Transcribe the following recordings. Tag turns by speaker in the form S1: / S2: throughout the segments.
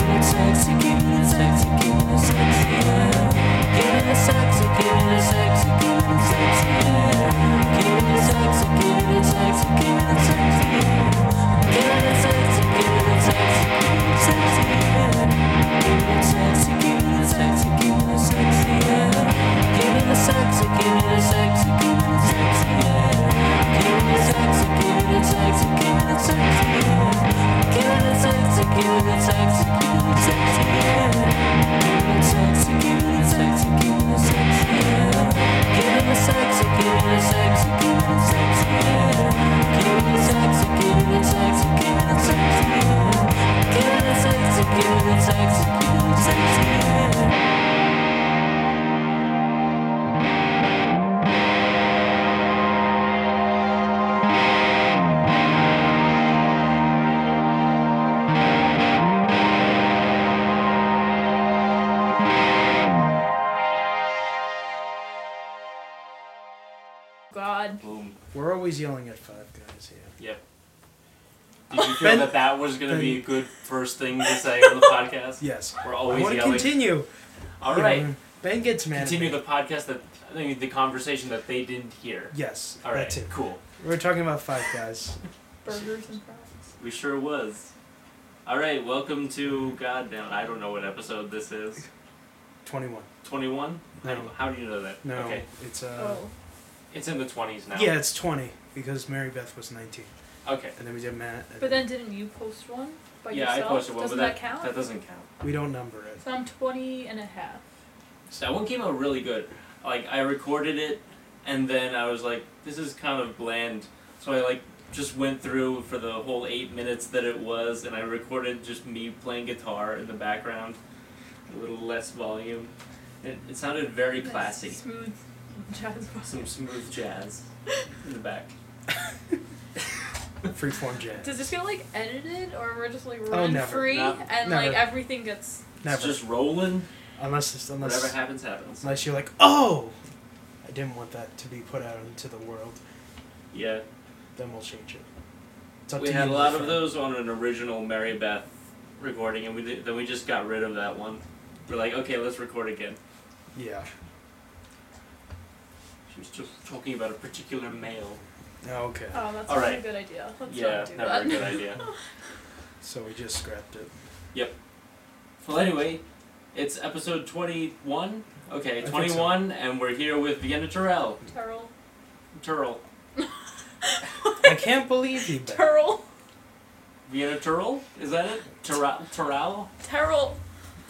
S1: sexy, give me the sexy, give me the sexy, yeah. Give me the sexy, give me the sexy, give me the sexy, yeah. Give me the sexy, give me the sexy, give me the sexy, yeah. Give me the sexy, give me the sexy, give me the sexy, yeah. Give me the sexy, give me the sexy, give me the sexy, yeah. Give me the sexy, give me the sexy, give me the sexy, yeah. Give me the sexy, give me the sexy, give me the sexy, yeah. Give me the sexy, give me the sexy, give me the sexy, yeah. Give me the sexy, give me the sexy, give me the sexy, yeah. Give me the sexy, give me the sexy, give me the sexy, yeah. Give me the sexy, give me the sexy, give me the sexy, yeah. Give me the sexy, give me the sexy, give me the sexy, yeah.
S2: God.
S3: Boom.
S4: We're always yelling at five guys here.
S3: Yep. Did you feel
S4: Ben-
S3: that that was going to
S4: Ben-
S3: be a good first thing to say on the podcast?
S4: Yes.
S3: We're
S4: I
S3: always
S4: want to
S3: yelling.
S4: continue.
S3: All
S4: You
S3: right.
S4: know, ben gets mad. at
S3: Continue
S4: me.
S3: the podcast that I mean, the conversation that they didn't hear.
S4: Yes.
S3: All right.
S4: That's it.
S3: Cool.
S4: We're talking about five guys.
S2: Burgers and fries.
S3: We sure was. All right. Welcome to goddamn. I don't know what episode this is.
S4: Twenty-one.
S3: Twenty-one. How, do-
S4: No.
S3: how do you know that?
S4: No,
S3: Okay.
S4: it's uh.
S2: Oh.
S3: It's in the twenties now.
S4: Yeah, it's twenty because Mary Beth was nineteen,
S3: Okay.
S4: and then we did Matt. and
S2: But then didn't you post one by
S3: yeah,
S2: yourself?
S3: I posted one,
S2: Doesn't
S3: but that,
S2: count?
S3: that doesn't count.
S4: we don't number it.
S2: so I'm 20 and a half.
S3: So that one came out really good. Like I recorded it, and then I was like, "This is kind of bland." So I like just went through for the whole eight minutes that it was, and I recorded just me playing guitar in the background, a little less volume. It, it sounded very
S2: Nice
S3: classy.
S2: Smooth jazz voice.
S3: Some smooth jazz in the back.
S4: Freeform jazz.
S2: Does this get like edited or we're just like
S4: Oh,
S2: run
S4: never.
S2: free
S3: Not-
S2: and
S4: never.
S2: like everything gets
S4: Never.
S3: It's just rolling.
S4: unless it's,
S3: Whatever
S4: unless
S3: happens, happens.
S4: unless you're like, oh, I didn't want that to be put out into the world.
S3: Yeah.
S4: Then we'll change it. It's up
S3: we
S4: to
S3: had a
S4: you,
S3: lot
S4: my
S3: of
S4: friend.
S3: those on an original Mary Beth recording, and we did, then we just got rid of that one. We're like, okay, let's record again.
S4: Yeah.
S3: She was just talking about a particular male.
S4: Okay.
S2: Oh, that's
S3: All
S2: not a
S3: right.
S2: good idea. Let's
S3: yeah,
S2: not do
S3: never
S2: that.
S3: a good idea.
S4: So we just scrapped it.
S3: Well, anyway, it's episode twenty-one.
S4: I
S3: Okay,
S4: think so.
S3: twenty-one, and we're here with Vienna Terrell.
S2: Turl.
S3: Terrell.
S4: I can't believe you. Ben.
S2: Turl.
S3: Vienna Terrell? Is that it? Terrell? Terrell?
S2: Turl.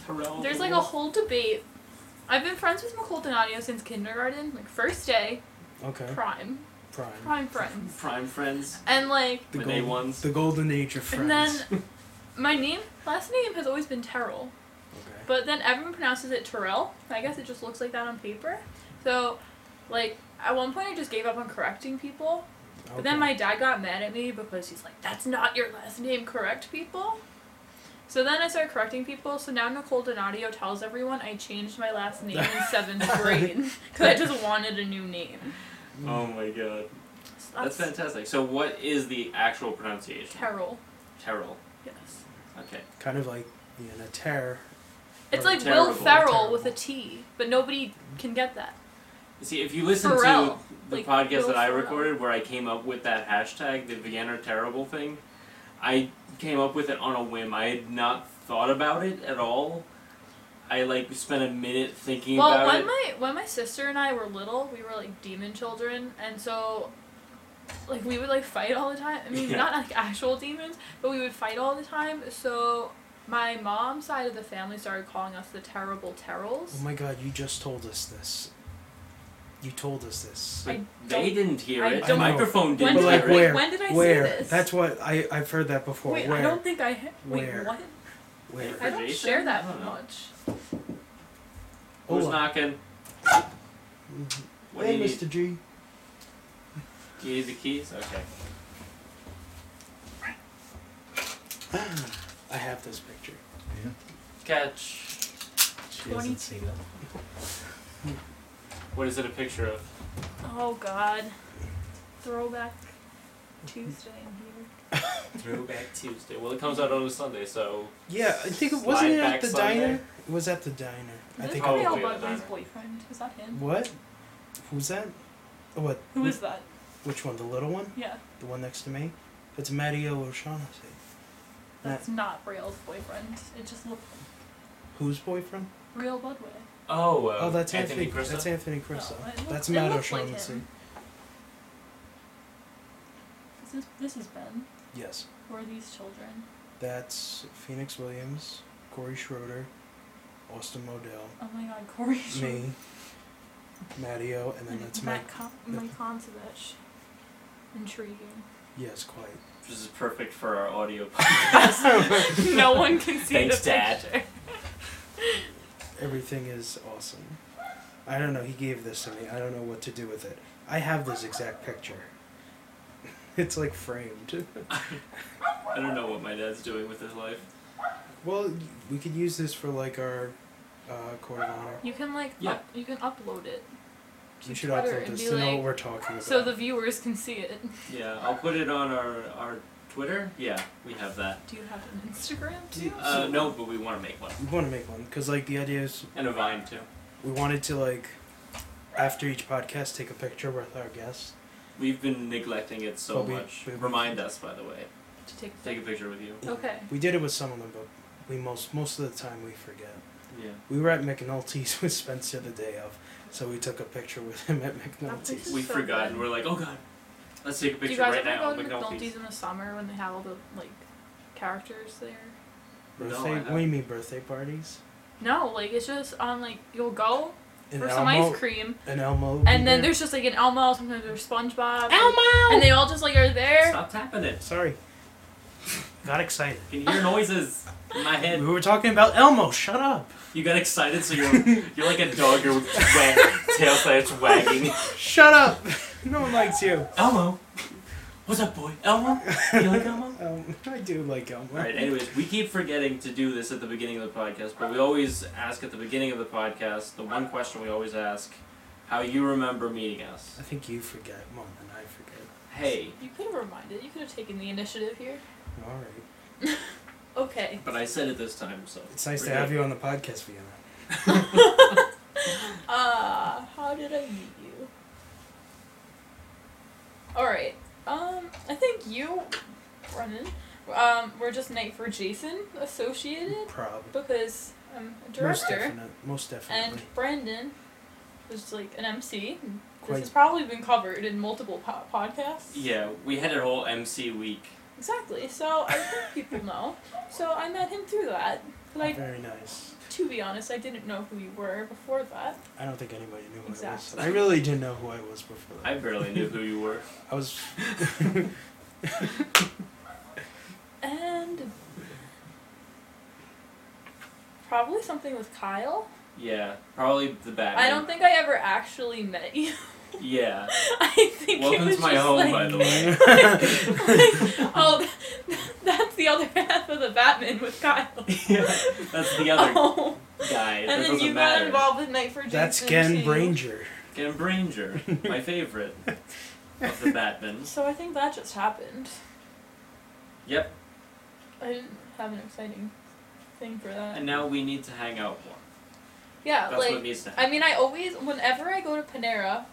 S3: Terrell?
S2: There's like a whole debate. I've been friends with Nicole Donadio since kindergarten, like first day,
S4: Okay.
S2: prime,
S4: Prime.
S2: prime friends.
S3: prime friends.
S2: And like,
S4: The
S3: The day
S4: golden-
S3: ones.
S4: The golden age of friends.
S2: and then my name, last name has always been Terrell.
S4: okay.
S2: But then everyone pronounces it Terrell. I guess it just looks like that on paper. So, like, at one point I just gave up on correcting people. But then
S4: Okay.
S2: my dad got mad at me because he's like, that's not your last name, correct people. So then I started correcting people. So now Nicole Donadio tells everyone I changed my last name in seventh grade because I just wanted a new name.
S3: Oh my god.
S2: So
S3: That's fantastic. So what is the actual pronunciation?
S2: Terrell.
S3: Terrell.
S2: Yes.
S3: Okay.
S4: kind of like Vienna Terror.
S2: It's
S4: Or
S2: like Will
S3: terrible.
S2: Ferrell
S4: Terrible.
S2: with a T, but nobody can get that.
S3: See, if you listen
S2: Pharrell.
S3: to the
S2: Like,
S3: podcast
S2: Will
S3: that I
S2: Ferrell.
S3: recorded where I came up with that hashtag, the Vienna Terrible thing, I came up with it on a whim. I had not thought about it at all. I like spent a minute thinking
S2: Well,
S3: about
S2: when
S3: it.
S2: my when my sister and I were little, we were like demon children, and so like we would like fight all the time. I mean,
S3: Yeah.
S2: not like actual demons, but we would fight all the time. So my mom's side of the family started calling us the terrible Terrells.
S4: Oh my god, you just told us this. You told us this.
S3: But
S2: I
S3: they
S2: don't-
S3: didn't hear
S2: I
S3: it. The
S2: don't-
S3: microphone
S2: When
S3: didn't
S2: did
S4: But
S3: hear
S2: I
S4: like
S3: it.
S2: wait,
S4: where?
S2: when did I say
S4: where?
S2: this?
S4: That's what I I've heard that before.
S2: wait,
S4: where?
S2: I don't think I ha- wait
S4: Where?
S2: what?
S4: where?
S2: I don't
S3: Jason?
S2: share
S3: I
S2: that
S3: don't know.
S2: much.
S3: Who's
S4: Hola.
S3: knocking? What do
S4: hey,
S3: you need?
S4: Mr. G.
S3: Do you need the keys? Okay.
S4: I have this picture.
S3: Catch.
S4: She hasn't seen it.
S3: What is it a picture of?
S2: Oh God, throwback. Tuesday in
S3: Throwback Tuesday. Well, it comes out on a Sunday, so
S4: Yeah, I think it
S3: Slide
S4: wasn't it
S3: back
S4: at the
S3: Sunday.
S4: diner. It was at the diner. I
S2: here. This
S4: think.
S2: probably
S4: I,
S2: all
S3: I'll-
S2: about my boyfriend. Is that him?
S4: what? Who's that? What?
S2: Who is that?
S4: Which one? The little one?
S2: Yeah,
S4: The one next to me? It's Maddie O'Shaughnessy.
S2: that's not Rail's boyfriend. It just looked
S4: Whose boyfriend?
S2: like Rail Budway.
S3: oh. Uh,
S4: oh, that's
S3: Anthony
S4: Anthony.
S3: Krista.
S4: That's Anthony Krista.
S2: Oh, it looks-
S4: that's
S2: it
S4: Matt
S2: looks like
S4: O'Shaughnessy.
S2: him. This is this is Ben.
S4: yes,
S2: Who are these children?
S4: that's Phoenix Williams, Corey Schroeder, Austin Modell,
S2: Oh my God, Corey.
S4: me, Maddie O, and then that's my
S2: Matt Com-
S4: the-
S2: Mike Konsovich. Intriguing.
S4: yes, quite.
S3: This is perfect for our audio.
S2: no one can see
S3: Thanks,
S2: the
S3: Dad.
S2: picture.
S4: Everything is awesome. I don't know. He gave this to me. I don't know what to do with it. I have this exact picture. It's like framed.
S3: I don't know what my dad's doing with his life.
S4: Well, we could use this for like our uh, court of honor.
S2: You can like
S3: Yeah.
S2: up, you can upload it. to
S4: You should
S2: Twitter
S4: upload
S2: and
S4: this
S2: be
S4: to know what
S2: like-
S4: we're talking about.
S2: so the viewers can see it.
S3: Yeah, I'll put it on our our Twitter. Yeah, we have that.
S2: Do you have an Instagram
S4: Do-
S2: too?
S3: Uh, no, but we want to make one
S4: we want to make one because like the idea is
S3: and a Vine too.
S4: we wanted to like after each podcast take a picture with our guests.
S3: We've been neglecting it so
S4: But we-
S3: much.
S4: we-
S3: Remind us, by the way.
S2: to take
S3: Take a picture with you.
S2: Okay.
S4: We did it with some of them, but we most most of the time we forget.
S3: Yeah.
S4: We were at McNulty's with Spencer the day of, so we took a picture with him at
S2: place
S4: McNulty's.
S2: is
S3: We
S2: so
S3: forgot,
S2: good.
S3: and we're like, oh god, let's take a
S2: Do you
S3: picture
S2: guys
S3: right
S2: ever
S3: now.
S2: go to
S3: McNulty's.
S2: McNulty's in the summer when they have all the like characters there?
S3: No, I
S4: Birthday? what do you mean birthday parties?
S2: No, like it's just on like you'll go
S4: An
S2: for some
S4: Elmo,
S2: ice cream,
S4: an Elmo. would be
S2: and then
S4: there.
S2: there's just like an Elmo. Sometimes there's SpongeBob.
S4: Elmo.
S2: And they all just like are there.
S3: Stop tapping it.
S4: Sorry, got excited.
S3: I can hear noises in my
S4: We
S3: head.
S4: were talking about Elmo. Shut up.
S3: You got excited, so you're you're like a dog. Your wag, tail starts wagging.
S4: Shut up. no one likes you.
S3: Elmo, what's up, boy? Elmo, you like Elmo?
S4: Um, I do like Elmo.
S3: All right. Anyways, we keep forgetting to do this at the beginning of the podcast, but we always ask at the beginning of the podcast the one question we always ask: how you remember meeting us.
S4: I think you forget more than I forget.
S3: Hey,
S2: You could have reminded. You could have taken the initiative here.
S4: All right.
S2: Okay.
S3: but I said it this time, so
S4: It's nice
S3: we're
S4: to have
S3: good.
S4: you on the podcast, Vienna.
S2: Uh, how did I meet you? Alright. Um, I think you, Brennan, um, were just Night for Jason associated
S4: Prob.
S2: because I'm a
S4: Most
S2: director.
S4: definite. Most
S2: And
S4: definitely.
S2: Brandon was like an MC. This
S4: Quite.
S2: has probably been covered in multiple po- podcasts.
S3: Yeah, we had a whole MC week.
S2: Exactly. So I think people know. So I met him through that. Like,
S4: Very nice.
S2: to be honest, I didn't know who you were before that.
S4: I don't think anybody knew who
S2: Exactly.
S4: I was. I really didn't know who I was before.
S3: I barely knew who you were.
S4: I was.
S2: And probably something with Kyle.
S3: Yeah, probably the Batman.
S2: I don't think I ever actually met you.
S3: Yeah,
S2: I think it
S3: Welcome
S2: was
S3: to my
S2: just
S3: home,
S2: like,
S3: by the way.
S2: oh, th- that's the other half of the Batman with Kyle.
S3: that's the other
S2: Oh,
S3: guy. that
S2: and then
S3: doesn't
S2: you
S3: matter.
S2: got involved with Night for Jason.
S4: That's Ken
S2: too.
S4: Branger.
S3: Ken Branger, my favorite of the Batmans.
S2: So I think that just happened.
S3: Yep,
S2: I didn't have an exciting thing for that.
S3: and now we need to hang out more.
S2: yeah,
S3: That's
S2: Uh, like
S3: what needs to happen.
S2: I mean, I always, whenever I go to Panera,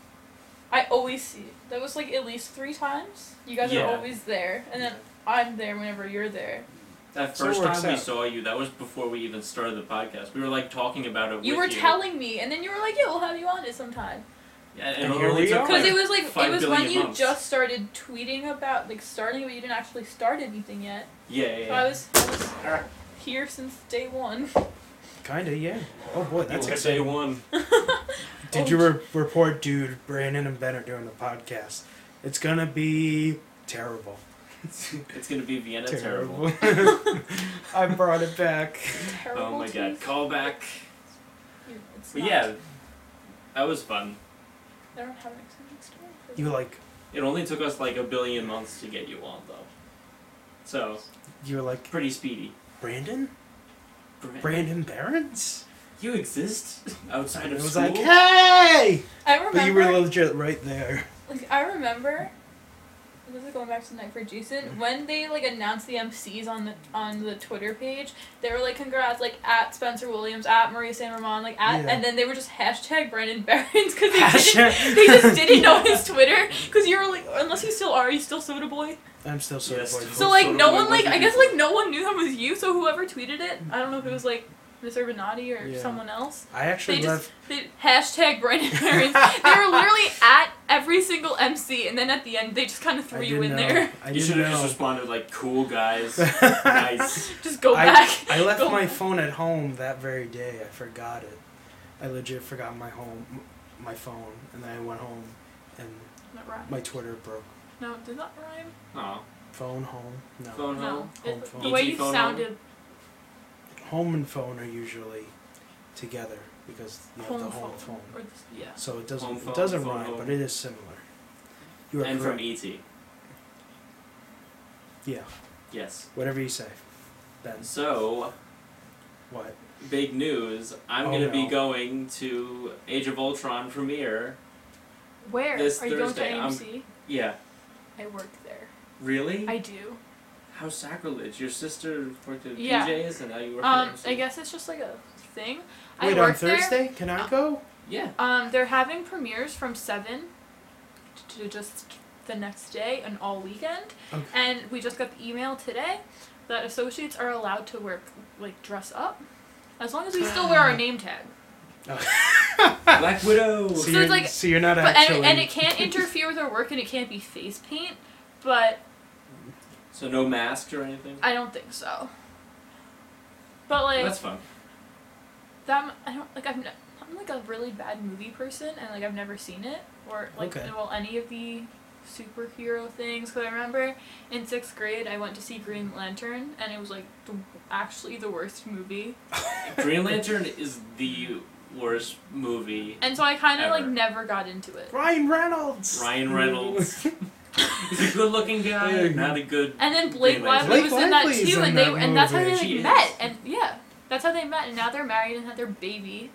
S2: I always see. That was like at least three times. You guys
S3: Yeah.
S2: are always there, and then I'm there whenever you're there.
S3: That
S4: So it
S3: first
S4: works
S3: time we
S4: out.
S3: saw you, that was before we even started the podcast. We were like talking about it.
S2: You were
S3: with you.
S2: telling me, and then you were like, "Yeah, we'll have you on it sometime."
S3: Yeah, and,
S4: And
S3: it
S4: here
S3: only
S4: we
S3: took
S4: are.
S2: Because
S3: like-
S2: it was like
S3: Oh five
S2: it was
S3: billion
S2: when you
S3: months.
S2: just started tweeting about like starting, but you didn't actually start anything yet.
S3: yeah, yeah, Ah.
S2: So I
S3: yeah.
S2: was, I was here since day one.
S4: Kinda, yeah. Oh boy, that's
S3: You were
S4: exciting.
S3: day one.
S4: Did you re- report, dude? Brandon and Ben are doing the podcast. It's gonna be terrible.
S3: It's gonna be Vienna terrible.
S4: I brought it back.
S2: Terrible
S3: Oh my god,
S2: tweets.
S3: call back.
S2: You- it's
S3: But
S2: not-
S3: yeah, that was fun.
S2: I don't have an exciting story. for
S4: You like
S3: It only took us like a billion months to get you on though. So
S4: you were like
S3: pretty speedy.
S4: Brandon?
S3: Brand-
S4: Brandon Barons?
S3: you exist outside
S4: And
S3: of
S4: it was
S3: school.
S4: like, hey!
S2: that. I remember.
S4: But you were legit right there.
S2: Like I remember this is going back to the night for Jason. When they like announced the MCs on the on the Twitter page, they were like, "Congrats!" Like at Spencer Williams, at Maria San Ramon, like at,
S4: Yeah.
S2: and then they were just hashtag Brandon Barons because they
S4: Hashtag-
S2: didn't, they just didn't know his Twitter because you were like, unless you still are, you still Soda Boy.
S4: I'm still so
S3: Yes,
S4: bored.
S3: totally.
S2: So
S3: Oh,
S2: like
S3: Soda
S2: no
S3: Boy
S2: one like
S3: wasn't
S2: I guess
S3: before.
S2: like no one knew that was you. So whoever tweeted it, I don't know if it was like Miss Urbanati or
S4: Yeah.
S2: someone else.
S4: I
S2: They
S4: actually love.
S2: just they, hashtag Brandon Barons. they were literally at every single MC, and then at the end they just kind of
S4: I
S2: threw you
S4: didn't
S2: in
S4: know.
S2: there.
S4: I
S3: you
S4: didn't
S3: should have just
S4: know.
S3: responded like, "Cool guys, nice."
S2: Just go
S4: I,
S2: back.
S4: I left
S2: Go
S4: my
S2: back.
S4: phone at home that very day. I forgot it. I legit forgot my home, my phone, and then I went home, and
S2: That rhymed.
S4: my Twitter broke.
S2: No, did that rhyme?
S3: Oh,
S4: Phone home. No.
S3: phone
S2: No.
S3: home.
S2: It-
S4: phone.
S2: The way
S3: ET
S2: you
S3: phone
S2: sounded,
S4: Home and phone are usually together because you have the
S2: home
S4: home
S2: phone.
S4: phone.
S2: Or this, yeah.
S4: So it doesn't
S3: Home phone,
S4: it doesn't
S3: phone
S4: rhyme,
S3: home.
S4: but it is similar. You are
S3: And from E
S4: correct.
S3: ET.
S4: yeah.
S3: Yes.
S4: Whatever you say, Ben.
S3: So
S4: What?
S3: big news. I'm
S4: Oh,
S3: gonna be
S4: no.
S3: going to Age of Ultron premiere.
S2: Where
S3: This
S2: are you going to
S3: Thursday, I'm-
S2: AMC?
S3: Yeah.
S2: i work there.
S3: Really?
S2: I do.
S3: How sacrilege! Your sister worked at
S2: Yeah.
S3: PJs, and now you work
S2: Um,
S3: at AMC.
S2: I guess it's just like a thing.
S4: Wait
S2: I
S4: on
S2: work
S4: Thursday? Can I go?
S3: Yeah.
S2: There. Um, they're having premieres from seven to just the next day and all weekend.
S4: Okay.
S2: And we just got the email today that associates are allowed to work like dress up, as long as we still wear our
S4: Mm.
S2: name tag.
S3: Black Widow.
S4: So,
S2: So
S4: you're,
S2: it's like-
S4: so you're not
S2: But
S4: actually.
S2: and, and it can't interfere with our work and it can't be face paint, but
S3: So no masks or anything.
S2: I don't think so. But like
S3: That's fun.
S2: that, m- I don't like I've ne- I'm like a really bad movie person and like I've never seen it or like
S4: Okay.
S2: well any of the superhero things because I remember in sixth grade I went to see Green Lantern and it was like the, actually the worst movie
S3: Green Lantern is the worst movie.
S2: and so I kind of like
S3: Ever.
S2: never got into it.
S4: Ryan Reynolds.
S3: Ryan Reynolds. He's a good-looking guy,
S4: Yeah.
S3: not a good.
S2: And then Blake
S3: Green Lantern.
S2: Lively
S4: Blake
S2: was in that
S4: Lively is
S2: too,
S4: in
S2: and they
S4: that
S2: and that's how they
S4: movie.
S2: like
S3: She is.
S2: met, and yeah, that's how they met, and now they're married and had their baby.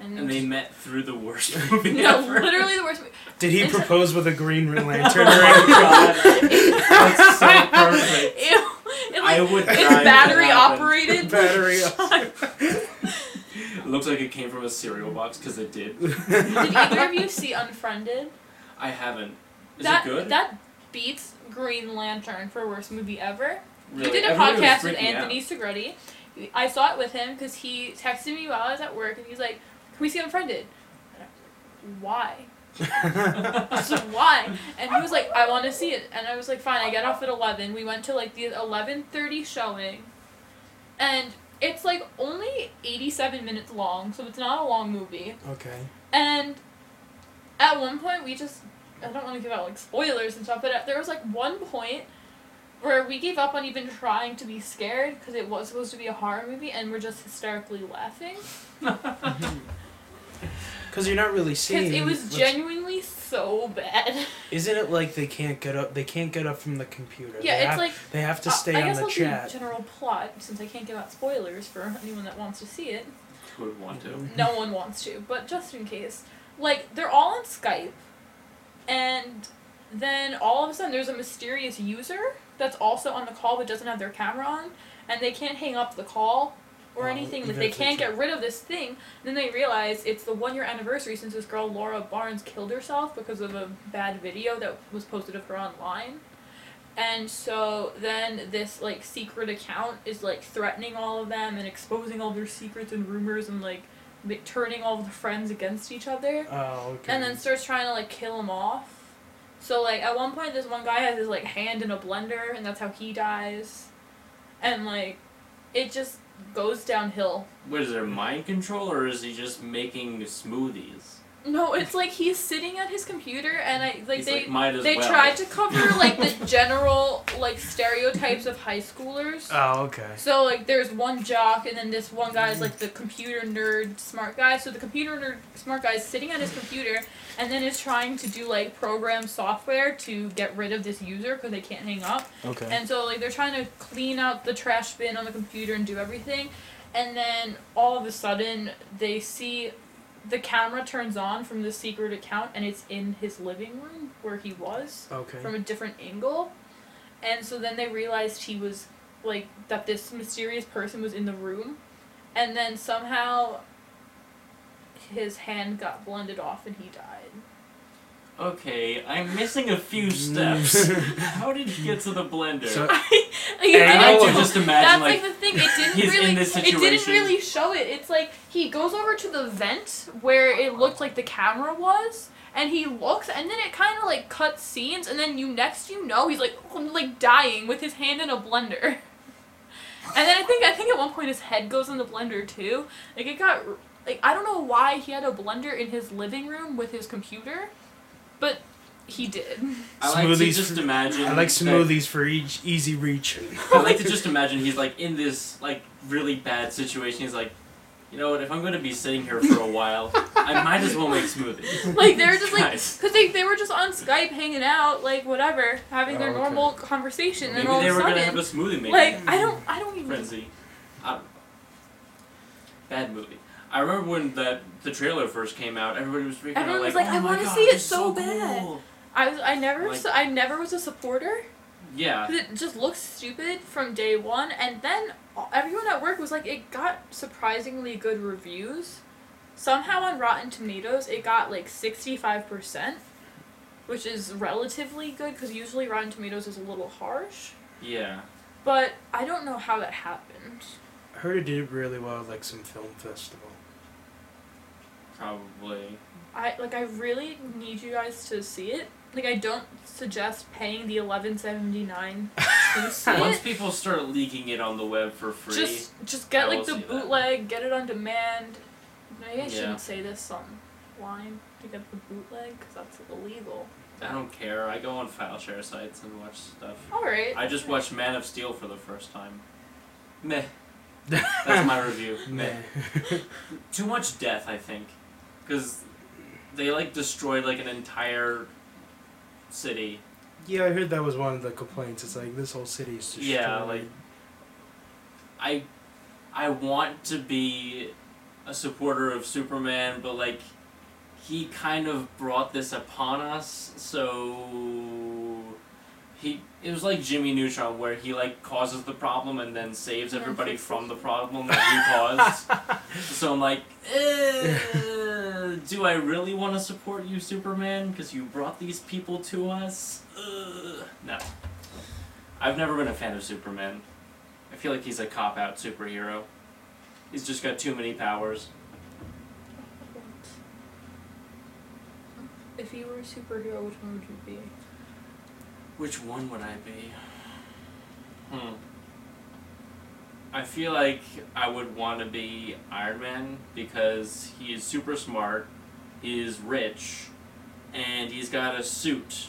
S2: And,
S3: And they met through the worst movie
S2: no,
S3: ever.
S2: literally the worst. movie.
S4: Did he
S2: It's-
S4: propose with a green lantern
S3: Oh
S4: ring?
S3: my God. That's so perfect.
S2: Ew, it, like,
S3: I would die if
S2: it's
S3: that
S2: battery
S3: happened.
S2: operated.
S4: Battery
S3: It looks like it came from a cereal box because it did.
S2: Did either of you see Unfriended?
S3: I haven't. Is
S2: that
S3: it good?
S2: that beats Green Lantern for worst movie ever.
S3: really?
S2: We did a
S3: Everyone was
S2: podcast with
S3: freaking out.
S2: Anthony Segretti. I saw it with him because he texted me while I was at work, and he's like, "Can we see Unfriended?" And I was like, Why? I was like, why? And he was like, I want to see it. And I was like, fine. I got off at eleven. We went to like the eleven thirty showing, and it's like only eighty seven minutes long, so it's not a long movie.
S4: okay.
S2: And at one point, we just I don't want to give out like spoilers and stuff, but at, there was like one point where we gave up on even trying to be scared because it was supposed to be a horror movie, and we're just hysterically laughing
S4: Because you're not really seeing.
S2: because it was
S4: what's-
S2: genuinely so bad.
S4: Isn't it like they can't get up? They can't get up from the computer.
S2: Yeah,
S4: they
S2: it's
S4: have,
S2: like-
S4: they have to
S2: Uh,
S4: stay
S2: I
S4: on
S2: guess
S4: the
S2: I'll
S4: chat.
S2: do general plot since I can't give out spoilers for anyone that wants to see it.
S3: Who would want to?
S2: No one wants to, but just in case, like they're all on Skype, and then all of a sudden there's a mysterious user that's also on the call but doesn't have their camera on, and they can't hang up the call or
S4: Oh,
S2: anything. Like
S4: even
S2: they
S4: if they
S2: can't
S4: try.
S2: get rid of this thing. then they realize it's the one year anniversary since this girl Laura Barnes killed herself because of a bad video that was posted of her online. And so then this like secret account is like threatening all of them and exposing all their secrets and rumors and like ma- turning all of the friends against each other.
S4: Oh, okay.
S2: And then starts trying to like kill them off. So like at one point this one guy has his like hand in a blender and that's how he dies. And like it just goes downhill.
S3: What is there mind control, or is he just making smoothies?
S2: No, it's like he's sitting at his computer and I like
S3: He's
S2: they
S3: like, might as
S2: they
S3: well.
S2: tried to cover like the general like stereotypes of high schoolers.
S4: Oh, okay.
S2: So like there's one jock and then this one guy is like the computer nerd smart guy. So the computer nerd smart guy is sitting at his computer and then is trying to do like program software to get rid of this user because they can't hang up.
S4: Okay.
S2: And so like they're trying to clean out the trash bin on the computer and do everything, and then all of a sudden they see the camera turns on from the secret account and it's in his living room where he was
S4: Okay.
S2: from a different angle. And so then they realized he was like that this mysterious person was in the room and then somehow his hand got blended off and he died.
S3: Okay, I'm missing a few steps. How did you get to the blender?
S4: So-
S2: I,
S3: and I like
S2: don't know.
S3: to just
S2: That's
S3: imagine like,
S2: like, the thing. It didn't
S3: he's in
S2: really.
S3: this
S2: It didn't
S3: situation.
S2: really show it. It's like he goes over to the vent where it looked like the camera was, and he looks, and then it kind of like cuts scenes, and then you next you know he's like like dying with his hand in a blender. And then I think I think at one point his head goes in the blender too. Like it got like I don't know why he had a blender in his living room with his computer, but he did.
S3: I like to
S4: Smoothies
S3: just
S4: for-
S3: imagine.
S4: I like
S3: that-
S4: smoothies for each easy reach.
S3: I like to just imagine he's like in this like really bad situation. He's like, you know what? If I'm going to be sitting here for a while, I might as well make smoothies.
S2: like they were just like
S3: Guys.
S2: because they, they were just on skype hanging out like whatever having their
S4: Oh, okay.
S2: normal conversation
S3: Maybe
S2: and all
S3: they
S2: of
S3: were
S2: a
S3: gonna have
S2: sudden
S3: a smoothie maker
S2: like i don't
S4: Mm.
S2: i don't even
S3: frenzy. I don't know. Bad movie. I remember when the the trailer first came out. Everybody was freaking
S2: Everyone
S3: out.
S2: was
S3: like,
S2: like, "I
S3: oh my
S2: wanna
S3: God,
S2: see it
S3: it's
S2: so bad."
S3: cool."
S2: i was i never
S3: Like-
S2: s I i never was a supporter
S3: Yeah.
S2: 'cause it just looked stupid from day one and then all- everyone at work was like it got surprisingly good reviews somehow on rotten tomatoes it got like 65% which is relatively good because usually rotten tomatoes is a little harsh
S3: Yeah.
S2: but i don't know how that happened
S4: I heard it did really well at like some film festival.
S3: Probably.
S2: I like I really need you guys to see it. Like I don't suggest paying the eleven seventy nine to see
S3: Once
S2: it.
S3: people start leaking it on the web for free,
S2: Just just
S3: I
S2: get
S3: will
S2: like the
S3: see that.
S2: bootleg, get it on demand. Maybe I
S3: Yeah.
S2: shouldn't say this online to get the bootleg because that's illegal.
S3: I don't care. I go on file share sites and watch stuff.
S2: All right.
S3: I just watched Man of Steel for the first time. Meh. That's my review. Meh. Too much death, I think, because they like destroyed like an entire city.
S4: yeah, I heard that was one of the complaints. It's like this whole city is destroyed.
S3: Yeah, like- I I want to be a supporter of Superman, but like he kind of brought this upon us, so he it was like Jimmy Neutron where he like causes the problem and then saves
S2: And then
S3: everybody
S2: fixes
S3: from the
S2: it.
S3: problem that he caused. so I'm like, eh, do I really want to support you, Superman? Because you brought these people to us. Ugh. No, I've never been a fan of Superman. I feel like he's a cop out superhero. He's just got too many powers.
S2: If you were a superhero, which one would you be?
S3: Which one would I be? Hmm. I feel like I would want to be Iron Man because he is super smart, he is rich, and he's got a suit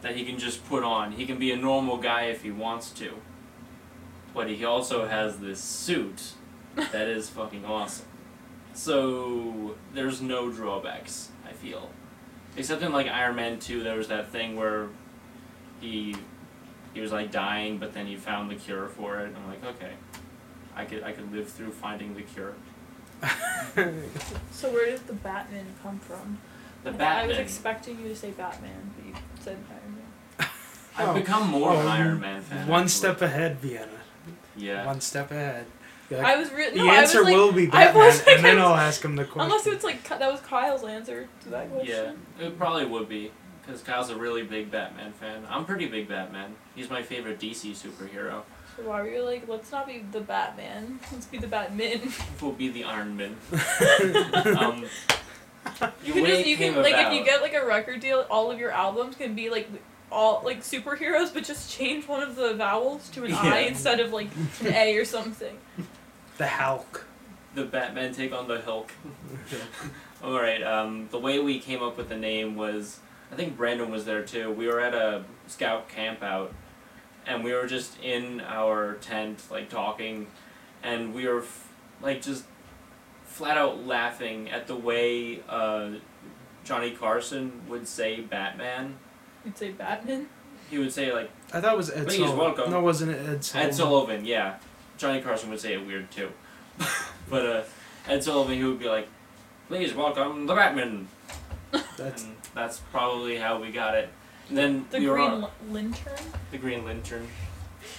S3: that he can just put on. He can be a normal guy if he wants to. But he also has this suit that is fucking awesome. So there's no drawbacks, I feel. Except in like Iron Man 2, there was that thing where he he was like dying, but then he found the cure for it. And I'm like, okay, I could I could live through finding the cure.
S2: So where did the Batman come from?
S3: The
S2: I- I
S3: Batman.
S2: was expecting you to say Batman, but you said Iron Man.
S3: I've become more of an
S4: Oh,
S3: Iron Man fan.
S4: one
S3: actually.
S4: step ahead, Vienna.
S3: Yeah.
S4: One step ahead. You're like,
S2: I was really
S4: the
S2: no,
S4: answer
S2: I was like,
S4: will be
S2: I
S4: Batman,
S2: was like-
S4: and then I'll ask him the question.
S2: Unless it's like Ky- that was Kyle's answer to that
S3: Yeah,
S2: question.
S3: it probably would be because Kyle's a really big Batman fan. I'm pretty big Batman. He's my favorite DC superhero.
S2: So why were you like, let's not be the Batman, let's be the Batman?
S3: Will be the Iron Man.
S4: um,
S3: Um, the
S2: You can
S3: way
S2: just
S3: it
S2: you
S3: came
S2: can like
S3: about.
S2: if you get like a record deal, all of your albums can be like all like superheroes, but just change one of the vowels to an I
S3: Yeah.
S2: instead of like an A or something.
S4: the Hulk.
S3: the Batman take on the Hulk. All right. Um, the way we came up with the name was, I think Brandon was there too. We were at a scout camp out, and we were just in our tent, like talking, and we were, f- like, just flat out laughing at the way uh, Johnny Carson would say Batman.
S2: You'd say Batman.
S3: He would say like
S4: I thought it was Ed
S3: Please
S4: Sullivan.
S3: welcome.
S4: No, wasn't it Ed Sullivan?
S3: Ed Sullivan, yeah. Johnny Carson would say it weird too. but uh, Ed Sullivan, he would be like, please welcome the Batman.
S4: That's
S3: and that's probably how we got it. And then
S2: The
S3: we were
S2: green
S3: on
S2: li- lintern.
S3: the Green Lantern.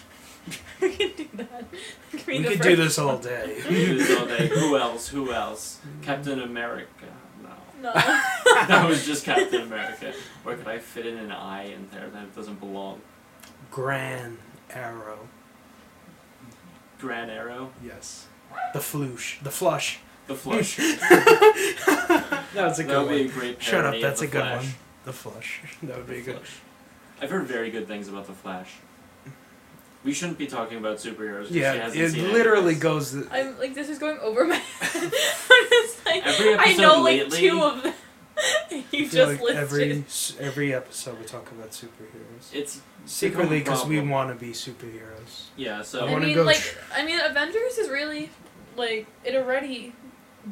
S2: we can do that. Give me
S4: we
S2: the
S4: could do
S2: first-
S4: this all day.
S3: We did this all day. Who else? Who else? Captain America. No,
S2: No.
S3: that was just Captain America. Where could I fit in an eye in there that doesn't belong?
S4: Gran Arrow.
S3: Gran Arrow,
S4: Yes. The floosh. The flush.
S3: the Flush.
S4: That was a
S3: that
S4: good
S3: would be a
S4: one.
S3: great parody
S4: Shut up,
S3: of
S4: that's
S3: The
S4: a good
S3: Flash.
S4: one. The flush. That would be a
S3: The
S4: good
S3: Flash. I've heard very good things about the Flash. We shouldn't be talking about superheroes. 'cause she
S4: Yeah,
S3: hasn't
S4: it
S3: seen any
S4: literally
S3: of this.
S4: goes. The,
S2: I'm like this is going over my head. I'm just like
S3: Every
S2: I
S3: episode
S2: know like
S3: lately-
S2: two of them.
S4: I
S2: you
S4: feel
S2: just
S4: like
S2: listed.
S4: every s- every episode we talk about superheroes.
S3: It's
S4: Secretly,
S3: become a
S4: because we
S3: problem.
S4: want to be superheroes.
S3: yeah. So
S4: I
S2: I
S4: wanna
S2: mean,
S4: go
S2: like,
S4: tr-
S2: I mean, Avengers is really like it already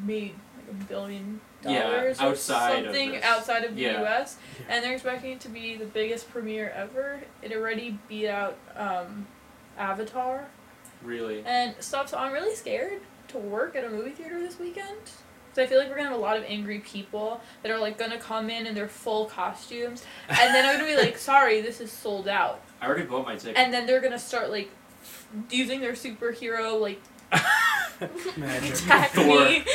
S2: made like a billion
S3: Yeah,
S2: dollars or
S3: outside of
S2: something
S3: this.
S2: outside of the
S3: Yeah.
S2: U.S.
S4: Yeah.
S2: and they're expecting it to be the biggest premiere ever. It already beat out um, Avatar,
S3: really,
S2: and stuff. So I'm really scared to work at a movie theater this weekend. So I feel like we're gonna have a lot of angry people that are like gonna come in in their full costumes, and then I'm gonna be like, "Sorry, this is sold out."
S3: I already bought my ticket.
S2: and then they're gonna start like using their superhero like
S4: Magic.
S2: attack
S3: Thor.
S2: me, like,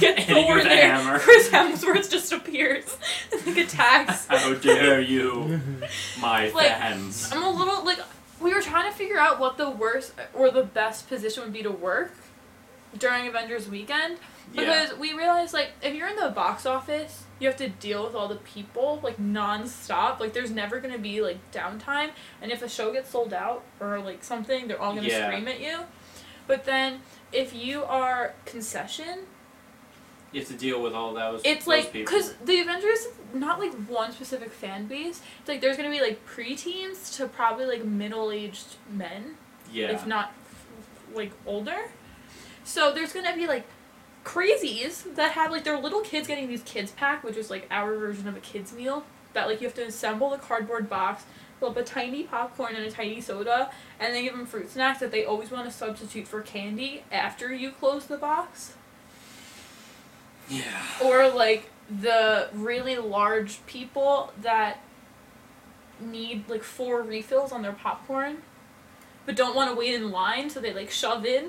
S2: get
S3: Hitting
S2: Thor
S3: with
S2: in
S3: a
S2: there.
S3: hammer.
S2: Chris Hemsworth just appears, and, like attacks.
S3: How dare you, my
S2: Like, um,
S3: fans?
S2: I'm a little like we were trying to figure out what the worst or the best position would be to work during Avengers weekend
S3: Yeah,
S2: because we realized like if you're in the box office. You have to deal with all the people like nonstop. Like there's never gonna be like downtime, and if a show gets sold out or like something, they're all gonna
S3: Yeah.
S2: scream at you. But then if you are concession,
S3: you have to deal with all those. those
S2: it's like
S3: people.
S2: because the Avengers is not like one specific fan base. It's like there's gonna be like preteens to probably like middle aged men,
S3: yeah,
S2: if not like older. So there's gonna be like crazies that have like their little kids getting these kids pack, which is like our version of a kids meal that like you have to assemble the cardboard box, fill up a tiny popcorn and a tiny soda, and then give them fruit snacks that they always want to substitute for candy after you close the box
S3: yeah.
S2: or like the really large people that need like four refills on their popcorn but don't want to wait in line so they like shove in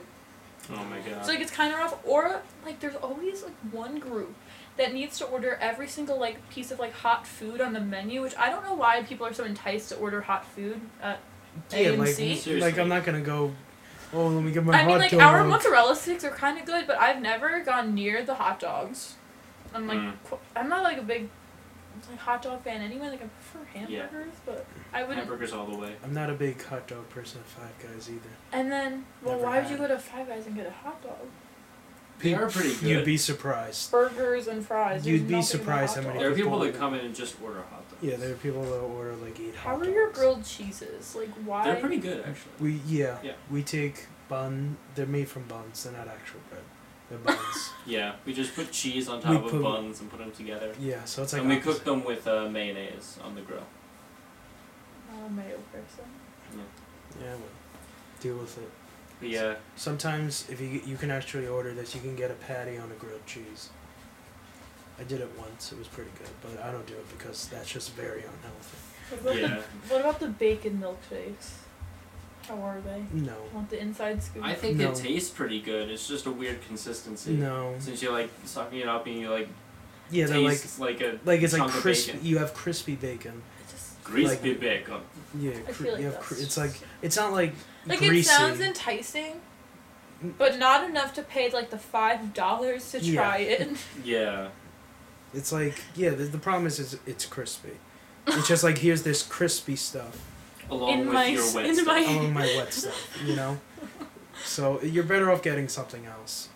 S3: Oh my god.
S2: so like it's kind of rough or like there's always like one group that needs to order every single like piece of like hot food on the menu which i don't know why people are so enticed to order hot food uh, at
S4: Yeah, like,
S2: AMC?
S4: like
S3: Seriously.
S4: I'm not gonna go. Oh, let me get my
S2: I
S4: hot
S2: mean, like
S4: dog.
S2: our mozzarella sticks are kind of good, but I've never gone near the hot dogs. I'm like,
S3: Mm.
S2: qu- I'm not like a big like hot dog fan anyway. Like I prefer
S3: Yeah.
S2: hamburgers, but I wouldn't.
S3: hamburgers all the way.
S4: I'm not a big hot dog person at Five Guys either.
S2: And then, well,
S4: Never
S2: why would you
S4: had.
S2: go to Five Guys and get a hot dog?
S3: They are pretty
S4: You'd
S3: good.
S4: be surprised.
S2: Burgers and fries. there's
S4: You'd be
S2: nothing in a
S4: surprised
S2: hot
S4: how many
S2: dog.
S3: There are people
S4: people-
S3: that come in and just order hot dogs.
S4: Yeah, there are people that order like eight
S2: How
S4: hot
S2: are
S4: dogs.
S2: your grilled cheeses? Like why?
S3: They're pretty good actually.
S4: We yeah,
S3: Yeah.
S4: We take bun. They're made from buns. They're not actual bread. They're buns.
S3: Yeah, we just put cheese on
S4: We
S3: top of
S4: put-
S3: buns and put them together.
S4: yeah. So it's like.
S3: And we
S4: opposite.
S3: cook them with uh, mayonnaise on the grill.
S2: Not a Oh, mayo person.
S4: Yeah. Well, deal with it.
S3: But yeah,
S4: Sometimes if you you can actually order this, you can get a patty on a grilled cheese. I did it once. It was pretty good, but I don't do it because that's just very unhealthy.
S2: What about,
S3: yeah.
S2: the, what about the bacon milkshakes? How are they?
S4: No.
S2: Want the inside scoop?
S3: I think
S4: No.
S3: it tastes pretty good. It's just a weird consistency.
S4: No.
S3: Since you're like sucking it up and you like
S4: Yeah, they're like
S3: tastes like, a
S4: like it's like
S3: chunk of
S4: crispy.
S3: bacon.
S4: You have crispy bacon.
S2: It just
S3: crispy bacon.
S4: Yeah,
S2: I
S4: cr-
S2: feel like
S4: you have
S2: that's
S4: cr- it's
S2: just-
S4: like it's not like
S2: Like
S4: greasy.
S2: it sounds enticing, but not enough to pay like the five dollars to
S4: Yeah.
S2: try it.
S3: Yeah.
S4: It's like yeah. The, the problem is, is it's crispy. It's just like here's this crispy stuff
S3: Along
S2: In
S3: with
S2: my
S3: your
S2: s-
S3: wet
S2: in
S3: stuff.
S2: my-
S4: along my wet stuff, you know. So you're better off getting something else.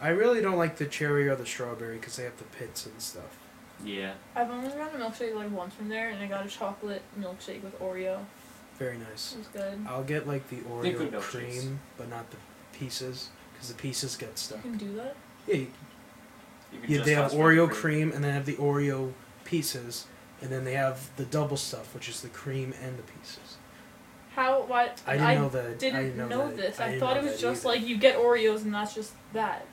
S4: I really don't like the cherry or the strawberry because they have the pits and stuff.
S3: Yeah.
S2: I've only gotten a milkshake like once from there, and I got a chocolate milkshake with Oreo.
S4: Very nice.
S2: It was good.
S4: I'll get like the
S3: Liquid
S4: Oreo
S3: milkshakes.
S4: cream, but not the pieces because the pieces get
S2: You
S4: stuck.
S2: can do that.
S4: Yeah, you-
S3: You can
S4: yeah
S3: just
S4: they have
S3: husk with the
S4: Oreo cream and they have the Oreo pieces, and then they have the double stuff, which is the cream and the pieces.
S2: How? Why?
S4: I didn't know that. I
S2: didn't
S4: didn't know, that-
S2: this.
S4: I
S2: I,
S4: didn't
S2: thought
S4: know
S2: it was
S4: that
S2: just
S4: either.
S2: like you get Oreos and that's just that.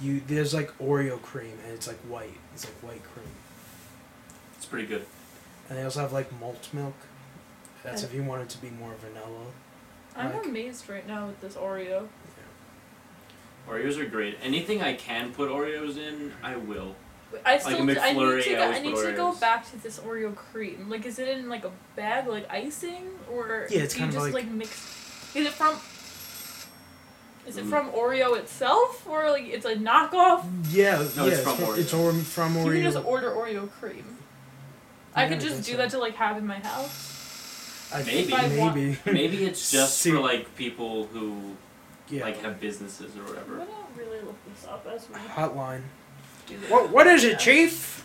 S4: You there's like Oreo cream and it's like white. It's like white cream.
S3: It's pretty good.
S4: And they also have like malt milk. That's
S2: Okay.
S4: if you want it to be more vanilla.
S2: I'm
S4: Like-
S2: amazed right now with this Oreo.
S3: Oreos are great. Anything I can put Oreos in, I will.
S2: I still
S3: Like a
S2: I need to
S3: McFlurry, I
S2: go, I
S3: always
S2: need
S3: put
S2: to go
S3: Oreos.
S2: back to this Oreo cream. Like, is it in like a bag, like icing, or
S4: Yeah, it's
S2: do
S4: kind
S2: you
S4: of
S2: just
S4: like-
S2: mix? Is it from? Is it
S3: Mm.
S2: from Oreo itself, or like it's a knockoff?
S4: Yeah,
S3: No,
S4: yeah,
S3: it's from Oreo.
S4: It's from, from
S2: You
S4: Oreo.
S2: can just order Oreo cream. I
S4: Yeah,
S2: could
S4: I
S2: just
S4: guess
S2: do
S4: so.
S2: that to like have in my house.
S4: I-
S3: Maybe.
S2: If I want-
S4: maybe.
S3: Maybe it's just
S4: See-
S3: for like people who
S4: yeah.
S3: like have businesses or
S2: I'm
S3: whatever.
S2: gonna really look this up as we
S4: Hotline.
S2: do this.
S4: What what is
S2: Yeah.
S4: it, Chief?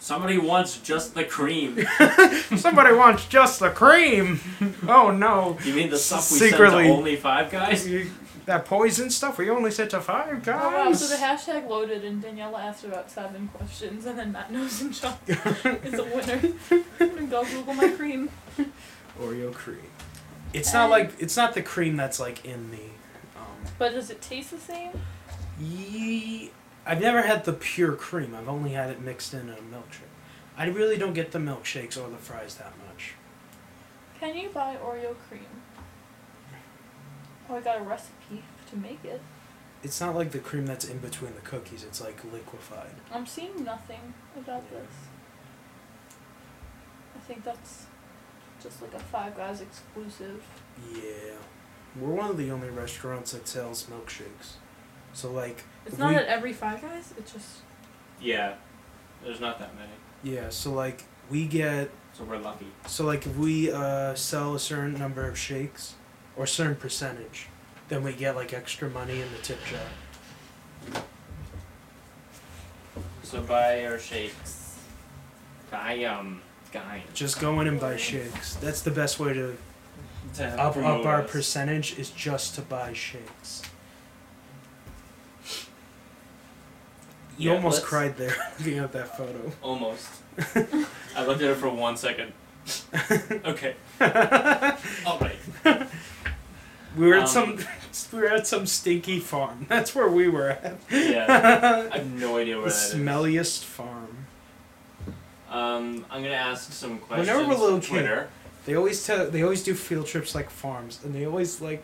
S3: Somebody wants just the cream.
S4: Somebody wants just the cream. Oh no.
S3: You mean the stuff we
S4: Secretly.
S3: sent to only five guys?
S4: You- That poison stuff we only said to five
S2: Oh, wow. So
S4: guys.
S2: the hashtag loaded and Daniela asked about seven questions and then Matt knows and John is a winner. I'm gonna go Google my cream.
S4: Oreo cream. It's not like it's not the cream that's like in the. Um,
S2: But does it taste the same?
S4: ye- I've never had the pure cream. I've only had it mixed in a milkshake. I really don't get the milkshakes or the fries that much.
S2: Can you buy Oreo cream? Oh, I got a recipe to make it.
S4: It's not like the cream that's in between the cookies. It's like liquefied.
S2: I'm seeing nothing about this. I think that's just like a Five Guys exclusive.
S4: Yeah, we're one of the only restaurants that sells milkshakes. So like,
S2: It's
S4: if
S2: not
S4: we-
S2: at every Five Guys. It's just
S3: Yeah. There's not that many.
S4: yeah. So like we get
S3: So we're lucky.
S4: So like if we uh, sell a certain number of shakes or a certain percentage, then we get like extra money in the tip jar.
S3: So buy our shakes. Buy um guy.
S4: Just go in and buy shakes. That's the best way to up up our percentage is just to buy shakes. You
S3: Yeah,
S4: almost
S3: let's-
S4: cried there looking at that photo.
S3: Almost. I looked at it for one second. Okay. All right.
S4: We were at
S3: Um,
S4: some we were at some stinky farm. That's where we were at.
S3: Yeah. I
S4: the
S3: have no idea where that is.
S4: smelliest farm.
S3: Um, I'm gonna ask some questions.
S4: Whenever we're little
S3: from Twitter.
S4: They always tell. They always do field trips like farms, and they always like.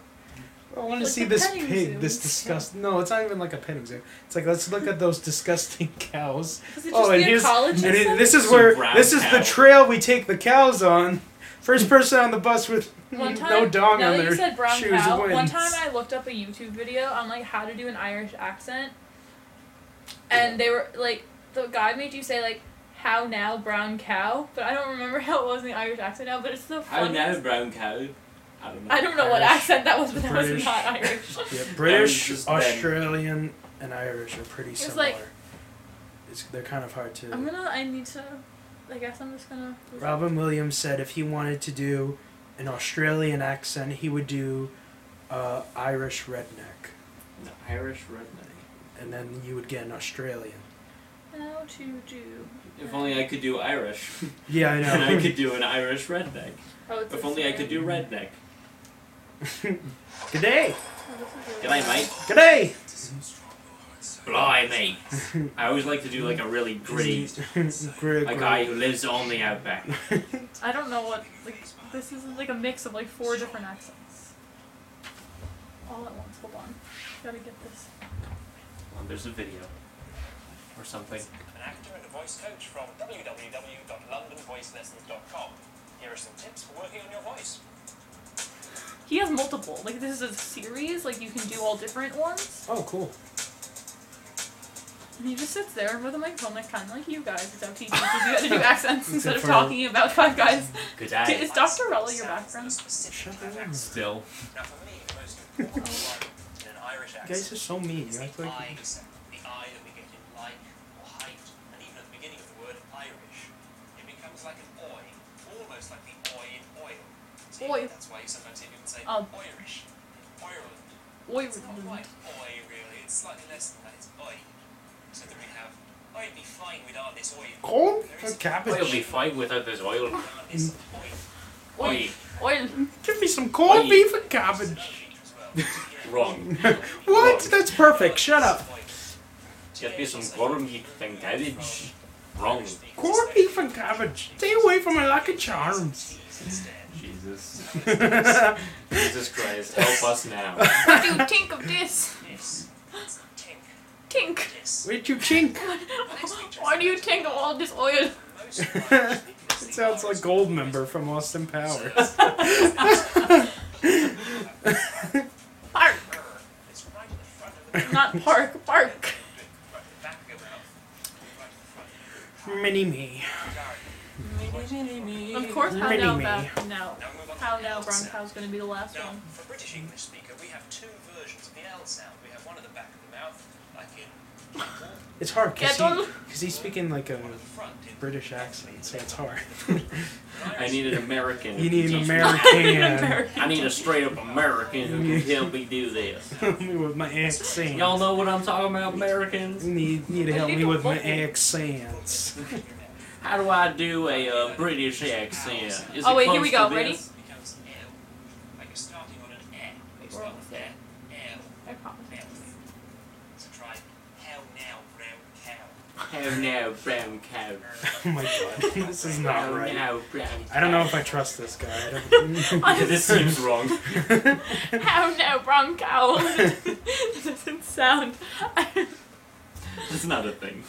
S4: I want to
S2: Like
S4: see
S2: the
S4: this
S2: petting
S4: pig.
S2: zoo.
S4: This disgust. No, it's not even like a petting zoo. It's like let's look at those disgusting cows.
S2: is it just
S4: oh,
S2: the
S4: and here's
S2: ecology
S4: and it-
S2: stuff?
S4: this is
S3: Some
S4: where
S3: brown
S4: this is the
S3: cow.
S4: trail we take the cows on. First person on the bus with
S2: One time,
S4: no dog
S2: now
S4: on
S2: that
S4: their
S2: you said brown
S4: shoes
S2: cow,
S4: wins.
S2: one time I looked up a YouTube video on like how to do an Irish accent, and they were like the guy made you say like how now brown cow, but I don't remember how it was in the Irish accent now, but it's the
S3: How did that
S2: funniest.
S3: have brown cow? I don't know.
S2: I don't know what
S4: Irish.
S2: accent that was, but that was
S4: British.
S2: not Irish.
S4: yeah, British,
S3: just Ben.
S4: Australian, and Irish are pretty
S2: It's
S4: similar.
S2: like-
S4: it's, they're kind of hard to.
S2: I'm gonna. I need to. I guess I'm just gonna.
S4: Robin Williams said if he wanted to do an Australian accent, he would do uh, Irish redneck,
S3: An Irish redneck.
S4: and then you would get an Australian.
S2: How to do.
S3: If only I could do Irish.
S4: Yeah, I
S3: and
S4: know.
S3: I could do an Irish redneck.
S2: Oh, it's
S3: If
S2: a
S3: only I could
S2: singer.
S3: do redneck.
S4: Good day,
S2: Oh, this is
S3: Good
S2: really
S3: night, mate.
S4: good day.
S3: Blimey. I always like to do like a really gritty,
S4: Great,
S3: a guy who lives on the outback.
S2: I don't know what like this is like a mix of like four different accents. All at once. Hold on. Gotta get this.
S3: Well, Oh, there's a video or something.
S5: an actor and a voice coach from www.londonvoicelessons.com. Here are some tips for working on your voice.
S2: He has multiple. Like this is a series. Like you can do all different ones.
S4: Oh, cool.
S2: And he just sits there with a microphone, like kind of like you guys, except he teaches you how to do accents instead
S4: Except
S2: of
S4: for-
S2: talking about Five Guys.
S3: Good
S2: Dude,
S3: eye.
S2: is Dr. Rowley your background?
S4: Shut the
S5: background?
S4: hell
S3: Still.
S5: Now, for me, the most important one in an Irish
S4: You guys
S5: accent
S4: are so mean.
S5: is
S4: You
S5: the
S4: act like
S5: I sound, the I that we get in like or height, and even at the beginning of the word Irish. It becomes like an oi, almost like the oi in oil. So you-
S2: Oi.
S5: That's why you sometimes hear people say
S2: Oh.
S5: Irish, Ireland.
S2: Oi,
S5: It's not
S4: Mm-hmm.
S5: quite oi, really. It's slightly less than that. It's oi. So then we have, I'd be fine without this oi.
S4: cold
S5: There is-
S3: I'll be
S4: cabbage.
S3: fine without this oil.
S5: Without this
S4: Mm.
S5: oi.
S3: Oi.
S2: oi.
S4: Give me some cold
S3: Oi.
S4: beef and
S5: There's
S4: cabbage.
S5: another feature as well.
S3: Wrong.
S4: What? That's perfect. Shut up.
S5: Oi.
S3: Get me some corn beef and cabbage. Wrong.
S4: Corned beef and cabbage. Stay away from my Lucky Charms.
S3: Jesus.
S4: I
S3: Jesus Christ, help us now.
S2: Do tink of this. Tink.
S4: Where'd you chink?
S2: Why do you tink of all this oil?
S4: it sounds like Gold Member from Austin Power.
S2: Park. Not park. Park.
S4: Mini me.
S2: Of course, how
S4: Mini
S2: now?
S4: me.
S2: Back now. How now? Brown
S5: Brown
S2: cow's gonna be the last
S5: Now,
S2: one.
S5: for British English speaker, we have two versions of the L sound. We have one at the back of the mouth, like in people,
S4: It's hard because
S2: Yeah, don't-
S4: he's speaking like a
S5: one at the front in
S4: British accent, so it's hard.
S3: I need an American.
S4: You
S3: who
S4: need an
S3: teaches me.
S4: American.
S2: American.
S3: I need a straight up American who can help me do this.
S4: help me with my accent.
S3: Y'all know what I'm talking about, Americans?
S4: You need, need to
S2: I
S4: help
S2: need
S4: me
S2: to
S4: with my
S2: look at-
S4: accents.
S3: How do I do a uh, British accent? Is
S2: Oh,
S3: it
S2: wait, here
S3: close
S2: we go.
S3: to
S2: Ready?
S3: this?
S5: becomes L. Like you're starting on an L.
S2: Wait,
S5: It's
S2: we're
S5: not
S2: almost
S5: L.
S2: there.
S5: L.
S2: I promise.
S5: L. So try hell now, brown cow.
S3: Have now brown cow.
S4: Oh my god, this is not
S3: Have
S4: right.
S3: now brown
S4: I don't know if
S3: cow.
S4: I trust this guy. I don't...
S3: this seems wrong.
S2: How now? Brown cow. that doesn't sound.
S3: It's not a thing.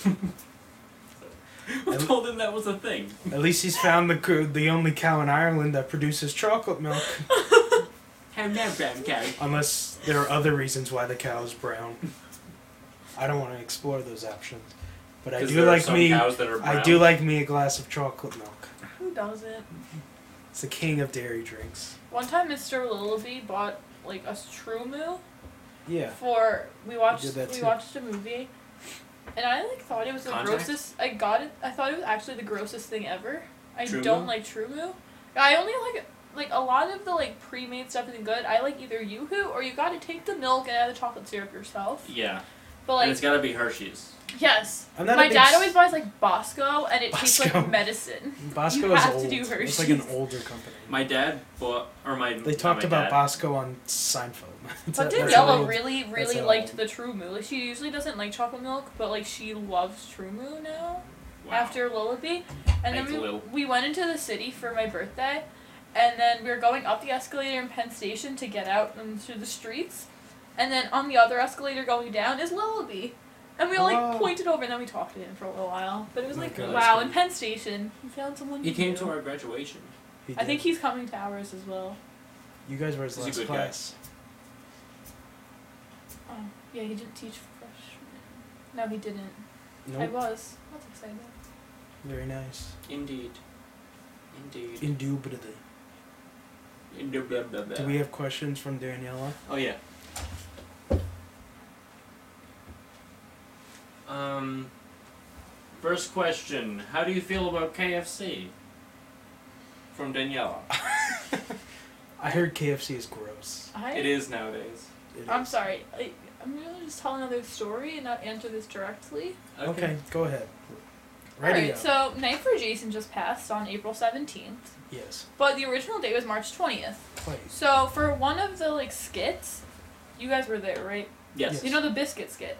S3: Who told him that was a thing?
S4: At least he's found the co- the only cow in Ireland that produces chocolate milk.
S3: Have now brown cow.
S4: Unless there are other reasons why the cow is brown. I don't want to explore those options. But I
S3: 'Cause
S4: do
S3: there are
S4: like
S3: some
S4: me
S3: Cows that are brown.
S4: I do like me a glass of chocolate milk.
S2: Who doesn't?
S4: It's the king of dairy drinks.
S2: One time, Mr. Willoughby bought like a Strumu
S4: Yeah.
S2: for we watched
S4: did that
S2: we
S4: too.
S2: watched a movie, and I like thought it was the
S3: Contact?
S2: grossest. I got it. I thought it was actually the grossest thing ever. I
S3: True
S2: don't
S3: Moo?
S2: like True Moo. I only like like a lot of the like pre-made stuff isn't good. I like either YooHoo or you got to take the milk and add the chocolate syrup yourself.
S3: Yeah,
S2: But
S3: and
S2: like
S3: it's gotta be Hershey's.
S2: yes,
S4: I'm not a
S2: my
S4: big
S2: dad
S4: s-
S2: always buys like Bosco and it tastes
S4: Bosco.
S2: like medicine.
S4: Bosco
S2: You
S4: is
S2: have to
S4: old.
S2: do
S4: it's like an
S2: Hershey's.
S4: older company.
S3: My dad bought, or my
S4: they talked
S3: not my
S4: about
S3: dad.
S4: Bosco on Seinfeld. That's
S2: But
S4: how- that's how
S2: Daniela
S4: old-
S2: really, really
S4: how
S2: liked
S4: old.
S2: the True Moo. Like, she usually doesn't like chocolate milk, but like she loves True Moo now.
S3: Wow.
S2: after Lullaby. And then
S3: Thanks, Lil.
S2: we, we went into the city for my birthday. And then we were going up the escalator in Penn Station to get out into the streets. And then on the other escalator going down is Lullaby. And we all like
S4: Oh.
S2: pointed over and then we talked to him for a little while. But it was
S4: Oh my
S2: like,
S4: God,
S2: wow,
S3: that's
S2: in Penn Station, we found someone.
S3: He
S2: new.
S3: came to our graduation.
S4: He
S2: I
S4: did.
S2: think he's coming to ours as well.
S4: You guys were his
S3: He's a
S4: last
S3: good guy.
S4: class.
S2: Oh, yeah, he didn't teach freshman. No, he didn't. I
S4: Nope.
S2: was. That's exciting.
S4: Very nice.
S3: Indeed. Indeed.
S4: Indubitably.
S3: Indeed. blah, blah, blah.
S4: Do we have questions from Daniela?
S3: Oh yeah. Um. First question: How do you feel about KFC? From Daniela.
S4: I heard KFC is gross.
S2: I
S3: It is nowadays.
S4: It
S2: I'm
S4: is.
S2: sorry. I, I'm gonna just tell another story and not answer this directly.
S4: Okay, go ahead.
S2: All
S4: Ready
S2: right. So Night for Jason just passed on April 17th,
S4: yes.
S2: but the original date was March 20th.
S4: Please.
S2: So for one of the like skits, you guys were there, right?
S3: Yes.
S2: You know the biscuit skit.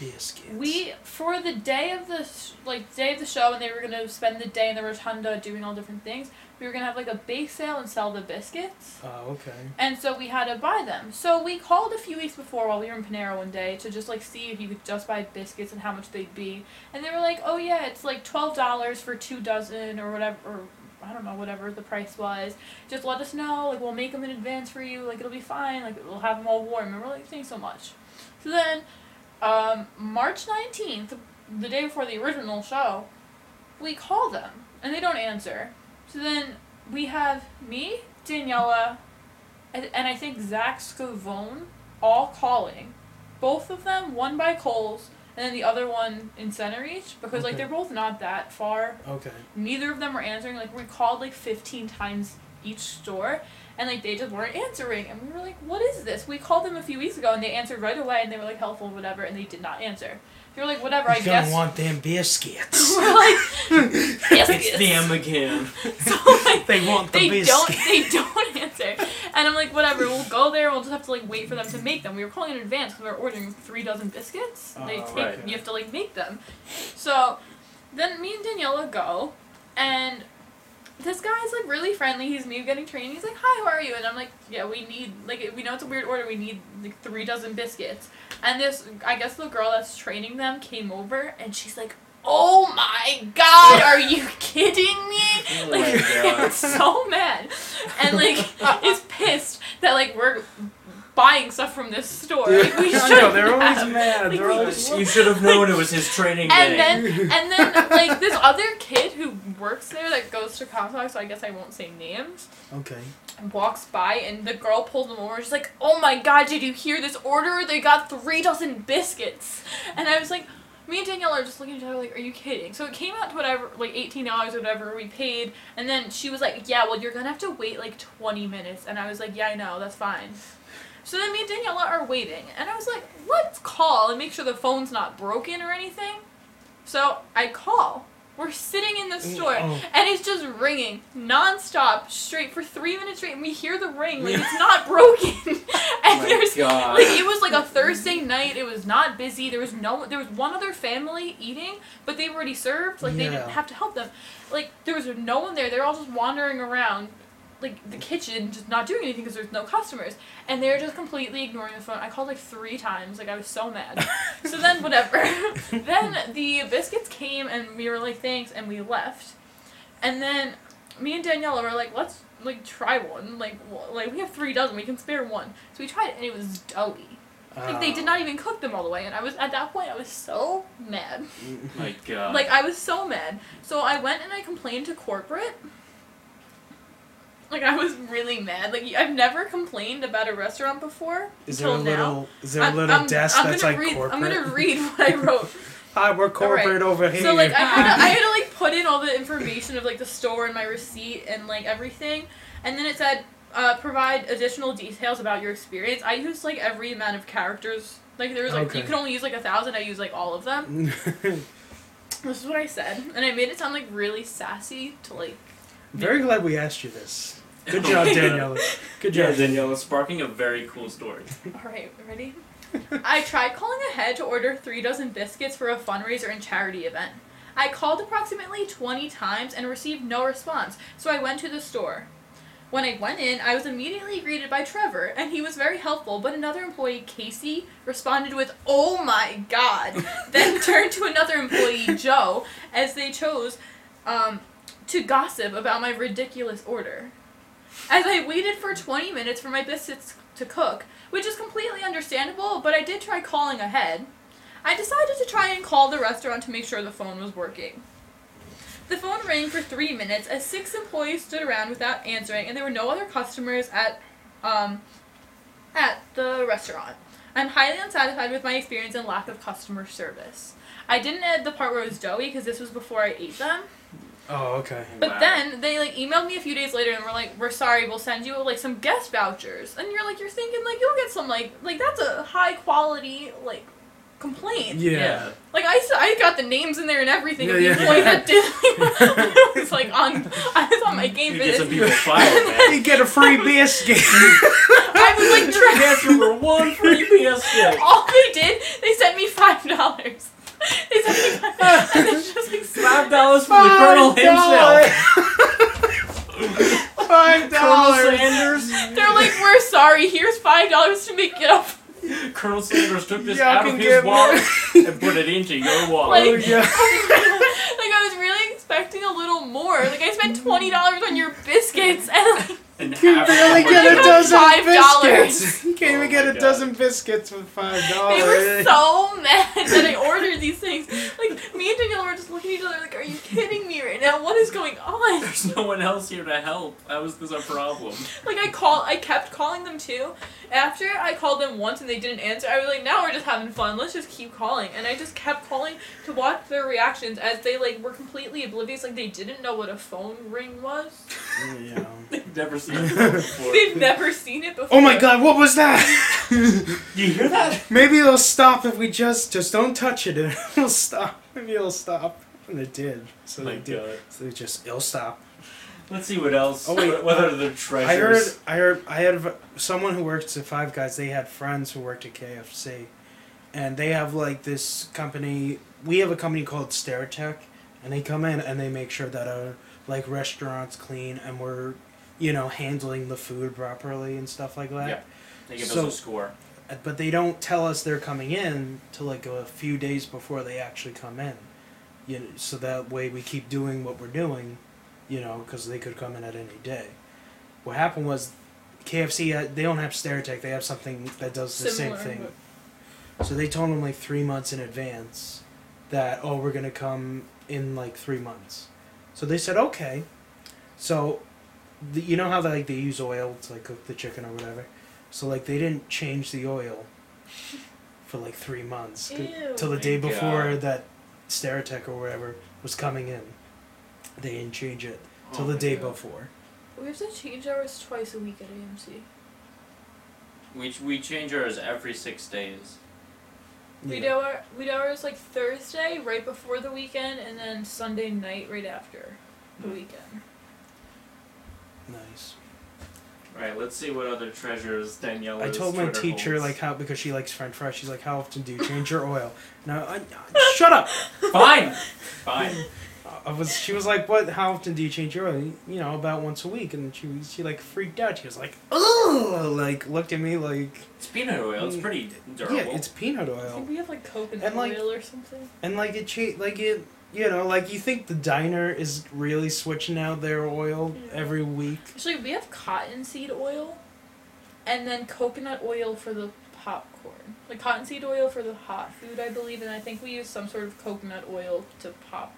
S4: Biscuits.
S2: We for the day of the sh- like day of the show, and they were gonna spend the day in the rotunda doing all different things. We were gonna have like a bake sale and sell the biscuits.
S4: Oh, okay.
S2: And so we had to buy them. So we called a few weeks before while we were in Panera one day to just like see if you could just buy biscuits and how much they'd be. And they were like, "Oh yeah, it's like twelve dollars for two dozen or whatever." Or, I don't know, whatever the price was. Just let us know. Like, we'll make them in advance for you. Like, it'll be fine. Like, we'll have them all warm. And we're like, thanks so much. So then, um, March 19th, the day before the original show, we call them and they don't answer. So then we have me, Daniela, and, and I think Zach Scavone all calling. Both of them, one by Coles and then the other one in Center Reach, because like
S4: Okay.
S2: they're both not that far.
S4: Okay.
S2: Neither of them were answering. Like we called like 15 times each store, and like they just weren't answering. And we were like, "What is this?" We called them a few weeks ago, and they answered right away, and they were like helpful, whatever, and they did not answer. They were like, "Whatever, I
S4: you
S2: guess."
S4: don't want them biscuits.
S2: we're like, "Yes,
S3: It's them again.
S2: So like,
S4: They want the
S2: they
S4: biscuit.
S2: don't they don't answer and i'm like whatever we'll go there we'll just have to like wait for them to make them we were calling in advance because we were ordering three dozen biscuits they
S4: Oh,
S2: take
S3: right.
S2: you have to like make them so then me and daniela go and this guy's like really friendly he's me getting trained he's like hi how are you and i'm like yeah we need like we know it's a weird order we need like three dozen biscuits and this i guess the girl that's training them came over and she's like oh my god are you kidding me
S3: Oh
S2: like
S3: my
S2: they
S3: God.
S2: were so mad, and like is pissed that like we're buying stuff from this store. Like, we
S4: I
S2: should
S4: know, they're always
S2: have.
S4: mad.
S2: Like,
S4: they're
S2: we-
S4: always.
S3: you should have known it was his training day.
S2: And then and then like this other kid who works there that goes to Comstock, so I guess I won't say names,
S4: Okay.
S2: walks by and the girl pulls him over. She's like, "Oh my God, did you hear this order? They got three dozen biscuits," and I was like. Me and Danielle are just looking at each other like, are you kidding? So it came out to whatever, like $18 or whatever we paid. And then she was like, yeah, well, you're going to have to wait like 20 minutes. And I was like, yeah, I know, that's fine. So then me and Daniela are waiting. And I was like, let's call and make sure the phone's not broken or anything. So I call. We're sitting in the store
S4: Oh.
S2: and it's just ringing nonstop, straight for three minutes straight. And we hear the ring, like it's not broken. and
S3: my
S2: there's
S3: God.
S2: like it was like a Thursday night. It was not busy. There was no. There was one other family eating, but they were already served. Like they
S4: Yeah.
S2: didn't have to help them. Like there was no one there. They're all just wandering around, like the kitchen, just not doing anything because there's no customers. And they're just completely ignoring the phone. I called like three times. Like I was so mad. so then whatever. then the biscuits came and we were like thanks and we left. And then me and Daniela were like let's like try one. Like w- like we have three dozen. We can spare one. So we tried it and it was doughy. Like they did
S4: uh,
S2: not even cook them all the way, and I was at that point I was so mad.
S3: my God.
S2: Like I was so mad. So I went and I complained to corporate. Like I was really mad. Like I've never complained about a restaurant before
S4: Is there a
S2: until
S4: little?
S2: now.
S4: Is there a
S2: I'm-
S4: little
S2: I'm-
S4: desk
S2: I'm
S4: that's
S2: gonna
S4: like
S2: read,
S4: corporate?
S2: I'm gonna read what I wrote.
S4: Hi, we're corporate over here.
S2: so like I had, to, I had to like put in all the information of like the store and my receipt and like everything, and then it said uh, provide additional details about your experience. I used like every amount of characters. Like there was like
S4: Okay.
S2: you could only use like a thousand. I used like all of them. This is what I said, and I made it sound like really sassy to like.
S4: Very glad we asked you this. Good
S3: Oh
S4: job,
S3: my God.
S4: Daniela. Good
S3: yeah,
S4: job.
S3: Daniela, sparking a very cool story.
S2: All right, ready? I tried calling ahead to order three dozen biscuits for a fundraiser and charity event. I called approximately 20 times and received no response, so I went to the store. When I went in, I was immediately greeted by Trevor, and he was very helpful, but another employee, Casey, responded with, Oh my god! then turned to another employee, Joe, as they chose um, to gossip about my ridiculous order. As I waited for 20 minutes for my biscuits to cook, which is completely understandable, but I did try calling ahead. I decided to try and call the restaurant to make sure the phone was working. The phone rang for three minutes as six employees stood around without answering, and there were no other customers at, um, at the restaurant. I'm highly unsatisfied with my experience and lack of customer service. I didn't add the part where it was doughy because this was before I ate them.
S4: Oh, okay.
S2: But
S3: Wow.
S2: then they like emailed me a few days later and were like, "We're sorry, we'll send you like some guest vouchers." And you're like, you're thinking like you'll get some like like that's a high quality like complaint.
S4: Yeah.
S2: Like I, s- I got the names in there and everything of the
S4: Yeah, yeah.
S2: employees that did. I was like on I was on my game
S3: You
S2: for
S3: get some
S2: this.
S3: people fired, man.
S4: You get a free biscuit.
S2: I was like
S3: You
S2: trying.
S3: get number one free PS4.
S2: All they did, they sent me five dollars. They sent me five dollars and then just like
S3: Five dollars from the Colonel himself.
S4: himself.
S3: Colonel
S4: Five dollars.
S3: Sanders.
S2: They're like, we're sorry. Here's five dollars to make it up.
S3: Colonel Sanders took this
S4: Y'all
S3: out
S4: can
S3: of his
S4: get
S3: wallet
S4: more.
S3: and put it into your
S4: Oh,
S3: wallet.
S2: Like-
S4: yeah.
S2: like I was really expecting a little more. Like I spent twenty dollars on your biscuits and like
S3: and
S4: You
S3: half
S4: barely
S3: of
S2: Like,
S4: get
S2: I
S4: a
S2: got
S4: dozen
S2: five
S4: biscuits. You can't
S3: Oh
S4: even
S3: my
S4: get a
S3: God.
S4: dozen biscuits with five dollars.
S2: they were so mad that I ordered these things. Like me and Danielle were just looking at each other like, Are you kidding me right now? What is going on?
S3: There's no one else here to help. How is this a problem?
S2: Like I call I kept calling them too. After I called them once and they didn't answer, I was like, now we're just having fun. Let's just keep calling. And I just kept calling to watch their reactions as they like were completely oblivious, like they didn't know what a phone ring was.
S4: Yeah.
S3: They They've never seen it before.
S2: They've never seen it before.
S4: Oh my god, what was that?
S3: you hear that?
S4: Maybe it'll stop if we just just don't touch it. and It'll stop. Maybe it'll stop. And it did. So
S3: Oh
S4: they
S3: my
S4: did.
S3: god.
S4: So they just it'll stop.
S3: Let's see what else.
S4: Oh, wait.
S3: what are the treasures?
S4: I heard. I heard. I had v- someone who works at Five Guys. They had friends who worked at KFC, and they have like this company. We have a company called StairTech, and they come in and they make sure that our like restaurants clean and we're, you know, handling the food properly and stuff like that.
S3: Yeah. They give
S4: So-
S3: us a score.
S4: Uh, but they don't tell us they're coming in till like a few days before they actually come in you know, so that way we keep doing what we're doing you know because they could come in at any day what happened was kfc uh, they don't have stereotech they have something that does the
S2: Similar,
S4: same thing so they told them like three months in advance that oh we're gonna come in like three months so they said okay so the, you know how they, like they use oil to like cook the chicken or whatever so like they didn't change the oil for like three months
S2: Ew.
S4: till the day
S3: Thank
S4: before
S3: God.
S4: that Stereotech or whatever was coming in. They didn't change it till
S3: Oh
S4: the
S3: my
S4: day
S3: God.
S4: before.
S2: We have to change ours twice a week at AMC.
S3: We, we change ours every six days.
S2: We
S4: Yeah.
S2: do our we do ours like Thursday right before the weekend, and then Sunday night right after the
S3: Hmm.
S2: weekend.
S4: Nice.
S3: Alright, let's see what other treasures Danielle
S4: I told my teacher like how because she likes French fries. She's like, "How often do you change your oil?" No, I, I- shut up.
S3: Fine! Fine.
S4: I was. She was like, "What? How often do you change your oil?" You know, about once a week. And she she like freaked out. She was like, "Oh!" Like looked at me like,
S3: It's peanut oil. It's pretty durable.
S4: "Yeah, it's peanut
S2: I
S4: oil."
S2: think we have like coconut
S4: And, like-
S2: oil or something.
S4: And like it, cha- like it, you know, like you think the diner is really switching out their oil
S2: Yeah.
S4: every week.
S2: Actually, we have cottonseed oil, and then coconut oil for the popcorn. Like cottonseed oil for the hot food, I believe, and I think we use some sort of coconut oil to pop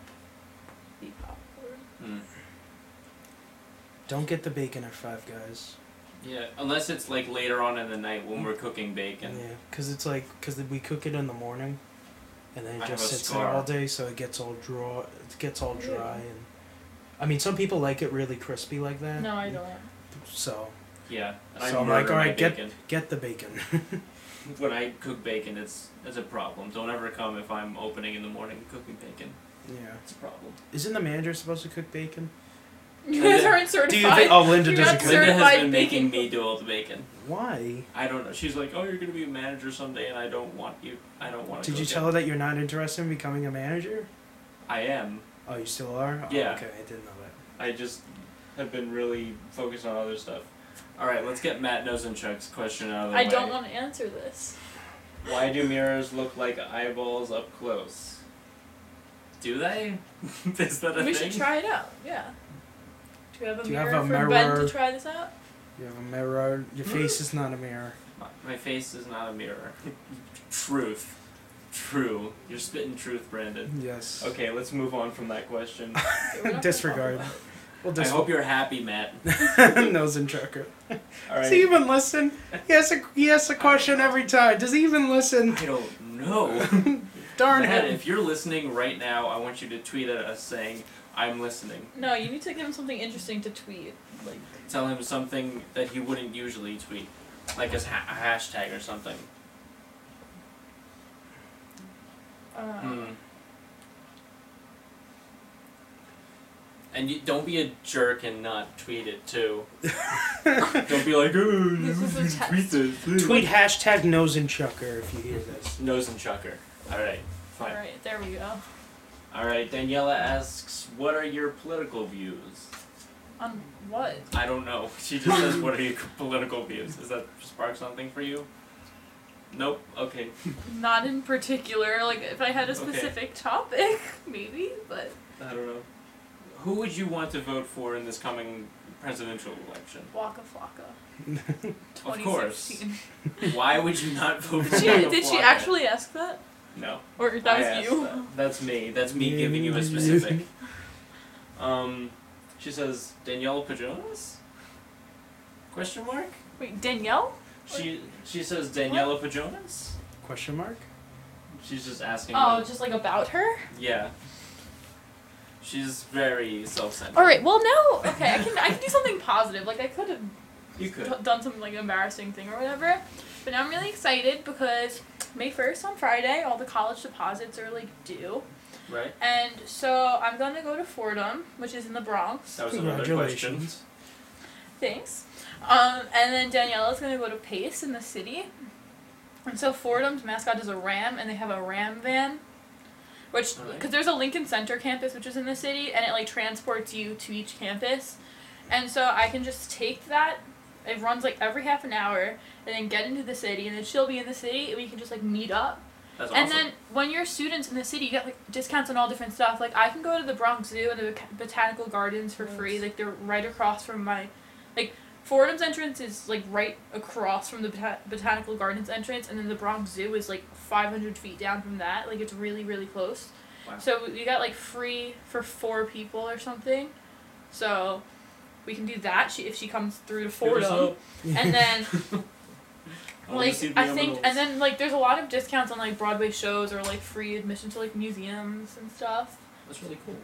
S2: the popcorn.
S3: Mm.
S4: Don't get the bacon at Five Guys.
S3: Yeah, unless it's like later on in the night when we're cooking bacon.
S4: Yeah, because it's like because we cook it in the morning, and then it
S3: I have
S4: just
S3: a
S4: sits there
S3: scar.
S4: all day, so it gets all draw. It gets all
S2: Yeah.
S4: dry, and I mean, some people like it really crispy like that.
S2: No, I don't.
S4: So
S3: Yeah, and I
S4: So I'm
S3: murder
S4: like,
S3: my
S4: alright, get-
S3: bacon.
S4: get the bacon.
S3: When I cook bacon, it's it's a problem. Don't ever come if I'm opening in the morning and cooking bacon.
S4: yeah.
S3: It's a problem.
S4: Isn't the manager supposed to cook bacon?
S2: You guys
S3: then-
S2: aren't certified.
S4: Do you think? Oh, Linda
S2: You're
S4: doesn't
S2: not
S4: cook.
S2: certi-
S3: Linda has
S2: Certified
S3: been making
S2: bacon
S3: me do all the bacon.
S4: Why?
S3: I don't know. She's like, "Oh, you're gonna be a manager someday, and I don't want you. I don't want to."
S4: Did you tell her that you're not interested in becoming a manager?
S3: I am.
S4: Oh, you still are? Oh,
S3: Yeah.
S4: Okay, I didn't know that.
S3: I just have been really focused on other stuff. All right, let's get Matt Nosenchuk's question out of the
S2: I
S3: way.
S2: don't want to answer this.
S3: Why do mirrors look like eyeballs up close? Do they? Is that a
S2: we
S3: thing?
S2: should try it out. Yeah. Do you have a
S4: Do you
S2: mirror
S4: have a
S2: for Ben
S4: mirror?
S2: to try this out?
S4: You have a mirror. Your face is not a mirror.
S3: My- My face is not a mirror. truth. True. You're spitting truth, Brandon.
S4: Yes.
S3: Okay, let's move on from that question.
S2: Okay, we're not gonna talk
S4: Disregard.
S2: about
S4: Well,
S3: I
S4: just
S3: hope you're happy, Matt.
S4: nose and trucker.
S3: All right.
S4: Does he even listen? He has a he asks a question every time. Does he even listen?
S3: I don't know.
S4: Darn
S3: Matt,
S4: him.
S3: if you're listening right now, I want you to tweet at us saying, I'm listening.
S2: it. No, you need to give him something interesting to tweet. Like
S3: Tell him something that he wouldn't usually tweet, like a, ha- a hashtag or something.
S2: uh,
S3: Hmm. And you, don't be a jerk and not tweet it too. don't be like, oh,
S2: This is a
S3: you tweet
S2: test.
S3: this.
S4: Tweet hashtag nose and trucker if you hear this.
S3: Nose and chucker. All right, fine.
S2: Alright, there we go.
S3: All right. Daniela asks, "What are your political views?"
S2: On what?
S3: I don't know. She just says, "What are your political views?" Does that spark something for you? Nope. Okay.
S2: Not in particular. Like if I had a
S3: Okay.
S2: specific topic, maybe, but
S3: I don't know. Who would you want to vote for in this coming presidential election?
S2: Waka Flocka.
S3: Of
S2: 2016.
S3: course. Why would you not vote for
S2: She,
S3: Waka
S2: did she
S3: Flocka?
S2: actually ask that?
S3: No.
S2: Or
S3: I
S2: that was
S3: asked
S2: you?
S3: that. That's me. That's me giving you a specific. Um, she says Danielle Pajonas? Question mark.
S2: Wait, Danielle?
S3: She she says Daniela Pajonas.
S4: Question mark?
S3: She's just asking.
S2: Oh,
S3: them.
S2: just like about her?
S3: yeah. She's very self-centered.
S2: All right. Well, no. Okay, I can I can do something positive. Like I could have
S3: You could.
S2: d- done some like embarrassing thing or whatever. But now I'm really excited because May first on Friday, all the college deposits are like due,
S3: Right.
S2: and so I'm gonna go to Fordham, which is in the Bronx.
S3: That was another question.
S4: Congratulations.
S2: Thanks. Um, and then Daniela's gonna go to Pace in the city. And so Fordham's mascot is a ram, and they have a ram van, which
S3: Alright.
S2: because there's a Lincoln Center campus which is in the city, and it like transports you to each campus, and so I can just take that. It runs like every half an hour, and then get into the city, and then she'll be in the city, and we can just like meet up.
S3: That's
S2: And
S3: awesome.
S2: then when you're students in the city, you get like discounts on all different stuff. Like I can go to the Bronx Zoo and the Bot- Botanical Gardens for free. Like they're right across from my, like Fordham's entrance is like right across from the Bota- Botanical Gardens entrance, and then the Bronx Zoo is like 500 feet down from that. Like it's really really close.
S3: Wow.
S2: So you got like free for four people or something. So we can do that she, if she comes through to
S3: Give us
S2: Fordham,
S3: hope.
S2: and then
S3: I wanna
S2: like
S3: see the
S2: I think,
S3: Emeralds.
S2: and then like there's a lot of discounts on like Broadway shows or like free admission to like museums and stuff.
S3: That's really cool.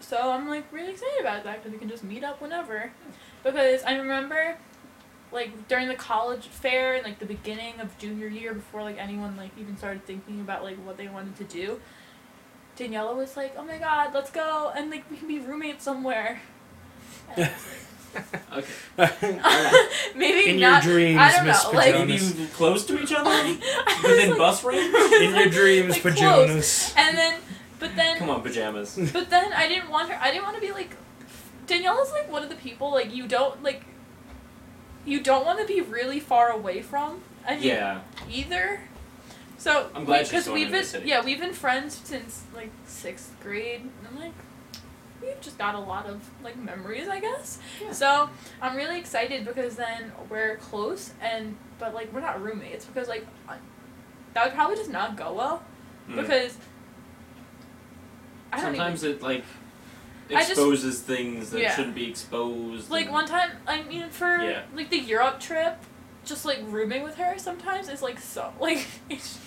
S2: So I'm like really excited about that because we can just meet up whenever. Because I remember, like during the college fair and like the beginning of junior year before like anyone like even started thinking about like what they wanted to do. Daniela was like, "Oh my God, let's go and like we can be roommates somewhere." And I was
S3: Okay.
S2: like, Maybe
S4: In your
S2: not.
S4: dreams,
S2: I don't
S4: Miss
S2: know, like-
S4: Pajonas.
S3: Maybe close to each other?
S2: I was
S3: Within
S2: like-
S3: bus range?
S4: In your dreams,
S2: Like,
S4: Pajonas.
S2: and then, but then
S3: Come on, pajamas.
S2: But then I didn't want her. I didn't want to be like Daniela's like one of the people like you don't like. You don't want to be really far away from. I mean,
S3: Yeah.
S2: Either. So
S3: I'm glad she's
S2: because
S3: going
S2: we've
S3: to the
S2: been
S3: city.
S2: yeah we've been friends since like sixth grade. And I'm like we've just got a lot of like memories I guess.
S3: Yeah.
S2: So I'm really excited because then we're close and but like we're not roommates because like I- that would probably just not go well
S3: Mm.
S2: because. I don't even
S3: Sometimes it like
S2: I just-
S3: exposes things that
S2: Yeah.
S3: shouldn't be exposed.
S2: Like
S3: and-
S2: one time, I mean, for
S3: Yeah.
S2: like the Europe trip, just like rooming with her sometimes is like so like it's-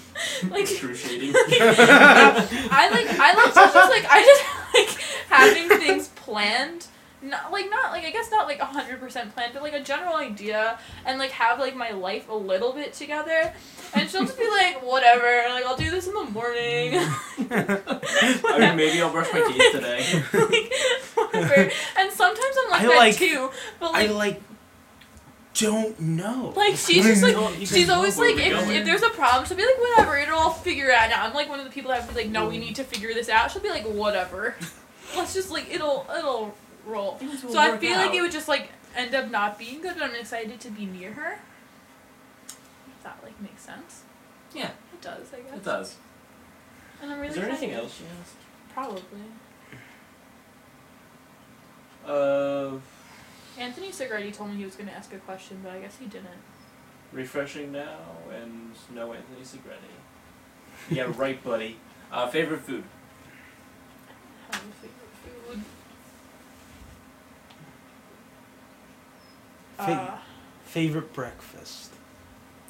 S2: like
S3: Excruciating.
S2: I like I like to just like I just like having things planned. Not like not like I guess not like hundred percent planned, but like a general idea and like have like my life a little bit together. And she'll just be like, whatever, like I'll do this in the morning.
S3: I mean, maybe I'll brush my teeth today.
S2: like, whatever. And sometimes I'm like
S4: I
S2: that
S4: like-
S2: too. But
S4: I
S2: like
S4: like don't know.
S2: Like she's just like
S3: No, you
S2: she's
S3: can
S2: always
S3: know where
S2: like
S3: we're
S2: if,
S3: going.
S2: if there's a problem she'll be like whatever it'll all figure out now. I'm like one of the people that would be like no we
S3: Mm.
S2: need to figure this out. She'll be like whatever, let's just like it'll it'll roll. So I feel like it would just like end up not being good, but I'm excited to be near her. If that like makes sense.
S3: Yeah.
S2: It does, I guess.
S3: It does.
S2: And I'm really
S3: Is there
S2: excited.
S3: anything else she asked?
S2: Probably.
S3: Uh,
S2: Anthony Segretti told me he was gonna ask a question, but I guess he didn't.
S3: refreshing now and no Anthony Segretti. Yeah, right, buddy. Uh, favorite food?
S2: Have a favorite food.
S4: Fig-
S2: Uh,
S4: Favorite breakfast.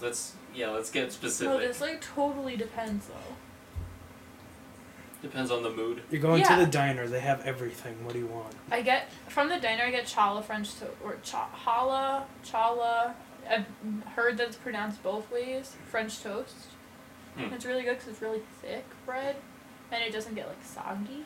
S3: Let's yeah, let's get specific.
S2: No, this like totally depends though.
S3: Depends on the mood.
S4: You're going
S2: Yeah.
S4: to the diner. They have everything. What do you want?
S2: I get from the diner. I get challah French toast or cha- challah challah. I've heard that it's pronounced both ways. French toast.
S3: Hmm.
S2: It's really good because it's really thick bread, and it doesn't get like soggy.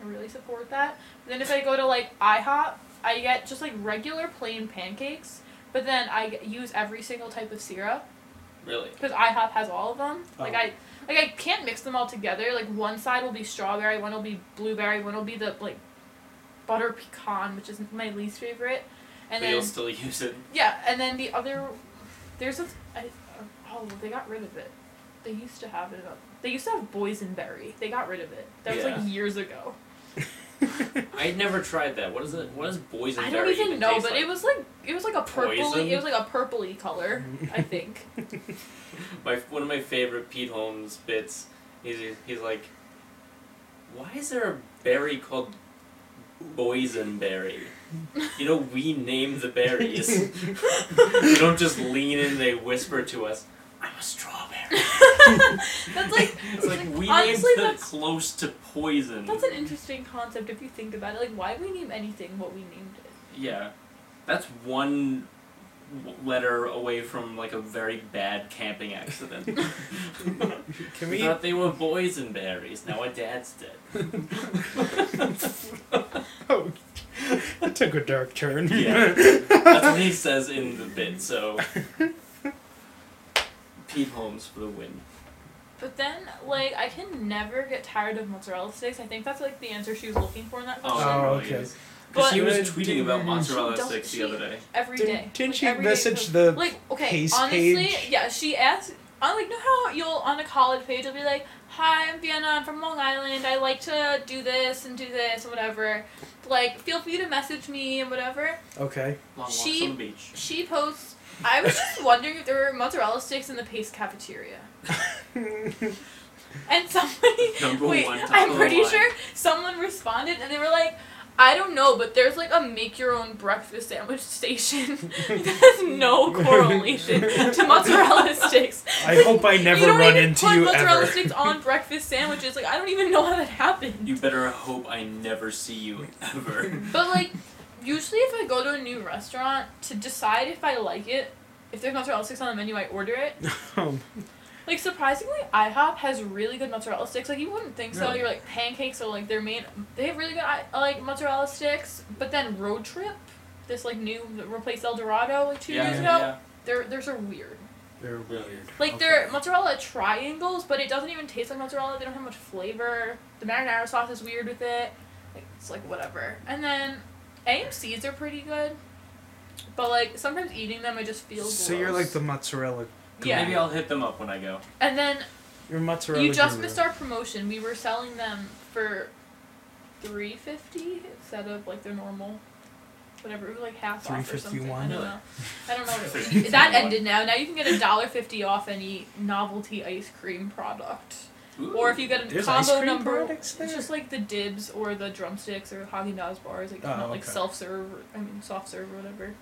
S2: I really support that. then if I go to like IHOP, I get just like regular plain pancakes. But then I g- use every single type of syrup.
S3: Really?
S2: because IHOP has all of them. Like
S4: Oh.
S2: I, like I can't mix them all together. Like one side will be strawberry, one will be blueberry, one will be the like butter pecan, which is my least favorite.
S3: but
S2: And then
S3: you'll still use it.
S2: yeah, and then the other, there's a, I, oh they got rid of it. They used to have it. They used to have boysenberry. They got rid of it. That was
S3: Yeah.
S2: like years ago.
S3: I'd never tried that. What is it? What is boysenberry?
S2: I don't even know,
S3: taste
S2: but
S3: like?
S2: it was like it was like a purpley.
S3: Poison?
S2: It was like a purpley color. I think.
S3: My one of my favorite Pete Holmes bits. He's he's like, why is there a berry called boysenberry? You know, we name the berries. we don't just lean in; they whisper to us. I'm a strawberry.
S2: That's like
S3: It's like we
S2: honestly,
S3: named the
S2: that's-
S3: close to poison.
S2: that's an interesting concept if you think about it. Like why we name anything what we named it.
S3: yeah, that's one w- letter away from like a very bad camping accident.
S4: Can
S3: we
S4: we?
S3: thought they were boysenberries. Now my dad's dead.
S4: Oh, that took a dark turn.
S3: Yeah. That's what he says in the bit. So Pete Holmes for the win.
S2: But then, like, I can never get tired of mozzarella sticks. I think that's like the answer she was looking for in that
S3: Oh,
S2: question.
S4: Oh,
S3: probably
S4: okay.
S3: is. 'Cause he was
S4: But-
S3: tweeting about mozzarella
S2: Don't
S3: sticks
S2: she-
S3: the other day.
S2: Every
S4: Didn't-
S2: day.
S4: didn't
S2: Like,
S4: she
S2: every day
S4: message
S2: post-
S4: the
S2: Like, okay,
S4: Hayes
S2: honestly,
S4: page?
S2: yeah, she asked. I like know how you'll on a college page, you'll be like, "Hi, I'm Vienna. I'm from Long Island. I like to do this and do this and whatever." Like, feel free to message me and whatever.
S4: Okay.
S3: Long walks
S2: She-
S3: on the beach.
S2: She posts. I was just wondering if there were mozzarella sticks in the Pace cafeteria. And somebody,
S3: Number
S2: wait,
S3: one top of
S2: I'm
S3: the
S2: pretty
S3: line.
S2: sure someone responded and they were like, I don't know, but there's like a make your own breakfast sandwich station that has no correlation to mozzarella sticks.
S4: I hope I never
S2: you don't
S4: run
S2: even
S4: into
S2: put
S4: you
S2: mozzarella
S4: ever.
S2: sticks on breakfast sandwiches. Like I don't even know how that happened.
S3: You better hope I never see you ever.
S2: But like, usually if I go to a new restaurant to decide if I like it, if there's mozzarella sticks on the menu, I order it.
S4: Um,
S2: Like surprisingly, IHOP has really good mozzarella sticks. Like you wouldn't think so.
S3: Really?
S2: You're like pancakes are like their main. They have really good I- like mozzarella sticks. But then Road Trip, this like new replaced El Dorado like two
S3: yeah,
S2: years ago.
S3: yeah.
S2: Their theirs are weird.
S4: they're weird.
S2: Like
S4: Okay.
S2: they're mozzarella triangles, but it doesn't even taste like mozzarella. They don't have much flavor. The marinara sauce is weird with it. Like it's like whatever. And then AMC's are pretty good. But like sometimes eating them, I just feel.
S4: So you're like
S2: gross.
S4: the mozzarella.
S2: Yeah.
S3: Maybe I'll hit them up when I go.
S2: And then
S4: You're mozzarella.
S2: You just
S4: guru.
S2: missed our promotion. We were selling them for three fifty instead of like their normal, whatever. It was like half off or something. I
S4: $3.51?
S2: don't know. I don't know. What it was.
S3: $3.51.
S2: that ended now. Now you can get a dollar fifty off any novelty ice cream product,
S3: Ooh.
S2: or if you get a
S4: There's ice
S2: combo
S4: cream
S2: number,
S4: products
S2: it's
S4: there?
S2: just like the dibs or the drumsticks or Haagen Dazs bars. Like it's
S4: Oh,
S2: not like
S4: okay.
S2: self serve. I mean soft serve or whatever.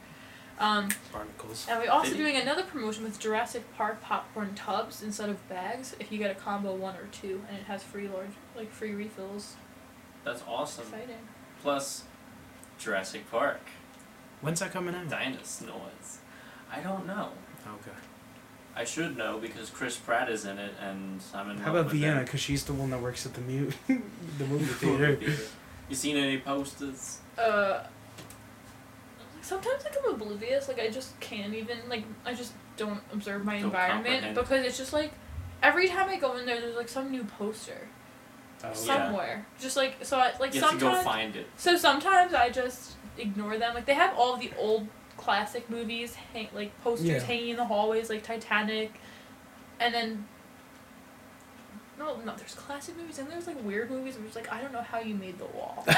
S2: Um,
S4: barnacles.
S2: and we're also
S3: Did-
S2: doing another promotion with Jurassic Park popcorn tubs instead of bags. If you get a combo one or two, and it has free large, like free refills.
S3: That's awesome.
S2: Exciting.
S3: Plus, Jurassic Park,
S4: When's that coming out?
S3: dinosaurs. I don't know.
S4: Okay.
S3: I should know because Chris Pratt is in it, and I'm in
S4: How
S3: love
S4: about
S3: with
S4: Vienna?
S3: him.
S4: Because she's the one that works at the mute, the movie
S3: Movie
S4: theater.
S3: theater. You seen any posters?
S2: Uh, sometimes like I'm oblivious. Like I just can't even like I just don't observe my
S3: Don't
S2: environment
S3: comprehend.
S2: because it's just like every time I go in there, there's like some new poster
S4: Oh,
S3: yeah.
S2: somewhere. Just like so, I, like
S3: you have to go
S2: sometimes
S3: find it.
S2: So sometimes I just ignore them. Like they have all the old classic movies, hang, like posters
S4: Yeah.
S2: hanging in the hallways, like Titanic, and then. No, no. There's classic movies and there's like weird movies. Which like I don't know how you made the wall.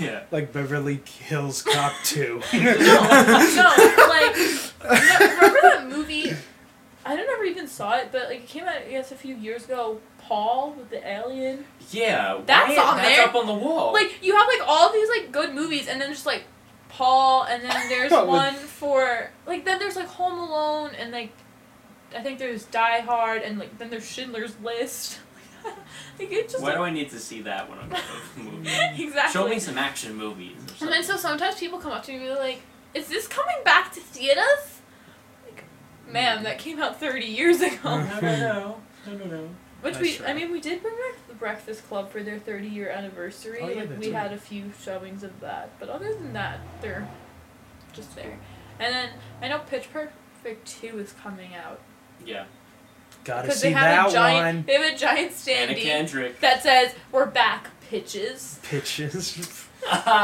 S3: Yeah.
S4: Like Beverly Hills Cop Two.
S2: no, no. Like no, remember that movie? I don't ever even saw it, but like it came out I guess a few years ago. Paul with the alien.
S3: Yeah.
S2: That's
S3: why-
S2: on
S3: that's
S2: there.
S3: up on the wall.
S2: Like you have like all these like good movies, and then just like Paul, and then there's
S4: What would-
S2: one for like then there's like Home Alone, and like I think there's Die Hard, and like then there's Schindler's List. like it just
S3: Why do
S2: like,
S3: I need to see that when I'm going to the movie?
S2: exactly.
S3: Show me some action movies or something.
S2: And then so sometimes people come up to me and be like, "Is this coming back to theaters?" Like, ma'am, that came out thirty years
S4: Mm-hmm.
S2: ago.
S3: no, no, no. No, no, no.
S2: Which
S4: That's
S2: we, I
S4: right.
S2: mean, we did bring back the Breakfast Club for their 30 year anniversary.
S4: Oh, yeah,
S2: like,
S4: they
S2: we
S4: did.
S2: had a few showings of that. But other than that, they're just there. And then I know Pitch Perfect 2 is coming out.
S3: Yeah.
S4: Gotta
S2: Because
S4: see
S2: they have
S4: that
S2: a giant,
S4: one.
S2: they have a giant
S3: Anna
S2: standee
S3: Kendrick.
S2: that says, We're back, pitches.
S4: Pitches.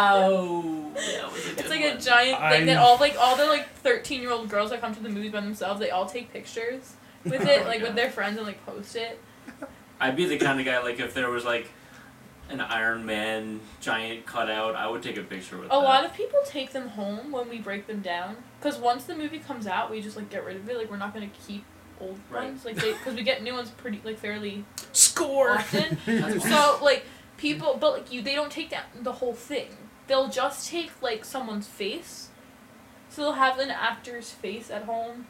S3: Oh, that was a good
S2: It's like
S3: one.
S2: a giant thing that
S4: I'm-
S2: all like all the like thirteen year old girls that come to the movies by themselves, they all take pictures with it,
S3: Oh,
S2: like
S3: yeah.
S2: with their friends and like post it.
S3: I'd be the kind of guy like if there was like an Iron Man giant cutout, I would take a picture with
S2: A lot of people take them home when we break them down. Because once the movie comes out, we just like get rid of it. Like we're not gonna keep old
S3: Right.
S2: ones. Like they, because we get new ones pretty like fairly
S4: Score.
S2: often.
S3: That's
S2: so like people, but like you, they don't take down the whole thing. They'll just take like someone's face. So they'll have an actor's face at home.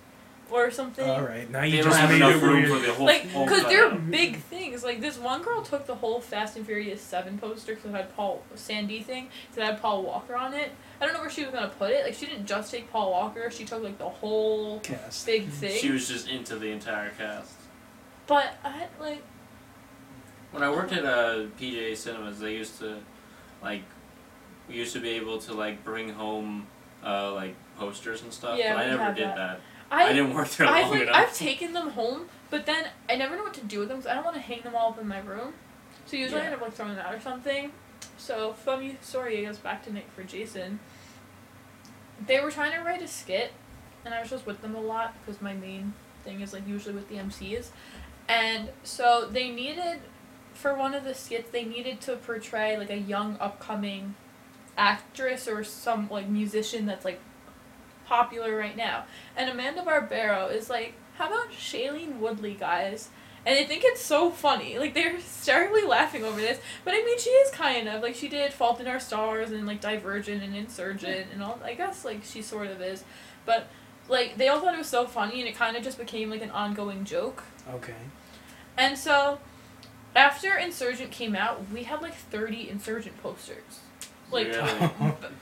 S2: or something.
S4: All right, now
S3: They
S4: you
S3: don't
S4: just
S3: have
S4: made
S3: enough
S4: it
S3: room
S4: weird.
S3: for the whole.
S2: Like,
S3: whole
S2: because they're
S3: cutout.
S2: big things. Like, this one girl took the whole Fast and Furious 7 poster because it had Paul Sandy thing, because it had Paul Walker on it. I don't know where she was going to put it. Like, she didn't just take Paul Walker, she took, like, the whole
S4: cast.
S2: big thing.
S3: Mm, She was just into the entire cast.
S2: but, I, like,
S3: When I worked at uh, PJ Cinemas, they used to, like, we used to be able to like bring home, uh, like posters and stuff.
S2: Yeah,
S3: but I
S2: we
S3: never
S2: had
S3: did
S2: that.
S3: that.
S2: I,
S3: didn't work there
S2: I've,
S3: long
S2: like,
S3: enough.
S2: I've taken them home, but then I never know what to do with them because I don't want to hang them all up in my room. So usually I
S3: Yeah.
S2: end up like throwing them out or something. So funny story it goes back to Nick for Jason. They were trying to write a skit, and I was just with them a lot because my main thing is like usually with the MCs, and so they needed for one of the skits they needed to portray like a young upcoming actress or some like musician that's like popular right now. And Amanda Barbero is like, how about Shailene Woodley, guys? And I think it's so funny. Like they're hysterically laughing over this, but I mean she is kind of like she did Fault in Our Stars and like Divergent and Insurgent and all. I guess like she sort of is, but like they all thought it was so funny and it kind of just became like an ongoing joke.
S4: Okay.
S2: And so, after Insurgent came out, we had like thirty Insurgent posters. Like
S3: Really?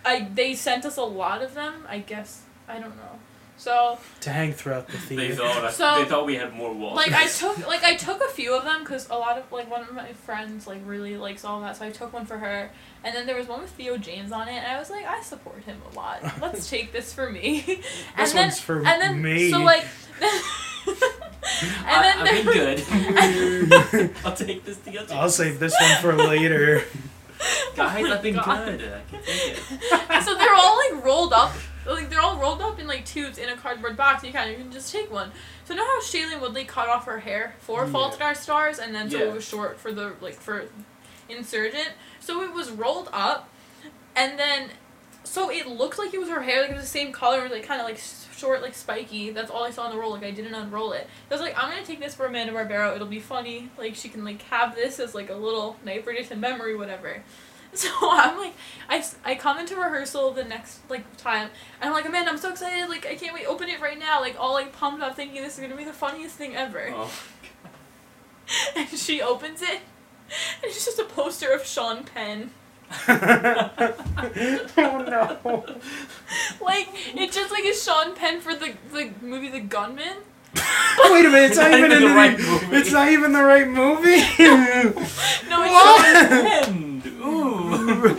S2: I, they sent us a lot of them. I guess I don't know. So
S4: to hang throughout the
S3: they
S4: theater.
S3: thought
S2: So-
S3: they thought we had more walls.
S2: like I took like I took a few of them because a lot of like one of my friends like really likes all that, so I took one for her. And then there was one with Theo James on it, and I was like, I support him a lot. Let's take this for me.
S4: This
S2: and then
S4: one's for
S2: and then
S4: me.
S2: so like. and
S3: I,
S2: then
S3: I've
S2: there
S3: been
S2: was-
S3: good. I'll take this to
S4: I'll save this one for later.
S3: Guys,
S2: Oh my
S3: I've been
S2: God.
S3: good. I can take it.
S2: so they're all like rolled up, like they're all rolled up in like tubes in a cardboard box. You kind of can just take one. So know how Shailene Woodley cut off her hair for
S4: Yeah.
S2: Fault in Our Stars, and then so
S3: Yeah.
S2: it was short for the like for Insurgent. So it was rolled up, and then so it looked like it was her hair, like it was the same color, it was like kind of like s- short, like spiky. That's all I saw in the roll. Like I didn't unroll it. I was like, I'm gonna take this for Amanda Barbero. It'll be funny. Like she can like have this as like a little night British in memory, whatever. So I'm like, I, s- I come into rehearsal the next like time, and I'm like, Amanda, I'm so excited. Like I can't wait. Open it right now. Like all like pumped up, thinking this is gonna be the funniest thing ever.
S3: Oh.
S2: And she opens it, and it's just a poster of Sean Penn.
S4: oh no.
S2: Like it just like is Sean Penn for the the movie The Gunman.
S4: Wait a minute, it's not
S3: Not
S4: even
S3: even
S4: in
S3: the
S4: the
S3: right movie.
S4: It's not even the right movie.
S2: No, it's
S4: What?
S2: Sean
S3: And, ooh.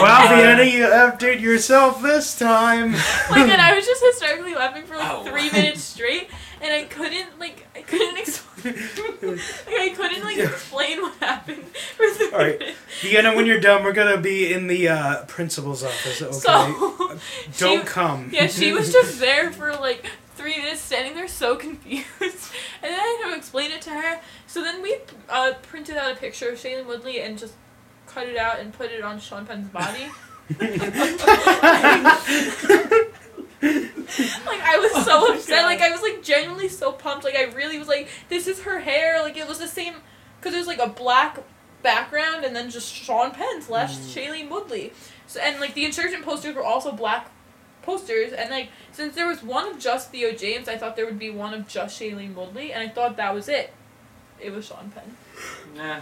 S4: wow,
S3: Uh,
S4: Vienna, you update yourself this time.
S2: like and I was just hysterically laughing for like
S4: Oh.
S3: Ow.
S2: three minutes straight, and I couldn't like I couldn't explain like I couldn't like
S4: Yeah.
S2: explain what happened for three
S4: All right,
S2: minutes.
S4: Vienna, when you're done, we're gonna be in the uh, principal's office. Okay.
S2: So
S4: Don't
S2: she,
S4: come.
S2: yeah, she was just there for like three minutes, standing there so confused, and then I had to explain it to her. So then we uh, printed out a picture of Shailene Woodley and just cut it out and put it on Sean Penn's body. Like I was
S3: Oh
S2: so
S3: my
S2: upset.
S3: God.
S2: Like I was like genuinely so pumped. Like I really was like, this is her hair. Like it was the same, cause it was like a black background and then just Sean Penn slash
S3: Mm.
S2: Shailene Woodley. So and like the insurgent posters were also black posters and like since there was one of just Theo James, I thought there would be one of just Shailene Woodley, and I thought that was it. It was Sean Penn.
S3: Nah.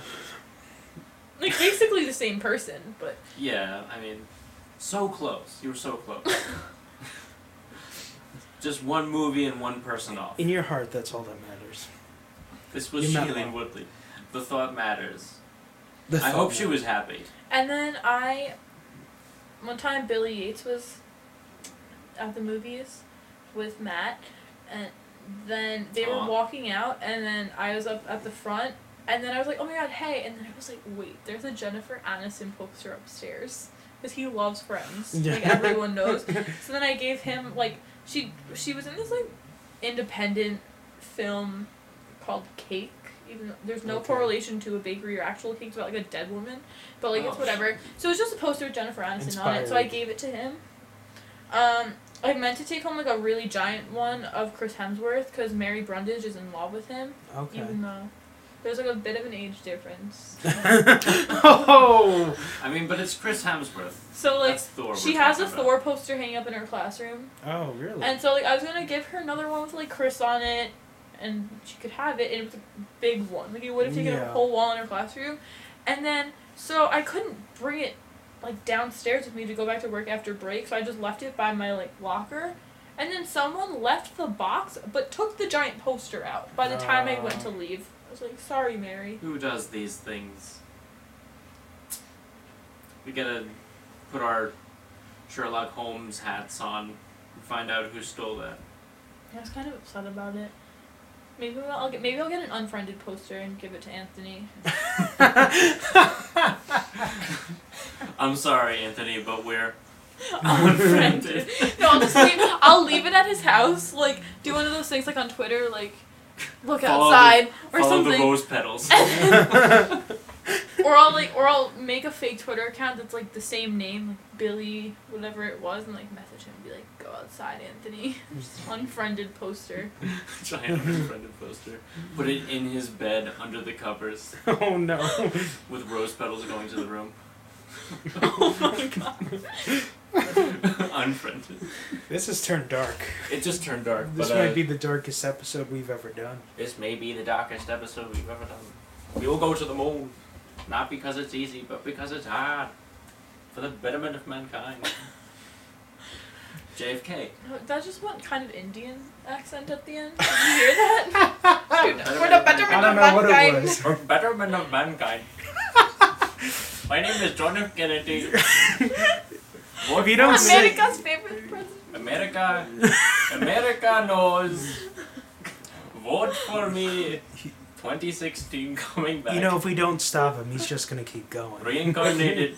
S2: Like basically the same person, but
S3: Yeah, I mean, so close. You were so close. Just one movie and one person off.
S4: in your heart, that's all that matters.
S3: This was
S4: You're not
S3: Shailene
S4: wrong.
S3: Woodley. The thought matters.
S4: The
S3: I
S4: thought
S3: hope she
S4: matters.
S3: was happy.
S2: And then I, one time Billy Yates was at the movies with Matt, and then they were
S3: Aw.
S2: walking out, and then I was up at the front, and then I was like, oh my god, hey, and then I was like, wait, there's a Jennifer Aniston poster upstairs, because he loves Friends, like
S4: Yeah.
S2: everyone knows. So then I gave him like she she was in this like independent film called Cake. Even though there's no
S4: Okay.
S2: correlation to a bakery or actual cake, it's about like a dead woman. But like
S3: Oh.
S2: it's whatever. So it's just a poster of Jennifer Aniston on it. So I
S4: Inspired.
S2: gave it to him. Um, I meant to take home like a really giant one of Chris Hemsworth because Mary Brundage is in love with him,
S4: Okay.
S2: even though There's like a bit of an age difference.
S4: oh,
S3: I mean, but it's Chris Hemsworth.
S2: So like
S3: That's Thor.
S2: she
S3: we're
S2: has a
S3: talking about.
S2: Thor poster hanging up in her classroom,
S4: oh, really?
S2: and so like I was gonna give her another one with like Chris on it, and she could have it, and it was a big one. Like it would have taken a
S4: Yeah.
S2: whole wall in her classroom, and then so I couldn't bring it like downstairs with me to go back to work after break, so I just left it by my like locker. And then someone left the box but took the giant poster out by the time I went to leave. I was like, sorry, Mary.
S3: Who does these things? We gotta put our Sherlock Holmes hats on and find out who stole that.
S2: I was kind of upset about it. Maybe I'll I'll get maybe I'll get an unfriended poster and give it to Anthony.
S3: I'm sorry, Anthony, but we're
S2: unfriended. no, I'll just leave. I'll leave it at his house. Like do one of those things like on Twitter, like look
S3: Follow the-
S2: outside or
S3: follow the
S2: something.
S3: rose petals.
S2: or I'll like or I'll make a fake Twitter account that's like the same name, like Billy, whatever it was, and like message him and be like, Go outside, Anthony. Just unfriended poster.
S3: Giant unfriended poster. Put it in his bed under the covers
S4: oh no.
S3: with rose petals going to the room.
S2: oh my god.
S3: unfriended.
S4: This has turned dark.
S3: It just turned dark.
S4: This
S3: but,
S4: might
S3: uh,
S4: be the darkest episode we've ever done.
S3: This may be the darkest episode we've ever done. We will go to the moon, not because it's easy, but because it's hard, for the betterment of mankind. JFK.
S2: That's just one kind of Indian accent at the end. Did you hear that?
S3: Betterment
S2: We're the
S3: of
S4: I
S2: betterment
S3: mankind.
S4: don't
S2: of
S4: know what it
S2: mankind.
S4: was.
S3: For betterment of mankind. My name is John F. Kennedy. Vote
S4: If you don't
S3: for me.
S4: say-
S2: America's favorite president.
S3: America, America knows. Vote for me. 2016 coming back.
S4: You know, if we don't stop him, he's just gonna keep going.
S3: reincarnated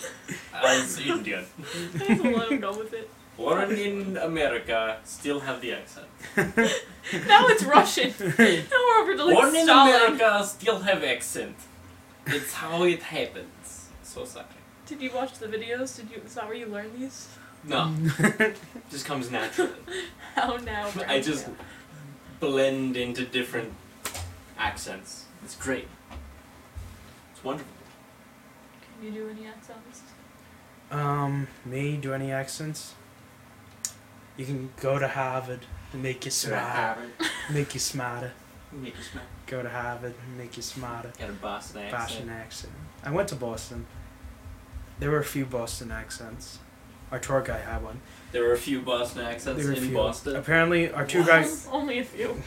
S3: as Indian.
S2: There's a lot of go with it.
S3: Born in America, still have the accent.
S2: Now it's Russian. now we're over to like
S3: Born in
S2: Stalin.
S3: America, still have accent. It's how it happens. So sorry.
S2: Did you watch the videos? Did you? Is that where you learn these?
S3: No, just comes naturally.
S2: How now?
S3: I just
S2: Brandon?
S3: blend into different accents. It's great. It's wonderful.
S2: Can you do any accents?
S4: um, me? Do any accents? You can go to Harvard and make you smarter. Make you smarter.
S3: Make you smile.
S4: Go to Harvard and make you smarter.
S3: Got a Boston accent.
S4: Boston accent. I went to Boston. There were a few Boston accents. Our tour guy had one.
S3: There were a few Boston accents
S4: There were a
S3: in
S4: few.
S3: Boston.
S4: Apparently, our tour guy.
S2: Only a few.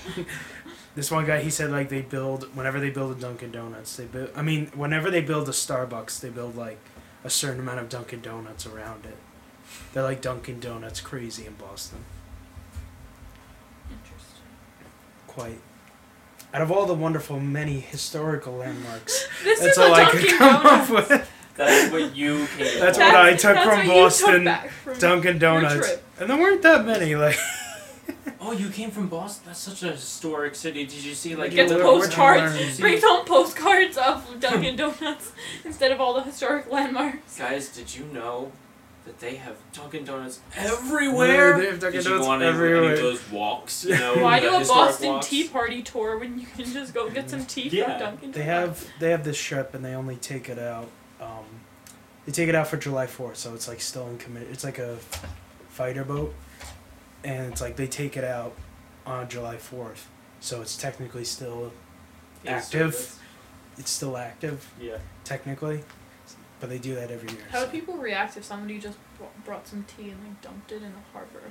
S4: This one guy, he said like they build whenever they build a Dunkin' Donuts, they build. I mean, whenever they build a Starbucks, they build like a certain amount of Dunkin' Donuts around it. They're like Dunkin' Donuts crazy in Boston.
S2: Interesting.
S4: Quite. Out of all the wonderful many historical landmarks,
S2: This
S4: that's
S2: is a
S4: all I
S2: Dunkin'
S4: could come
S2: Donuts.
S4: up with.
S3: That's what you came.
S4: That's
S3: up
S4: what I
S2: That's-
S4: took
S2: that's
S4: from
S2: what you
S4: Boston.
S2: took back from-
S4: Dunkin' Donuts,
S2: trip.
S4: and there weren't that many. Like
S3: Oh, you came from Boston? That's such a historic city. Did you see, like,
S2: Get
S4: you
S2: the
S4: learn-
S3: little-
S2: postcards.
S4: learn-
S3: you see-
S2: Brings home postcards of Dunkin' Donuts instead of all the historic landmarks.
S3: Guys, did you know that they have Dunkin' Donuts
S4: Yeah,
S3: everywhere?
S4: they have Dunkin'
S3: did you
S4: Donuts
S3: go on any- any
S4: everywhere.
S3: of those walks? You
S4: Oh,
S3: know,
S2: Why
S3: the
S2: do a
S3: historic
S2: Boston
S3: walks?
S2: Tea Party tour when you can just go get some tea
S3: Yeah,
S2: from Dunkin' Donuts?
S4: they have they have this ship, and they only take it out. Um, they take it out for July Fourth, so it's like still in commit. It's like a fighter boat, and it's like they take it out on July Fourth, so it's technically still active. It's still active
S3: Yeah.
S4: technically, but they do that every year.
S2: How
S4: so.
S2: would people react if somebody just br- brought some tea and like dumped it in the harbor?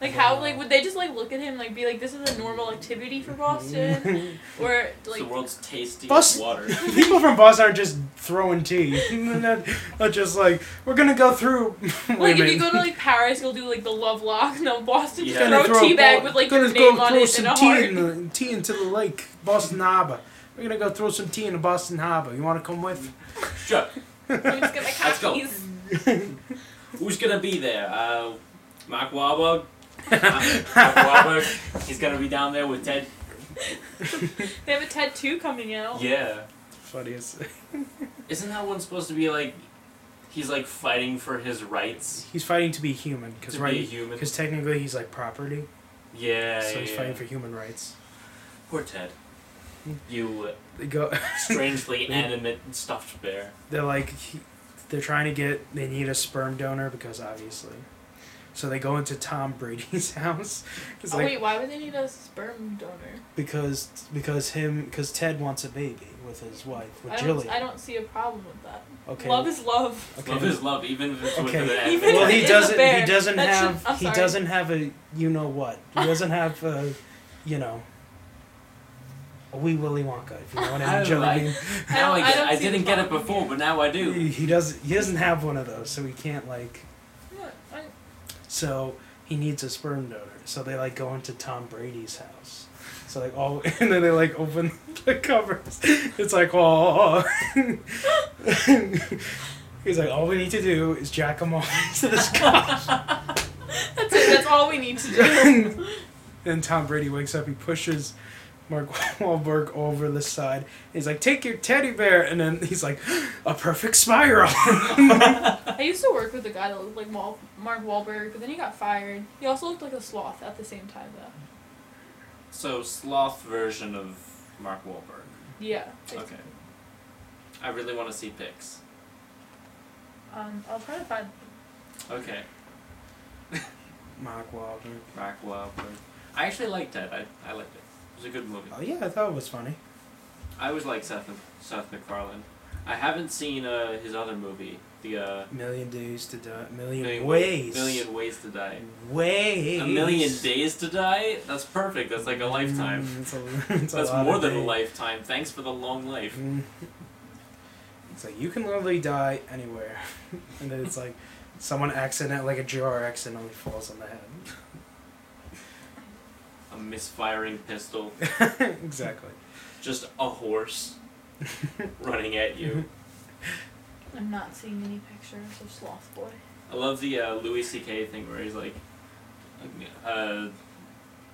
S2: Like
S4: I
S2: how
S4: don't
S2: like
S4: know.
S2: would they just like look at him like be like this is a normal activity for Boston or
S3: It's
S2: like
S3: the world's tastiest
S4: Boston-
S3: water.
S4: People from Boston are just throwing tea. They're not just like we're gonna go through. Wait a
S2: like if you
S4: minute.
S2: go to like Paris you'll do like the love lock no Boston
S3: Yeah.
S2: just
S3: Gonna
S2: throw,
S4: throw
S2: a tea bag
S4: ball-
S2: with like
S4: gonna
S2: your name
S4: go
S2: on
S4: throw
S2: it
S4: some
S2: and a
S4: tea
S2: heart.
S4: in the tea into the lake, Boston Harbor. We're gonna go throw some tea in the Boston Harbor. You wanna come with?
S3: sure.
S2: I'm just gonna
S3: Let's go.
S2: copies.
S3: Who's gonna be there? Uh, Mark Wahlberg. Uh, Mark Wahlberg. He's gonna be down there with Ted.
S2: They have a tattoo coming out. Oh,
S3: Yeah.
S4: Funniest.
S3: Isn't that one supposed to be like? He's like fighting for his rights
S4: He's fighting to be human, because
S3: to be a
S4: right,
S3: human.
S4: because technically he's like property,
S3: Yeah.
S4: so
S3: yeah,
S4: he's
S3: yeah.
S4: fighting for human rights.
S3: Poor Ted.
S4: Hmm.
S3: You uh,
S4: They go.
S3: strangely animate stuffed bear.
S4: they're like he- they're trying to get they need a sperm donor because obviously so they go into tom brady's house it's
S2: Oh,
S4: like
S2: wait, why would they need a sperm donor?
S4: because because him because ted wants a baby with his wife with
S2: I
S4: Jillian.
S2: don't, I don't see a problem with that.
S4: okay
S2: Love is love.
S4: okay
S3: Love is love, even if it's
S4: Okay.
S3: with an animate.
S2: Even if
S4: well
S2: it
S4: he
S2: is a
S4: doesn't he
S2: bear,
S4: doesn't
S2: that should-
S4: have
S2: I'm
S4: he
S2: sorry.
S4: doesn't have a you know what he doesn't have a you know a wee willy wonka if you know what i
S3: I
S4: mean Jelly
S3: like-
S4: bean.
S3: Now I,
S2: I don't- I
S3: get it.
S2: don't
S3: I
S2: see the
S3: didn't get it
S2: problem
S3: before,
S2: here.
S3: but now I
S4: he,
S3: do.
S4: he doesn't he doesn't have one of those so he can't like
S2: No, I-
S4: So he needs a sperm donor. So they like go into Tom Brady's house. So like all, and then they like open the covers. It's like oh. He's like, all we need to do is jack him off to this guy.
S2: That's it. That's all we need to do.
S4: then Tom Brady wakes up. He pushes Mark Wahlberg over the side. He's like, take your teddy bear, and then he's like, a perfect spiral.
S2: I used to work with a guy that looked like Mal- Mark Wahlberg, but then he got fired. He also looked like a sloth at the same time, though.
S3: So sloth version of Mark Wahlberg.
S2: Yeah.
S3: Okay. I really want to see pics.
S2: Um, I'll try to find.
S3: Okay.
S4: Mark Wahlberg.
S3: Mark Wahlberg. I actually liked it. I, I liked it. It was a good movie.
S4: Oh yeah, I thought it was funny.
S3: I always like Seth Seth MacFarlane. I haven't seen uh, his other movie, the uh,
S4: Million days to die. Million,
S3: Million
S4: ways.
S3: Million Ways to Die.
S4: Ways.
S3: A million days to die? That's perfect. That's like a lifetime.
S4: Mm, it's a, it's a
S3: That's
S4: lot
S3: more
S4: of
S3: than a
S4: days.
S3: lifetime. Thanks for the long life.
S4: Mm. It's like you can literally die anywhere, and then it's like someone accident, like a jar accidentally falls on the
S3: A misfiring pistol.
S4: head. exactly.
S3: Just a horse running at you.
S2: I'm not seeing any pictures of Sloth Boy.
S3: I love the uh, Louis C.K. thing where he's like, uh,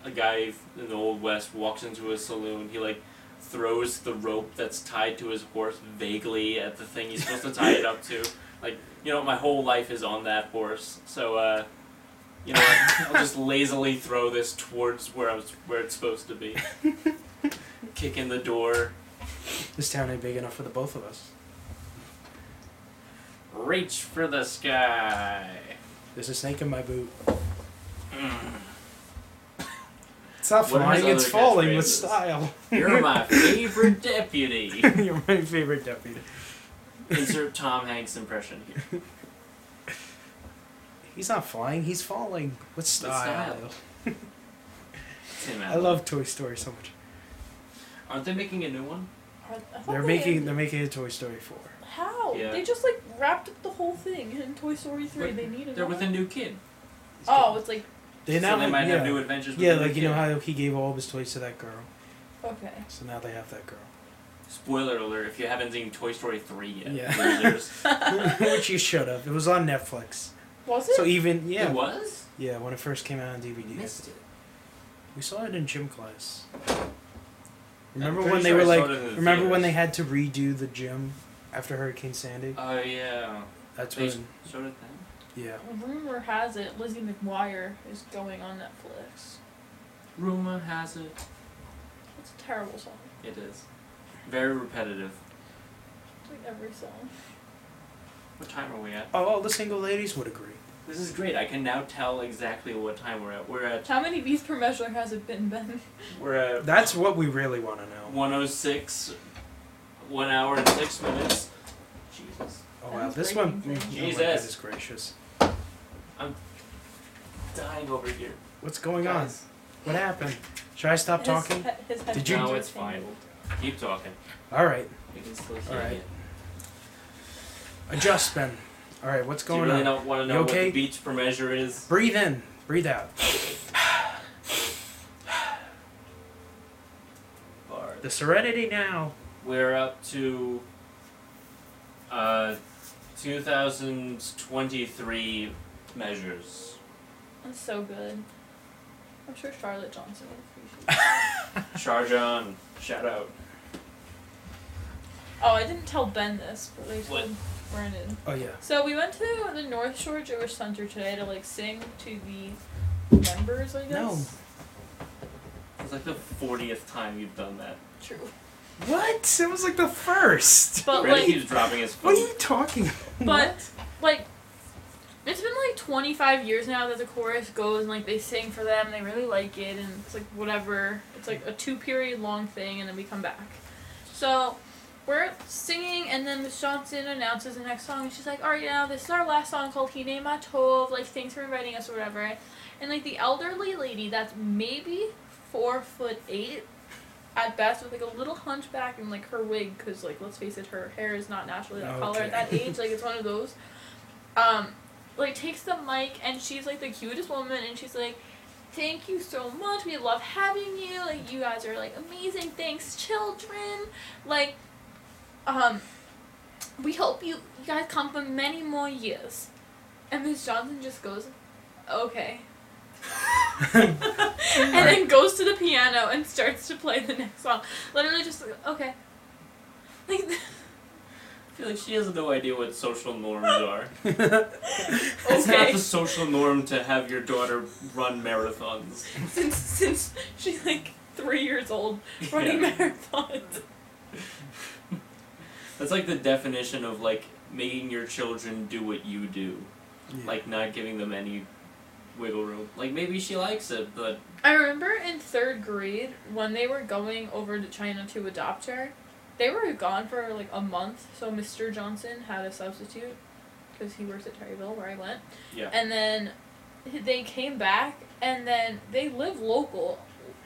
S3: a guy in the old west walks into a saloon. He like throws the rope that's tied to his horse vaguely at the thing he's supposed to tie it up to. Like, you know, my whole life is on that horse, so uh, you know, I'll just lazily throw this towards where I was, where it's supposed to be. Kick in the door.
S4: This town ain't big enough for the both of us.
S3: Reach for the sky.
S4: There's a snake in my boot.
S3: Mm.
S4: It's not
S3: What are his
S4: flying. It's
S3: other
S4: falling with
S3: catchphrases?
S4: style.
S3: You're my favorite deputy.
S4: You're my favorite deputy.
S3: Insert Tom Hanks impression here.
S4: He's not flying. He's falling with style.
S3: style. Tim
S4: I
S3: Allen.
S4: love Toy Story so much.
S3: Aren't they making a new one?
S2: Are- I thought
S4: They're
S2: they-
S4: making they're making a Toy Story four.
S2: How?
S3: Yeah.
S2: They just like wrapped up the whole thing in Toy Story three.
S3: But
S2: they needed.
S3: They're with a new kid.
S2: Oh, it's like
S4: They
S3: so
S4: now
S3: they might
S4: yeah.
S3: have new adventures. With
S4: Yeah,
S3: the new
S4: like you know
S3: kid.
S4: how he gave all of his toys to that girl,
S2: okay.
S4: so now they have that girl.
S3: Spoiler alert! If you haven't seen Toy Story three yet,
S4: Yeah.
S3: losers.
S4: Which you should have. It was on Netflix.
S2: Was it?
S4: So even yeah,
S3: It was.
S4: yeah, when it first came out on
S3: You
S4: DVD,
S3: missed it.
S4: we saw it in gym class. Remember
S3: pretty
S4: when they
S3: sure I
S4: were
S3: saw
S4: like?
S3: it in the
S4: remember when they
S3: theaters.
S4: had to redo the gym after Hurricane Sandy?
S3: Oh yeah.
S4: That's
S3: They
S4: when.
S3: showed it
S4: Yeah.
S2: Rumor has it Lizzie McGuire is going on Netflix.
S3: then. Rumor has it.
S2: That's a terrible song.
S3: It is. Very repetitive.
S2: It's like every song.
S3: What time are we at?
S4: Oh, all the single ladies would agree.
S3: This is great. I can now tell exactly what time we're at. We're at
S2: How many beats per measure has it been, Ben?
S3: we're at
S4: That's what we really want to know.
S3: 106, one hour and six minutes. Jesus.
S4: Oh
S2: That
S4: wow,
S2: was
S4: this
S2: breaking
S4: one.
S2: things.
S4: oh, my
S3: Jesus.
S4: goodness gracious.
S3: Dying over here.
S4: What's going
S3: Guys,
S4: on? What happened? Should I stop
S2: His
S4: talking?
S2: he- his
S4: Did you-
S2: headphones
S3: No,
S2: are
S3: it's fine.
S2: tangled.
S3: Keep talking.
S4: All right,
S3: We can still hear
S4: Alright.
S3: you.
S4: adjust, Ben. All right, what's going
S3: Do you really
S4: on?
S3: don't want to know
S4: You
S3: what
S4: okay?
S3: the beach per measure is?
S4: Breathe in, breathe out.
S3: Or-
S4: The serenity now.
S3: We're up to uh, 2023 measures.
S2: That's so good. I'm sure Charlotte Johnson would appreciate
S3: Charge on. Shout out.
S2: it. oh, I didn't tell Ben this, but I
S3: What?
S2: told Brandon.
S4: Oh yeah.
S2: So we went to the North Shore Jewish Center today to like sing to the members, I guess.
S4: No.
S3: It's like the fortieth time you've done that.
S2: True.
S4: What? It was like the first.
S2: But
S3: Brandon
S2: like,
S3: keeps dropping his phone.
S4: What are you talking?
S2: But like, it's been like 25 years now that the chorus goes and like they sing for them. They really like it, and it's like whatever. It's like a two period long thing, and then we come back. So we're singing, and then Miss Johnson announces the next song, and she's like, "All right, now this is our last song called Hine Matov. Like, thanks for inviting us or whatever." And like the elderly lady that's maybe four foot eight. At best, with like a little hunchback and like her wig, because like let's face it, her hair is not naturally that color at that
S4: Okay.
S2: age. Like it's one of those. Um, like takes the mic and she's like the cutest woman, and she's like, "Thank you so much. We love having you. Like you guys are like amazing. Thanks, children. Like, um, we hope you you guys come for many more years." And Miss Johnson just goes, "Okay." and then goes to the piano and starts to play the next song. Literally just like, okay. Like
S3: I feel like she has no idea what social norms are. It's not
S2: okay.
S3: the social norm to have your daughter run marathons.
S2: since since she's like three years old running
S3: Yeah.
S2: marathons.
S3: That's like the definition of like making your children do what you do, like not giving them any wiggle room. Like maybe she likes it, but
S2: I remember in third grade when they were going over to China to adopt her, they were gone for like a month. So Mr. Johnson had a substitute because he works at Terryville where I went.
S3: Yeah.
S2: And then they came back and then they live local.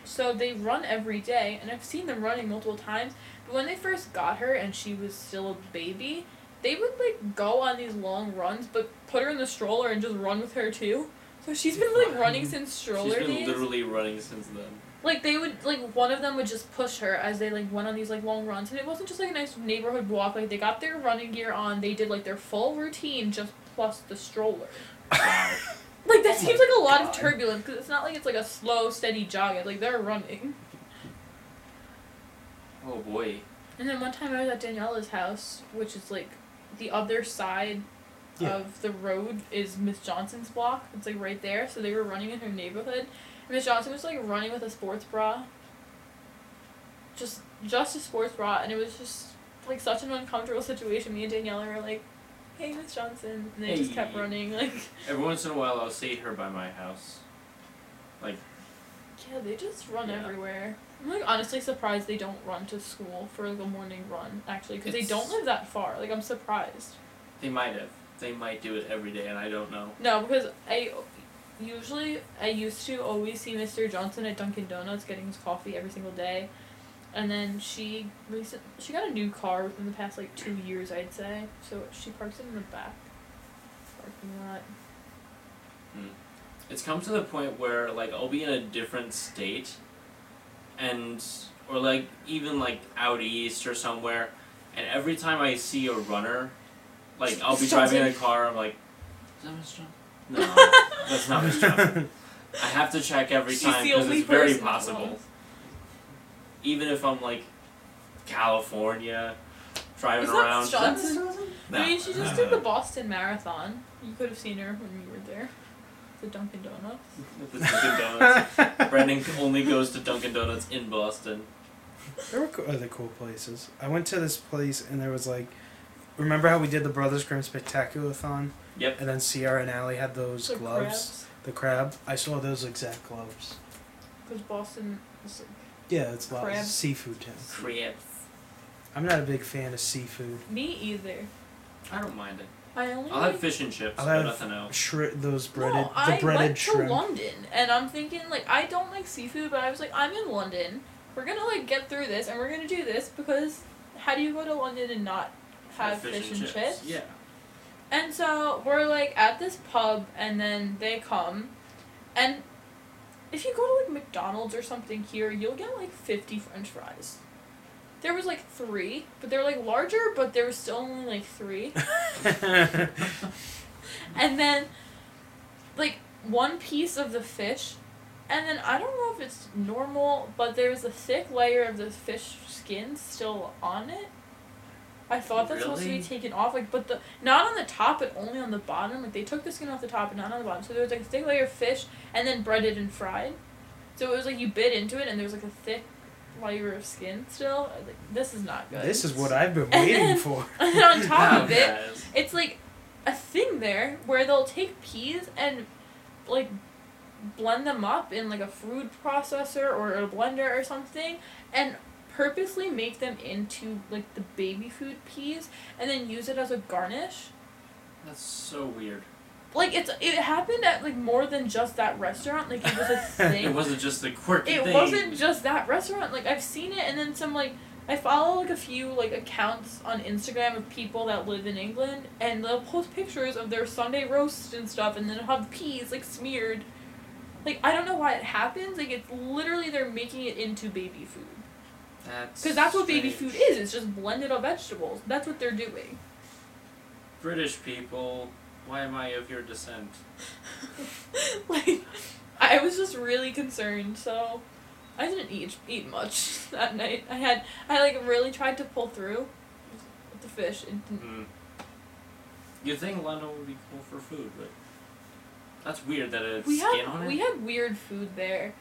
S2: So they run every day and I've seen them running multiple times. But when they first got her and she was still a baby, they would like go on these long runs but put her in the stroller and just run with her too. So she's been like running since stroller
S3: Mm-hmm. she's been
S2: days.
S3: literally running since then.
S2: Like they would like one of them would just push her as they like went on these like long runs and it wasn't just like a nice neighborhood walk like they got their running gear on they did like their full routine just plus the stroller like that seems like a lot of
S4: God.
S2: turbulence because it's not like it's like a slow steady jog it's like they're running
S3: Oh boy.
S2: and then one time I was at Daniela's house which is like the other side
S4: Yeah.
S2: of the road is Miss Johnson's block it's like right there so they were running in her neighborhood and Miss Johnson was like running with a sports bra just just a sports bra and it was just like such an uncomfortable situation. Me and Daniela were like, Hey Miss Johnson and they just kept
S3: Hey.
S2: running, like
S3: Every once in a while, I'll see her by my house.
S2: Yeah, they just run
S3: Yeah.
S2: everywhere. I'm like honestly surprised they don't run to school for like a morning run actually because they
S3: It's-
S2: don't live that far. Like I'm surprised.
S3: They might have. They might do it every day, and I don't know.
S2: No, because I usually I used to always see Mr. Johnson at Dunkin' Donuts getting his coffee every single day, and then she recent she got a new car within the past like two years I'd say. So she parks it in the back parking lot.
S3: It's come to the point where like I'll be in a different state, and or like even like out east or somewhere, and every time I see a runner, like I'll be driving in a car, I'm like, is that Miss Johnson? No, that's not Miss Johnson. I have to check every
S2: She's
S3: time
S2: the
S3: because
S2: only
S3: it's very
S2: person that
S3: possible.
S2: runs.
S3: Even if I'm like California, driving
S2: Is that
S3: around.
S2: Miss Johnson?
S3: No.
S2: I mean, she just
S3: no,
S2: did
S3: no.
S2: the Boston Marathon. You could have seen her when you were there. The Dunkin' Donuts.
S3: The Dunkin' Donuts. Brandon only goes to Dunkin' Donuts in Boston.
S4: There were co- other cool places. I went to this place and there was like, remember how we did the Brothers Grimm Spectaculathon?
S3: Yep.
S4: And then Sierra and Allie had those
S2: The
S4: gloves,
S2: crabs.
S4: the crab. I saw those exact gloves.
S2: Because Boston is like,
S4: Yeah, it's lots
S2: Crab.
S4: of seafood town.
S3: Crabs.
S4: I'm not a big fan of seafood.
S2: me either.
S3: I don't mind it.
S2: I only
S3: I'll have fish and chips,
S4: I'll
S3: but
S4: have-
S3: nothing else.
S4: Shri- those breaded,
S2: no,
S4: the
S2: I
S4: breaded
S2: went
S4: shrimp.
S2: to London, and I'm thinking like I don't like seafood, but I was like I'm in London. We're gonna like get through this, and we're gonna do this because how do you go to London and not have fish, and, chips?
S3: Yeah.
S2: And so we're like at this pub, and then they come, and if you go to like McDonald's or something here, you'll get like fifty French fries. There was like three, but they were like larger, but there was still only like three. and then like one piece of the fish and then i don't know if it's normal but there's a thick layer of the fish skin still on it i thought that's supposed to be
S3: Really?
S2: taken off like but the not on the top but only on the bottom like they took the skin off the top and not on the bottom so there was like a thick layer of fish and then breaded and fried So it was like you bit into it and there was like a thick layer of skin still. I was like, this is not good.
S4: This is what I've been waiting for.
S2: and then on top
S3: Wow,
S2: of it,
S3: guys.
S2: it's like a thing there where they'll take peas and like blend them up in like a food processor or a blender or something and purposely make them into like the baby food peas and then use it as a garnish
S3: That's so weird.
S2: like it's it happened at like more than just that restaurant like it was a thing
S3: It wasn't just a quirky
S2: it
S3: thing.
S2: wasn't just that restaurant. Like I've seen it, and then some like I follow like a few like accounts on Instagram of people that live in England, and they'll post pictures of their Sunday roast and stuff, and then have peas like smeared. Like I don't know why it happens. Like it's literally they're making it into baby food
S3: That's
S2: because that's what baby
S3: strange.
S2: food is. It's just blended up vegetables. That's what they're doing.
S3: British people, why am I of your descent?
S2: like I was just really concerned, so I didn't eat eat much that night. I had I like really tried to pull through with the fish. It didn't,
S3: Hmm. You'd think London would be cool for food, but that's weird that it's
S2: we
S3: skin
S2: had
S3: on it.
S2: we had weird food there.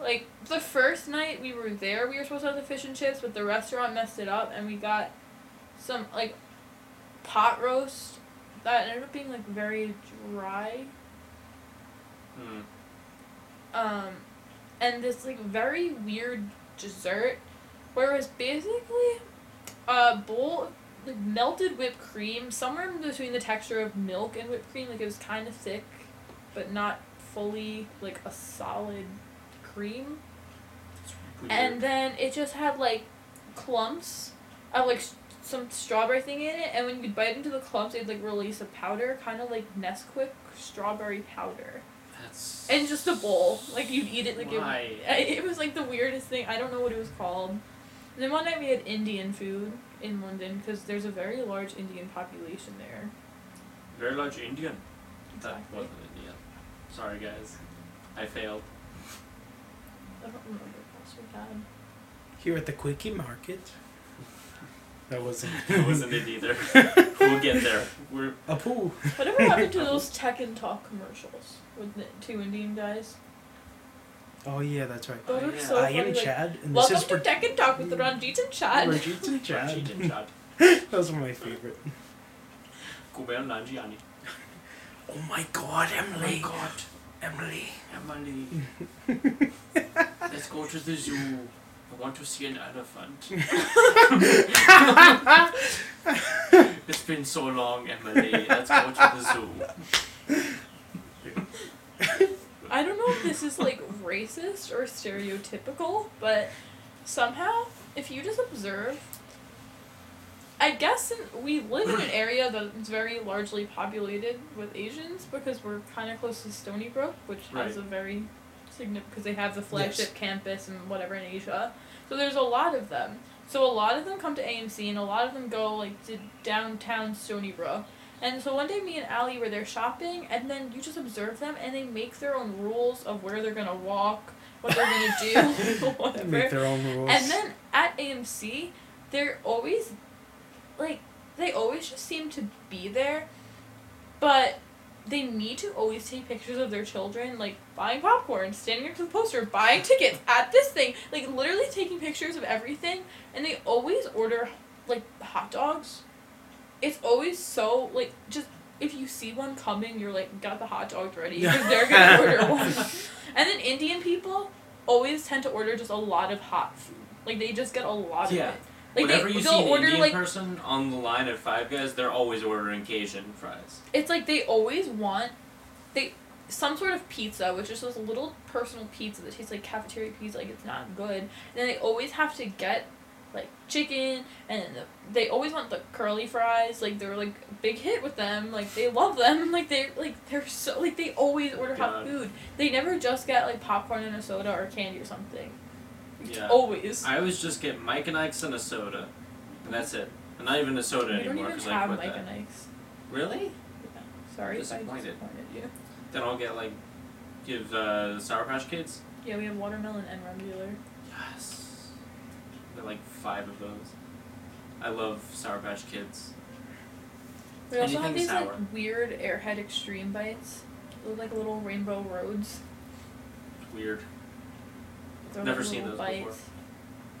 S2: Like the first night we were there, we were supposed to have the fish and chips, but the restaurant messed it up, and we got some like pot roast that ended up being like very dry.
S3: Hmm.
S2: um, and this like very weird dessert, where it was basically a bowl of like melted whipped cream, somewhere in between the texture of milk and whipped cream. Like it was kind of thick, but not fully like a solid cream.
S3: It's weird.
S2: And then it just had like clumps of like s- some strawberry thing in it, and when you bite into the clumps, it'd like release a powder, kind of like Nesquik strawberry powder
S3: that's
S2: and just a bowl. Like you'd eat it like eh. it,
S3: why?
S2: I- it was like the weirdest thing. I don't know what it was called. And then one night we had Indian food in London because there's a very large Indian population there.
S3: Very large Indian. That
S2: Exactly.
S3: wasn't Indian. Sorry guys, I failed.
S2: I don't remember what else we had.
S4: Here at the Quickie Market. That wasn't.
S3: I wasn't it either. we'll get there. We're
S4: A poo.
S2: Whatever happened to those Tech and Talk commercials with the two Indian guys?
S4: Oh yeah, that's right.
S2: Those
S3: Oh,
S2: are
S3: yeah.
S2: so
S4: I
S2: funny.
S4: am
S2: like,
S4: Chad, and this
S2: Welcome
S4: is
S2: to
S4: for
S2: Tech and Talk with Ranjit and Chad.
S4: Ranjit and Chad.
S3: Ranjit and Chad.
S4: Those were my favorite.
S3: Kumail Nanjiani.
S4: Oh my God,
S3: Oh
S4: Emily!
S3: my god,
S4: Emily.
S3: Emily. Let's go to the zoo. I want to see an elephant. it's been so long, Emily. Let's go to the zoo.
S2: I don't know if this is like racist or stereotypical, but somehow, if you just observe, I guess in, we live in an area that's very largely populated with Asians because we're kind of close to Stony Brook, which has
S3: Right.
S2: a very significant because they have the flagship campus and whatever in Asia. So there's a lot of them. So a lot of them come to AMC and a lot of them go like to downtown Stony Brook. And so one day me and Allie were there shopping and then you just observe them and they make their own rules of where they're gonna walk, what they're gonna do,
S4: Make
S2: whatever.
S4: their own rules.
S2: And then at AMC, they're always like they always just seem to be there, but they need to always take pictures of their children, like buying popcorn, standing next to the poster, buying tickets at this thing, like literally taking pictures of everything, and they always order like hot dogs. It's always so like just if you see one coming, you're like got the hot dogs ready because they're gonna order one. And then Indian people always tend to order just a lot of hot food. Like they just get a lot
S3: Yeah.
S2: of it. Like
S3: Whenever
S2: they,
S3: you
S2: they'll
S3: see an
S2: order
S3: Indian
S2: like
S3: person on the line at Five Guys, they're always ordering Cajun fries.
S2: it's like they always want they some sort of pizza, which is this little personal pizza that tastes like cafeteria pizza, like it's not good. And then they always have to get like chicken and the, they always want the curly fries. Like they're like a big hit with them. Like they love them. Like they like they're so like they always order hot
S3: God.
S2: food. They never just get like popcorn and a soda or candy or something.
S3: Yeah.
S2: Always.
S3: I always just get Mike and Ike's and a soda, and that's it. And not even a soda
S2: we don't
S3: anymore
S2: even
S3: because I
S2: have
S3: quit
S2: Mike
S3: that.
S2: and Ike's.
S3: Really?
S2: Sorry if I
S3: Disappointed.
S2: disappointed you.
S3: Then I'll get like, give uh, Sour Patch Kids.
S2: Yeah, we have watermelon and rum dealer.
S3: Yes. There are like five of those. I love Sour Patch Kids.
S2: We also have
S3: Anything
S2: these
S3: sour.
S2: like weird airhead extreme bites. They look like little rainbow roads.
S3: Weird.
S2: They're
S3: Never
S2: like
S3: seen
S2: little
S3: those before.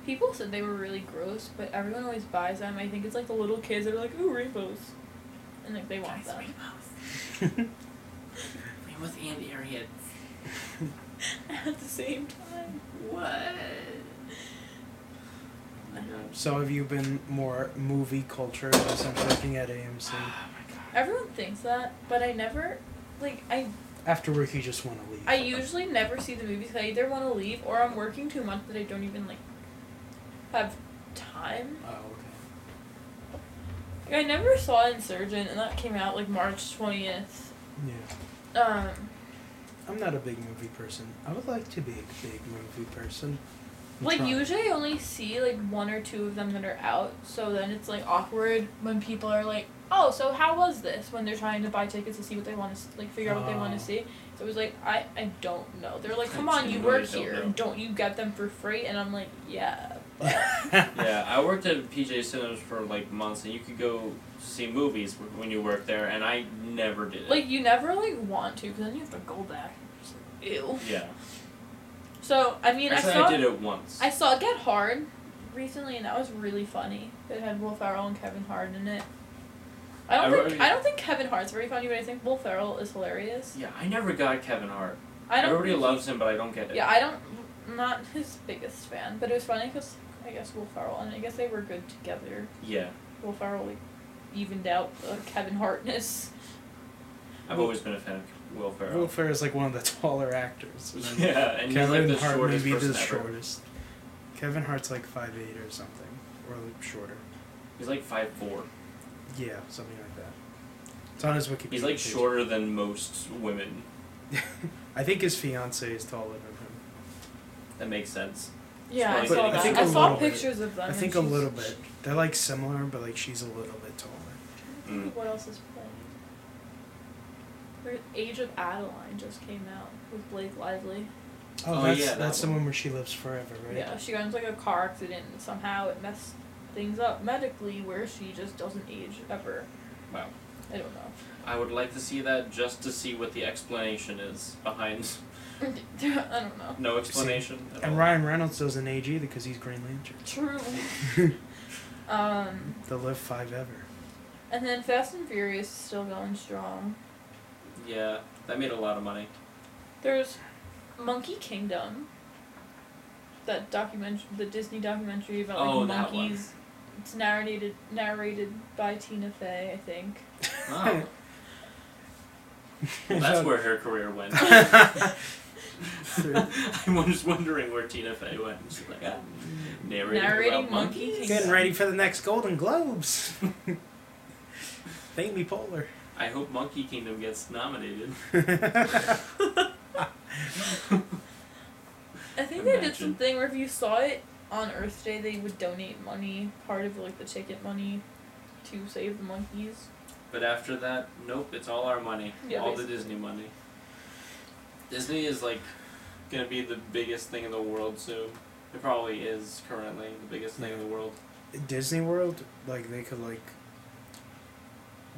S2: People said they were really gross, but everyone always buys them. I think it's like the little kids that are like, ooh, rainbows. And like they want them.
S3: with Andy Ariad.
S2: At the same time. What?
S4: So have you been more movie cultured since working at AMC?
S2: Everyone thinks that, but I never like I
S4: After work, you just want to leave.
S2: I usually never see the movies 'cause I either want to leave or I'm working too much that I don't even like have time.
S4: Oh, okay.
S2: Like, I never saw Insurgent and that came out like March twentieth.
S4: Yeah.
S2: Um
S4: I'm not a big movie person. I would like to be a big movie person. I'm
S2: Like
S4: trying.
S2: usually I only see like one or two of them that are out, so then it's like awkward when people are like, "Oh, so how was this?" when they're trying to buy tickets to see what they want to like figure out what they want
S4: Oh.
S2: to see. So it was like, "I I don't know." They're like, "Come
S3: I
S2: on, you
S3: really
S2: work
S3: don't
S2: here.
S3: know.
S2: Don't, you get them for free?" And I'm like, "Yeah."
S3: Yeah, I worked at PJ Cinemas for like months, and you could go see movies w- when you worked there, and I never did it.
S2: Like you never like want to cuz then you have to go back. It's like, Ew.
S3: yeah,
S2: So, I mean,
S3: actually,
S2: I saw
S3: did it once.
S2: I saw Get Hard recently, and that was really funny. It had Will Ferrell and Kevin Hart in it. I don't
S3: I
S2: think
S3: re-
S2: I don't think Kevin Hart's very funny, but I think Will Ferrell is hilarious.
S3: yeah, I never got Kevin Hart.
S2: I don't.
S3: Everybody
S2: think
S3: loves him, but I don't get
S2: he-
S3: it.
S2: Yeah, I don't. I'm not his biggest fan, but it was funny because I guess Will Ferrell and I guess they were good together.
S3: Yeah,
S2: Will Ferrell like, evened out the Kevin Hartness.
S3: I've always been a fan of Will Ferrell.
S4: Will Ferrell is like one of the taller actors. and then
S3: Yeah, and he's like
S4: Kevin
S3: the
S4: Hart may
S3: shortest
S4: be
S3: person
S4: the
S3: ever.
S4: shortest. Kevin Hart's like five eight or something, or like shorter.
S3: He's like five four.
S4: Yeah, something like that. It's on his Wikipedia.
S3: He's like
S4: page.
S3: shorter than most women.
S4: I think his fiance is taller than him.
S3: That makes sense.
S2: Yeah, I
S3: But
S2: saw
S3: I
S2: that.
S3: think
S2: I
S3: a
S2: saw
S4: little bit-
S2: pictures of them.
S4: I
S2: and
S4: think a
S2: she's-
S4: little bit. They're like similar, but like she's a little bit taller.
S3: Mm.
S2: What else is playing? Her Age of Adeline just came out with Blake Lively.
S4: Oh,
S3: Oh,
S4: that's
S3: yeah, that
S4: that's the
S3: one.
S4: one where she lives forever, right?
S2: Yeah, she got into like a car accident and somehow it messed things up medically where she just doesn't age ever.
S3: Wow.
S2: I don't know.
S3: I would like to see that just to see what the explanation is behind.
S2: I don't know.
S3: No explanation. at all.
S4: And Ryan Reynolds doesn't age either because he's Green Lantern.
S2: True. um,
S4: They'll live five ever.
S2: and then Fast and Furious is still going strong.
S3: Yeah, that made a lot of money.
S2: There's Monkey Kingdom. That documentary, the Disney documentary about like
S3: Oh, that one.
S2: monkeys. It's narrated narrated by Tina Fey, I think.
S3: Wow. Well, that's where her career went. I'm just wondering where Tina Fey went. She's like, ah, narrating,
S2: Narrating
S3: about
S2: Monkey
S3: monkeys.
S4: Getting ready for the next Golden Globes. Thank me, Polar.
S3: I hope Monkey Kingdom gets nominated.
S2: I think they
S3: Imagine.
S2: did something where if you saw it on Earth Day, they would donate money, part of like the ticket money, to save the monkeys.
S3: But after that, nope, it's all our money.
S2: Yeah,
S3: all the Disney money. Disney is like gonna be the biggest thing in the world soon. It probably is currently the biggest thing in the world.
S4: Disney World, like they could like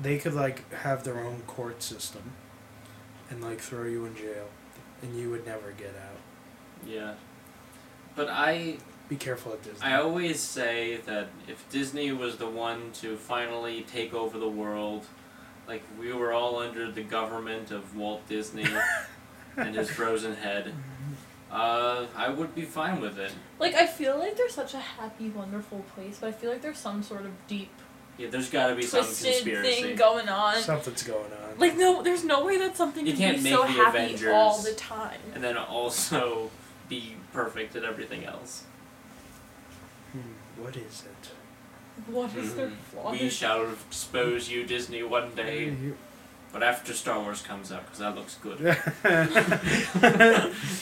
S4: they could like have their own court system and like throw you in jail and you would never get out.
S3: Yeah. But I
S4: Be careful at Disney.
S3: I always say that if Disney was the one to finally take over the world, like we were all under the government of Walt Disney and his frozen head, uh, I would be fine with it.
S2: Like I feel like they're such a happy, wonderful place, but I feel like there's some sort of deep
S3: Yeah, there's got to be some
S2: twisted
S3: conspiracy.
S2: thing going on.
S4: Something's going on.
S2: like no, there's no way that something
S3: You
S2: can
S3: can't
S2: be
S3: make
S2: so
S3: the
S2: happy
S3: Avengers.
S2: all the time.
S3: and then also be perfect at everything else.
S4: Hmm, what is it?
S2: What is their
S3: Mhm.
S2: flaw?
S3: We shall expose you, Disney, one day,
S4: You-
S3: but after Star Wars comes out, because that looks good.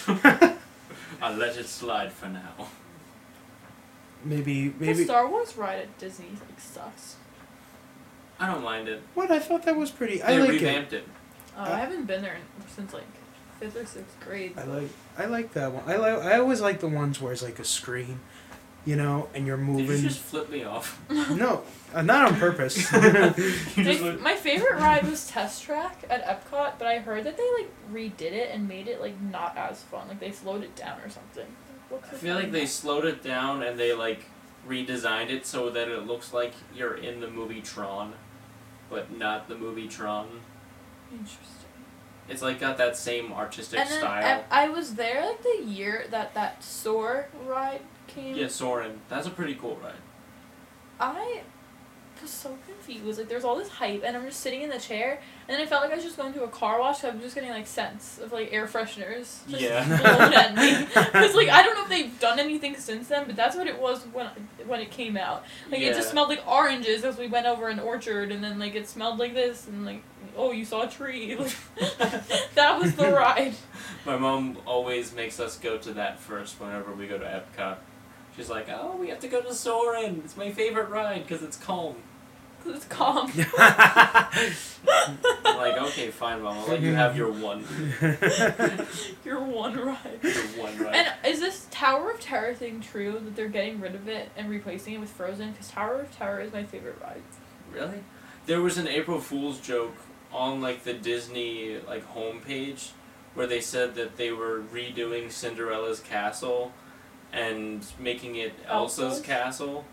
S3: I'll let it slide for now.
S4: maybe
S2: The
S4: maybe
S2: Star Wars ride at Disney like sucks.
S3: I don't mind it.
S4: what I thought that was pretty. I
S3: They
S4: like it.
S3: revamped it.
S2: Uh, I haven't been there in, since like fifth or sixth grade.
S4: I
S2: so-
S4: like I like that one. I like I always like the ones where it's like a screen, you know, and you're
S3: Did
S4: moving.
S3: you just flip me off?
S4: No, uh, not on purpose.
S3: You
S2: My,
S3: just went-
S2: my favorite ride was Test Track at Epcot, but I heard that they like redid it and made it like not as fun. Like they slowed it down or something. What's
S3: I feel like they slowed it down and they like redesigned it so that it looks like you're in the movie Tron, but not the movie Tron.
S2: Interesting.
S3: It's like got that same artistic
S2: And then
S3: style.
S2: I, I was there like the year that that Soar ride came.
S3: yeah, Soren. That's a pretty cool ride.
S2: I was so confused. Like, there's all this hype, and I'm just sitting in the chair, and then I felt like I was just going to a car wash. So I'm just getting like scents of like air fresheners. Just
S3: Yeah.
S2: blown at me. Cause like I don't know if they've done anything since then, but that's what it was when when it came out. Like
S3: yeah.
S2: it just smelled like oranges as we went over an orchard, and then like it smelled like this, and like oh you saw a tree. Like, that was the ride.
S3: My mom always makes us go to that first whenever we go to Epcot. She's like, "Oh, we have to go to Soren. It's my favorite ride because it's calm."
S2: 'Cause it's calm.
S3: I'm like, "Okay, fine, mom. I'll let you have your one,
S2: Your one ride.
S3: your one ride."
S2: And is this Tower of Terror thing true that they're getting rid of it and replacing it with Frozen? Because Tower of Terror is my favorite ride.
S3: Really? There was an April Fool's joke on like the Disney like homepage where they said that they were redoing Cinderella's castle and making it Elsa's
S2: Elsa's?
S3: castle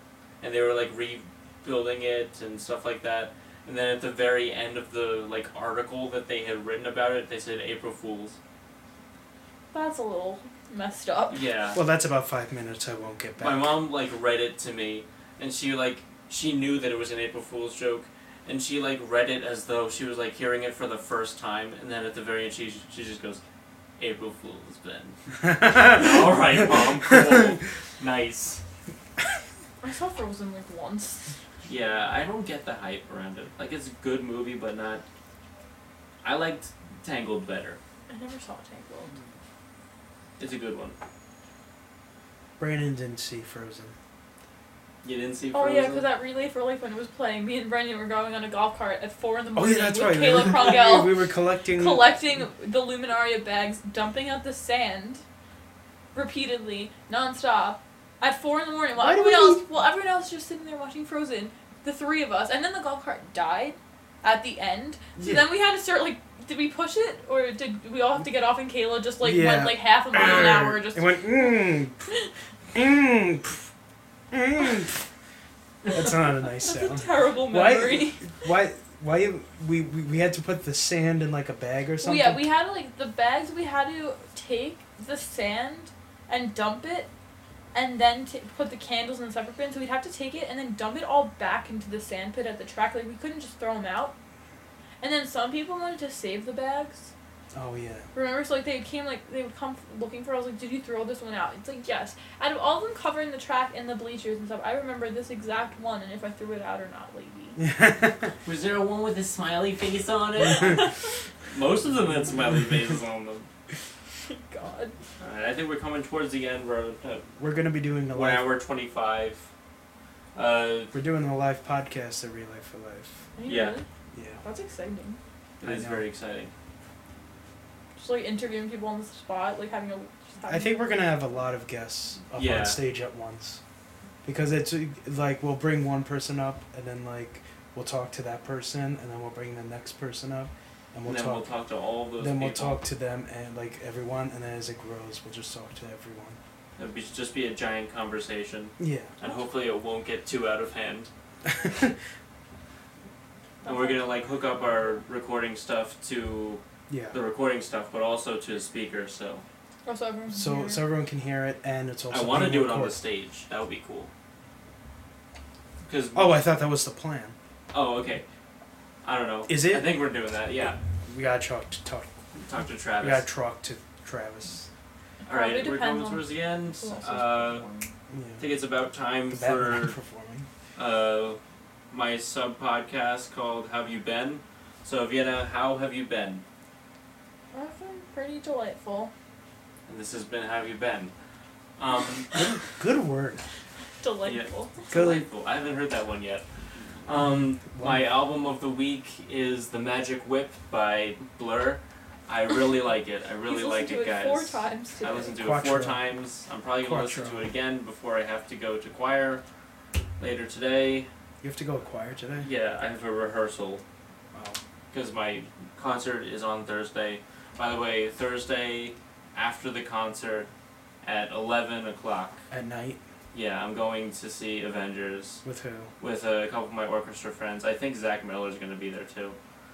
S3: and they were like rebuilding it and stuff like that. And then at the very end of the like article that they had written about it, they said April Fools.
S2: That's a little messed up.
S3: Yeah.
S4: well, that's about five minutes. I won't get back.
S3: My mom like read it to me, and she like she knew that it was an April Fool's joke, and she like read it as though she was like hearing it for the first time, and then at the very end she she just goes, "April Fool's Ben." All right, mom. Cool. nice.
S2: I saw Frozen like once.
S3: Yeah, I don't get the hype around it. Like it's a good movie, but not. I liked Tangled better.
S2: I never saw Tangled.
S3: It's a good one.
S4: Brandon didn't see Frozen.
S3: You didn't see
S2: Oh
S3: Frozen.
S2: yeah, because that Relay for Life when it was playing, me and Brendan were going on a golf cart at four in the
S4: Oh
S2: morning
S4: yeah, that's
S2: with
S4: right. we
S2: Kayla
S4: were-
S2: Krogel
S4: we were collecting.
S2: collecting the Luminaria bags, dumping out the sand repeatedly, nonstop, at four in the morning while
S4: Why do
S2: everyone
S4: we-
S2: else well everyone else just sitting there watching Frozen, the three of us, and then the golf cart died at the end. So
S4: Yeah.
S2: then we had to start like did we push it or did we all have to get off and Kayla just like
S4: Yeah.
S2: went like half a mile an hour just
S4: It went mmm, mmm, pff, mmm. pff." That's not a nice
S2: that's
S4: sound.
S2: a terrible
S4: Why-
S2: memory.
S4: Why? Why you- we, we we had to put the sand in like a bag or
S2: Well,
S4: something?
S2: Oh, yeah, we had to like the bags. We had to take the sand and dump it, and then t- put the candles in separate bins. So we'd have to take it and then dump it all back into the sand pit at the track. Like we couldn't just throw them out. And then some people wanted to save the bags.
S4: oh yeah.
S2: Remember, so like they came like they would come looking for. I was like, "Did you throw this one out?" It's like yes. Out of all of them covering the track and the bleachers and stuff, I remember this exact one and if I threw it out or not, lady.
S4: Oh,
S3: Was there a one with a smiley face on it? Most of them had smiley faces on them.
S2: God.
S3: Alright, I think we're coming towards the end. We're at
S4: We're gonna be doing the
S3: one
S4: live.
S3: hour twenty five. Uh,
S4: We're doing the live podcast at Relay for Life.
S2: Are you
S3: Yeah.
S2: really?
S4: Yeah.
S2: That's exciting.
S3: it
S4: I
S3: is
S4: know.
S3: very exciting.
S2: just like interviewing people on the spot, like having a. Just having
S4: I think we're gonna have a lot of guests up
S3: Yeah.
S4: on stage at once, because it's uh, like we'll bring one person up and then like we'll talk to that person and then we'll bring the next person up, and we'll
S3: and then
S4: talk.
S3: we'll talk to all those.
S4: then we'll
S3: people.
S4: talk to them and like everyone, and then as it grows, we'll just talk to everyone.
S3: It'll be, just be a giant conversation,
S4: Yeah.
S3: and hopefully it won't get too out of hand. And we're gonna like hook up our recording stuff to
S4: yeah.
S3: the recording stuff, but also to a speaker. So
S2: Also, everyone can
S4: So
S2: hear.
S4: so everyone can hear it, and it's also.
S3: I want to
S4: being
S3: do it on the
S4: recorded.
S3: stage. That would be cool. Because
S4: Oh, I thought that was the plan.
S3: oh okay, I don't know.
S4: Is
S3: I
S4: it?
S3: think we're doing that. Yeah,
S4: We gotta talk to talk.
S3: talk to
S4: We
S3: Travis.
S4: gotta talk to Travis.
S3: All right,
S2: Probably
S3: we're
S2: depends
S3: going
S2: on
S3: towards the end.
S2: who else is
S3: Uh,
S2: performing.
S3: I
S4: Yeah.
S3: think it's about time
S4: The Batman
S3: for
S4: performing.
S3: uh, my sub podcast called "Have You Been." So Vienna, how have you been?
S2: I've been pretty delightful.
S3: And this has been "Have You Been." Um,
S4: Good word.
S2: Delightful.
S4: Go-
S3: delightful. I haven't heard that one yet. Um, my album of the week is "The Magic Whip" by Blur. I really like it. I really
S2: He's
S3: like
S2: listened
S3: it,
S2: to it
S3: guys.
S2: four times today.
S3: I listened to it four
S4: Quattro.
S3: times. I'm probably gonna listen
S4: Quattro.
S3: to it again before I have to go to choir later today.
S4: You have to go acquire today.
S3: Yeah, I have a rehearsal
S4: Wow.
S3: because my concert is on Thursday. By the way, Thursday after the concert, at 11 o'clock.
S4: At night
S3: Yeah, I'm going to see Avengers
S4: with who?
S3: with a couple of my orchestra friends. I think Zach Miller's going to be there too.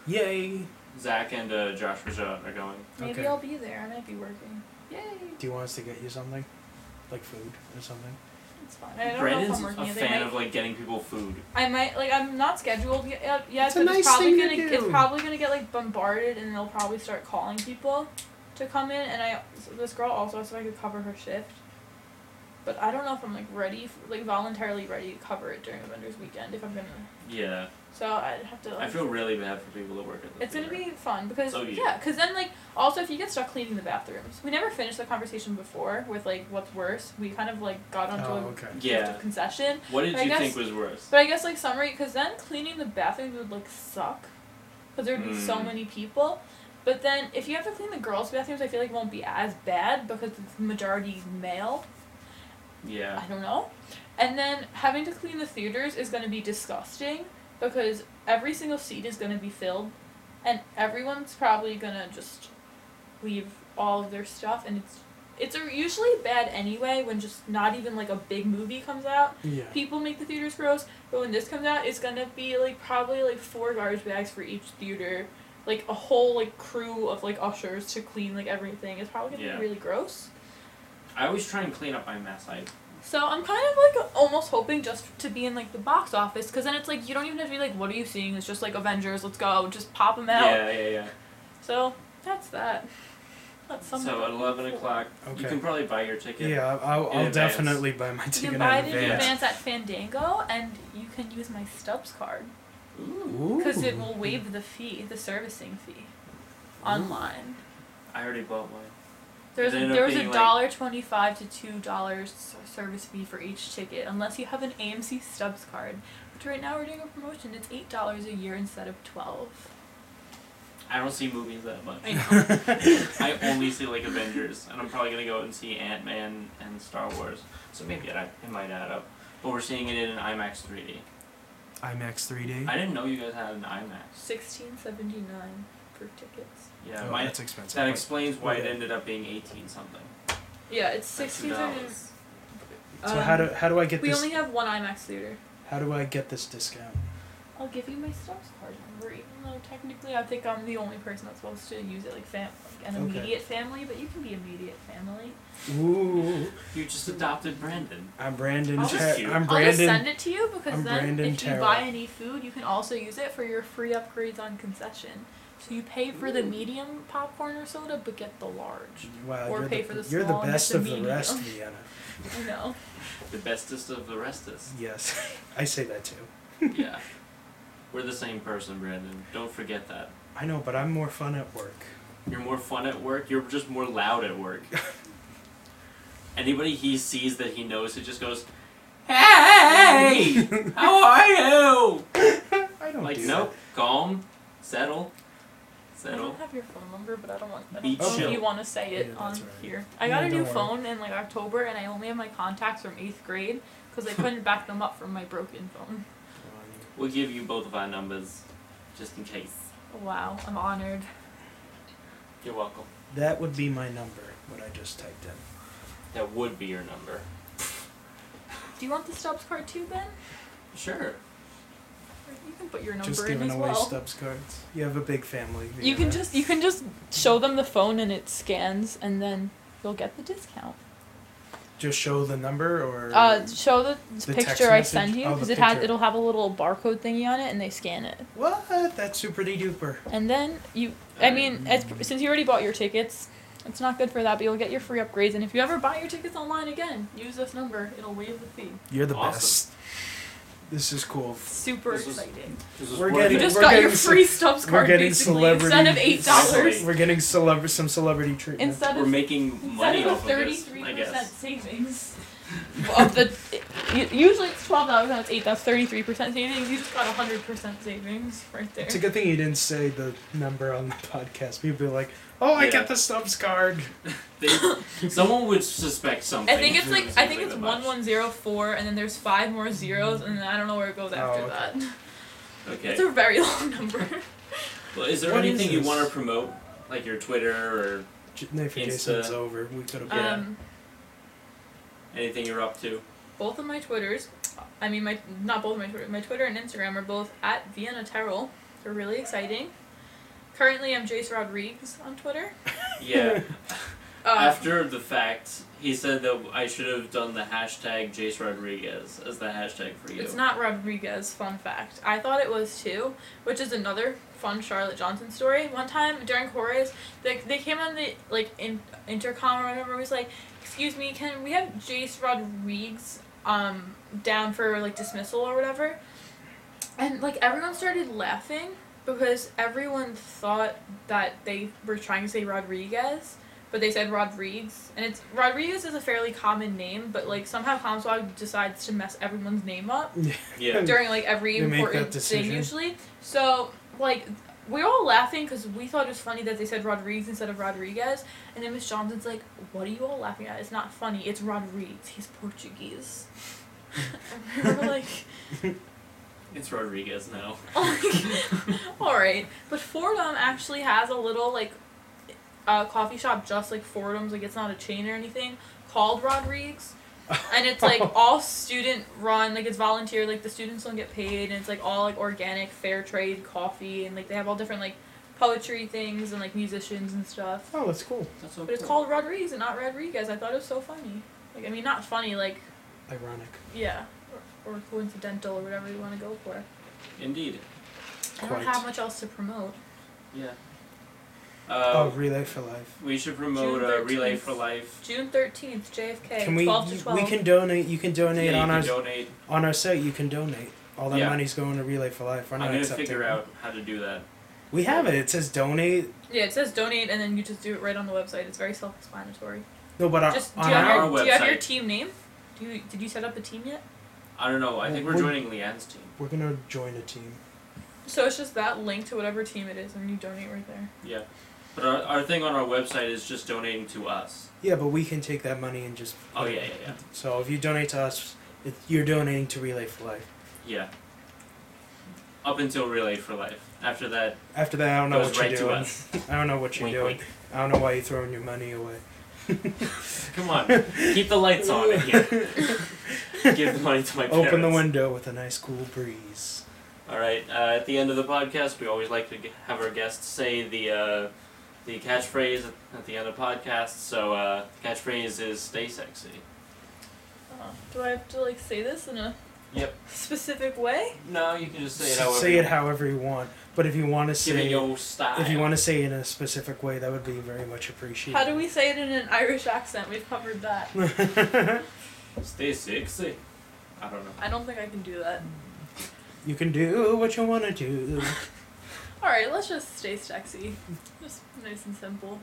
S4: Yay!
S3: Zach and uh, Josh Rajot are going.
S2: Maybe
S4: Okay.
S2: I'll be there. I might be working. Yay!
S4: Do you want us to get you something, like food or something?
S2: It's fine. I don't know
S3: Brandon's
S2: if I'm
S3: a
S2: working. They
S3: fan
S2: might-
S3: of like getting people food.
S2: I might like I'm not scheduled yet, yet
S4: It's a
S2: but
S4: nice
S2: it's probably
S4: thing to
S2: gonna it's
S4: do.
S2: probably gonna get like bombarded and they'll probably start calling people to come in and I so this girl also so I could cover her shift. But I don't know if I'm like ready f like voluntarily ready to cover it during Avengers weekend if I'm gonna
S3: Yeah,
S2: so I'd have to like,
S3: I feel really bad for people that work at the
S2: it's gonna
S3: theater.
S2: be fun because
S3: So you-
S2: yeah, because then like also if you get stuck cleaning the bathrooms, we never finished the conversation before with like what's worse. We kind of like got onto
S4: oh,
S2: a
S4: okay.
S3: Yeah.
S2: concession,
S3: What did
S2: I
S3: you
S2: guess-
S3: think was worse?
S2: But I guess like summary, because then cleaning the bathrooms would like suck, because there'd be so
S3: Mm.
S2: many people. But then if you have to clean the girls' bathrooms, I feel like it won't be as bad because the majority is male.
S3: Yeah.
S2: I don't know. And then having to clean the theaters is going to be disgusting because every single seat is going to be filled, and everyone's probably going to just leave all of their stuff, and it's it's usually bad anyway when just not even like a big movie comes out
S4: Yeah.
S2: people make the theaters gross, but when this comes out, it's gonna be like probably like four garbage bags for each theater, like a whole like crew of like ushers to clean like everything. It's probably gonna
S3: Yeah.
S2: be really gross.
S3: I always try and clean up my mess. I
S2: So I'm kind of like almost hoping just to be in like the box office, because then it's like you don't even have to be like, what are you seeing? It's just like Avengers. Let's go, just pop them out.
S3: Yeah, yeah, yeah.
S2: So that's that. That's something.
S3: so uh, at 11 o'clock,
S4: Okay.
S3: you can probably buy your ticket.
S4: Yeah, I'll,
S3: In
S4: I'll
S3: advance.
S4: definitely buy my
S2: You
S4: ticket
S2: can buy
S4: in
S2: it in
S4: advance.
S2: advance at Fandango, and you can use my Stubbs card.
S3: Ooh.
S4: Ooh.
S2: Because it will waive the fee, the servicing fee, online.
S3: I already bought mine.
S2: There's
S3: They end up
S2: there's
S3: being,
S2: a
S3: like-
S2: dollar twenty five to two dollars ser- service fee for each ticket, unless you have an AMC Stubbs card, which right now we're doing a promotion. It's eight dollars a year instead of twelve.
S3: I don't see movies that much.
S2: I know.
S3: I only see like Avengers, and I'm probably gonna go out and see Ant Man and Star Wars. So maybe it, it might add up. But we're seeing it in an IMAX 3D.
S4: IMAX 3D.
S3: I didn't know you guys had an IMAX.
S2: Sixteen seventy nine for tickets.
S3: Yeah,
S4: oh,
S3: my,
S4: that's expensive.
S3: that explains why it
S4: Okay.
S3: ended up being 18 something.
S2: Yeah, it's
S3: Like
S2: sixteen seventy.
S3: $2.
S4: so how do how do I get
S2: Um, we
S4: this?
S2: only have one IMAX theater?
S4: how do I get this discount?
S2: I'll give you my Stubbs card number, even though technically I think I'm the only person that's supposed to use it, like fam, like an
S4: Okay.
S2: immediate family. But you can be immediate family.
S4: Ooh,
S3: You just adopted Brandon.
S4: I'm Brandon.
S2: I'll
S4: Ter-
S3: just-
S4: I'm
S2: I'll just send
S4: Brandon.
S2: it to you because
S4: I'm
S2: then
S4: Brandon
S2: if you
S4: Terrell.
S2: buy any food, you can also use it for your free upgrades on concession. So you pay for the
S3: Ooh.
S2: medium popcorn or soda, but get the large.
S4: Wow,
S2: or
S4: you're
S2: pay
S4: the,
S2: for the
S4: you're the
S2: small and get
S4: best
S2: the
S4: of the
S2: medium.
S4: rest, Vienna.
S2: You know,
S3: The bestest of the restest.
S4: Yes, I say that too.
S3: yeah. We're the same person, Brandon. Don't forget that.
S4: I know, but I'm more fun at work.
S3: You're more fun at work. You're just more loud at work. Anybody he sees that he knows, he just goes, "Hey, how are you?"
S4: I don't
S3: like,
S4: do
S3: nope, calm, settle,
S2: I
S3: settle.
S2: don't have your phone number, but I don't want. I
S3: Be
S2: don't know if
S4: chill.
S2: you want to say it
S4: Yeah,
S2: on
S4: that's all right.
S2: here. I
S4: Yeah,
S2: got a
S4: don't
S2: new
S4: worry.
S2: phone in like October, and I only have my contacts from eighth grade because I couldn't back them up from my broken phone.
S4: that.
S3: We'll give you both of our numbers, just in case.
S2: Oh, Wow, I'm honored.
S3: You're welcome.
S4: That would be my number. What I just typed in.
S3: That would be your number.
S2: Do you want the Stubbs card too, Ben?
S3: Sure.
S2: Or You can put your number
S4: just
S2: in
S4: giving
S2: as
S4: away
S2: well.
S4: Stubbs cards. You have a big family.
S2: You can
S4: Vienna.
S2: just you can just show them the phone and it scans and then you'll get the discount.
S4: just show the number or.
S2: Uh, show the,
S4: The text
S2: picture I
S4: message?
S2: send you
S4: Oh, the
S2: because it has
S4: picture.
S2: it'll have a little barcode thingy on it and they scan it
S4: what? That's super duper.
S2: and then you I mean as, since you already bought your tickets it's not good for that but you'll get your free upgrades and if you ever buy your tickets online again use this number it'll waive the fee.
S4: You're the
S3: Awesome.
S4: best. This is cool.
S2: Super
S3: This is-
S2: exciting.
S3: This is
S4: We're
S3: worth
S4: getting-
S2: You
S3: it.
S2: just
S4: we're
S2: got your
S4: getting ce-
S2: free Stubbs
S4: we're
S2: card
S4: getting
S2: basically
S4: celebrity-
S2: instead of eight dollars
S4: We're getting celebra- some celebrity treatment.
S2: instead
S3: We're
S2: of
S3: making money
S2: Instead
S3: off
S2: of a
S3: of this.
S2: thirty-three
S3: I
S2: percent
S3: guess.
S2: savings of the, u- usually it's twelve dollars, now it's eight. That's thirty-three percent savings. You just got hundred percent savings right there.
S4: It's a good thing you didn't say the number on the podcast. People be like, "Oh, I
S3: Yeah.
S4: get the Stubbs card."
S3: They, someone would suspect something.
S2: I think it's
S3: if it
S2: like
S3: was
S2: I think
S3: something
S2: it's
S3: that
S2: one
S3: much.
S2: one zero four, and then there's five more zeros, and I don't know where it goes
S4: Oh,
S2: after
S4: okay.
S2: that.
S3: Okay.
S2: It's a very long number.
S3: Well, is there
S4: What is
S3: anything you
S4: this?
S3: want to promote, like your Twitter or
S4: J- No, for
S3: Insta. Uh,
S4: Jason's over, we could have.
S3: Yeah.
S2: Um,
S3: Anything you're up to?
S2: Both of my Twitters, I mean, my not both of my Twitter, my Twitter and Instagram are both at Vienna Terrell. They're really exciting. Currently, I'm Jace Rodriguez on Twitter.
S3: Yeah.
S2: Uh,
S3: After the fact, he said that I should have done the hashtag Jace Rodriguez as the hashtag for you.
S2: It's not Rodriguez, fun fact. I thought it was too, which is another fun Charlotte Johnson story. One time during chorus, they, they came on the like in, intercom or whatever, was like, excuse me, can we have Jace Rodriguez um down for like dismissal or whatever? And like everyone started laughing because everyone thought that they were trying to say Rodriguez. But they said Rodriguez, and it's Rodriguez is a fairly common name, but like somehow Comswag decides to mess everyone's name up
S3: yeah.
S2: during like every
S4: They make that
S2: important thing
S4: decision.
S2: usually. So like we were all laughing because we thought it was funny that they said Rodriguez instead of Rodriguez, and then Miss Johnson's like, "What are you all laughing at? It's not funny. It's Rodriguez. He's Portuguese." and we were like,
S3: It's Rodriguez now.
S2: "All right," but Fordham actually has a little like uh, coffee shop just like Fordham's. Like it's not a chain or anything called Rodriguez. and it's like all student run like it's volunteer like the students don't get paid and it's like all like organic fair trade coffee and like they have all different like poetry things and like musicians and stuff
S4: oh, that's cool.
S3: That's so
S2: but it's called rodriguez and not rodriguez i thought it was so funny like i mean not funny like
S4: Ironic.
S2: yeah or, or coincidental or whatever you want to go for
S3: Indeed.
S2: i don't
S4: Quite.
S2: have much else to promote
S3: Yeah.
S4: Oh,
S3: Uh,
S4: relay for life.
S3: we should promote
S2: June
S3: uh, Relay
S2: 13th.
S3: for Life.
S2: june 13th jfk
S4: Can we?
S2: 12 to 12
S4: We can donate. You can donate
S3: yeah, you
S4: on
S3: can
S4: our
S3: donate.
S4: on our site. You can donate. All that
S3: Yeah.
S4: money's going to Relay for Life. We're
S3: I'm
S4: not
S3: gonna
S4: accepting.
S3: figure out how to do that.
S4: We have it. It says donate.
S2: yeah it says donate and then you just do it right on the website it's very self-explanatory
S4: No, but our,
S2: just do
S4: Uh, on
S2: you,
S4: our,
S2: have your,
S3: our
S2: do you have your
S3: website.
S2: team name do you, did you set up a team yet
S3: I don't know. I think we're
S4: Well,
S3: joining Leanne's team.
S4: we're gonna join a team.
S2: So it's just that link to whatever team it is, and you donate right there.
S3: Yeah. But our, our thing on our website is just donating to us.
S4: Yeah, but we can take that money and just.
S3: Oh yeah, yeah, yeah.
S4: So if you donate to us, it, you're donating to Relay for Life.
S3: Yeah. Up until Relay for Life. After that,
S4: After that, I don't know
S3: goes
S4: what
S3: right
S4: you're
S3: to
S4: doing.
S3: us.
S4: I don't know what you're
S3: Wink,
S4: doing.
S3: wink.
S4: I don't know why you're throwing your money away.
S3: Come on, keep the lights on in here. Give the money to my parents.
S4: Open the window with a nice cool breeze.
S3: All right. Uh, at the end of the podcast, we always like to g- have our guests say the uh, the catchphrase at- at the end of podcasts. So uh, the catchphrase is "Stay sexy."
S2: Uh-huh. do I have to like say this in a
S3: Yep.
S2: specific way?
S3: No, you can just say it
S4: S-
S3: however.
S4: say
S3: you
S4: it however you want. But if you want to
S3: Give it
S4: say,
S3: your style.
S4: if you want to say it in a specific way, that would be very much appreciated.
S2: How do we say it in an Irish accent? We've covered that.
S3: Stay sexy. I don't know.
S2: I don't think I can do that.
S4: you can do what you want to do.
S2: All right, let's just stay sexy. Just nice and simple.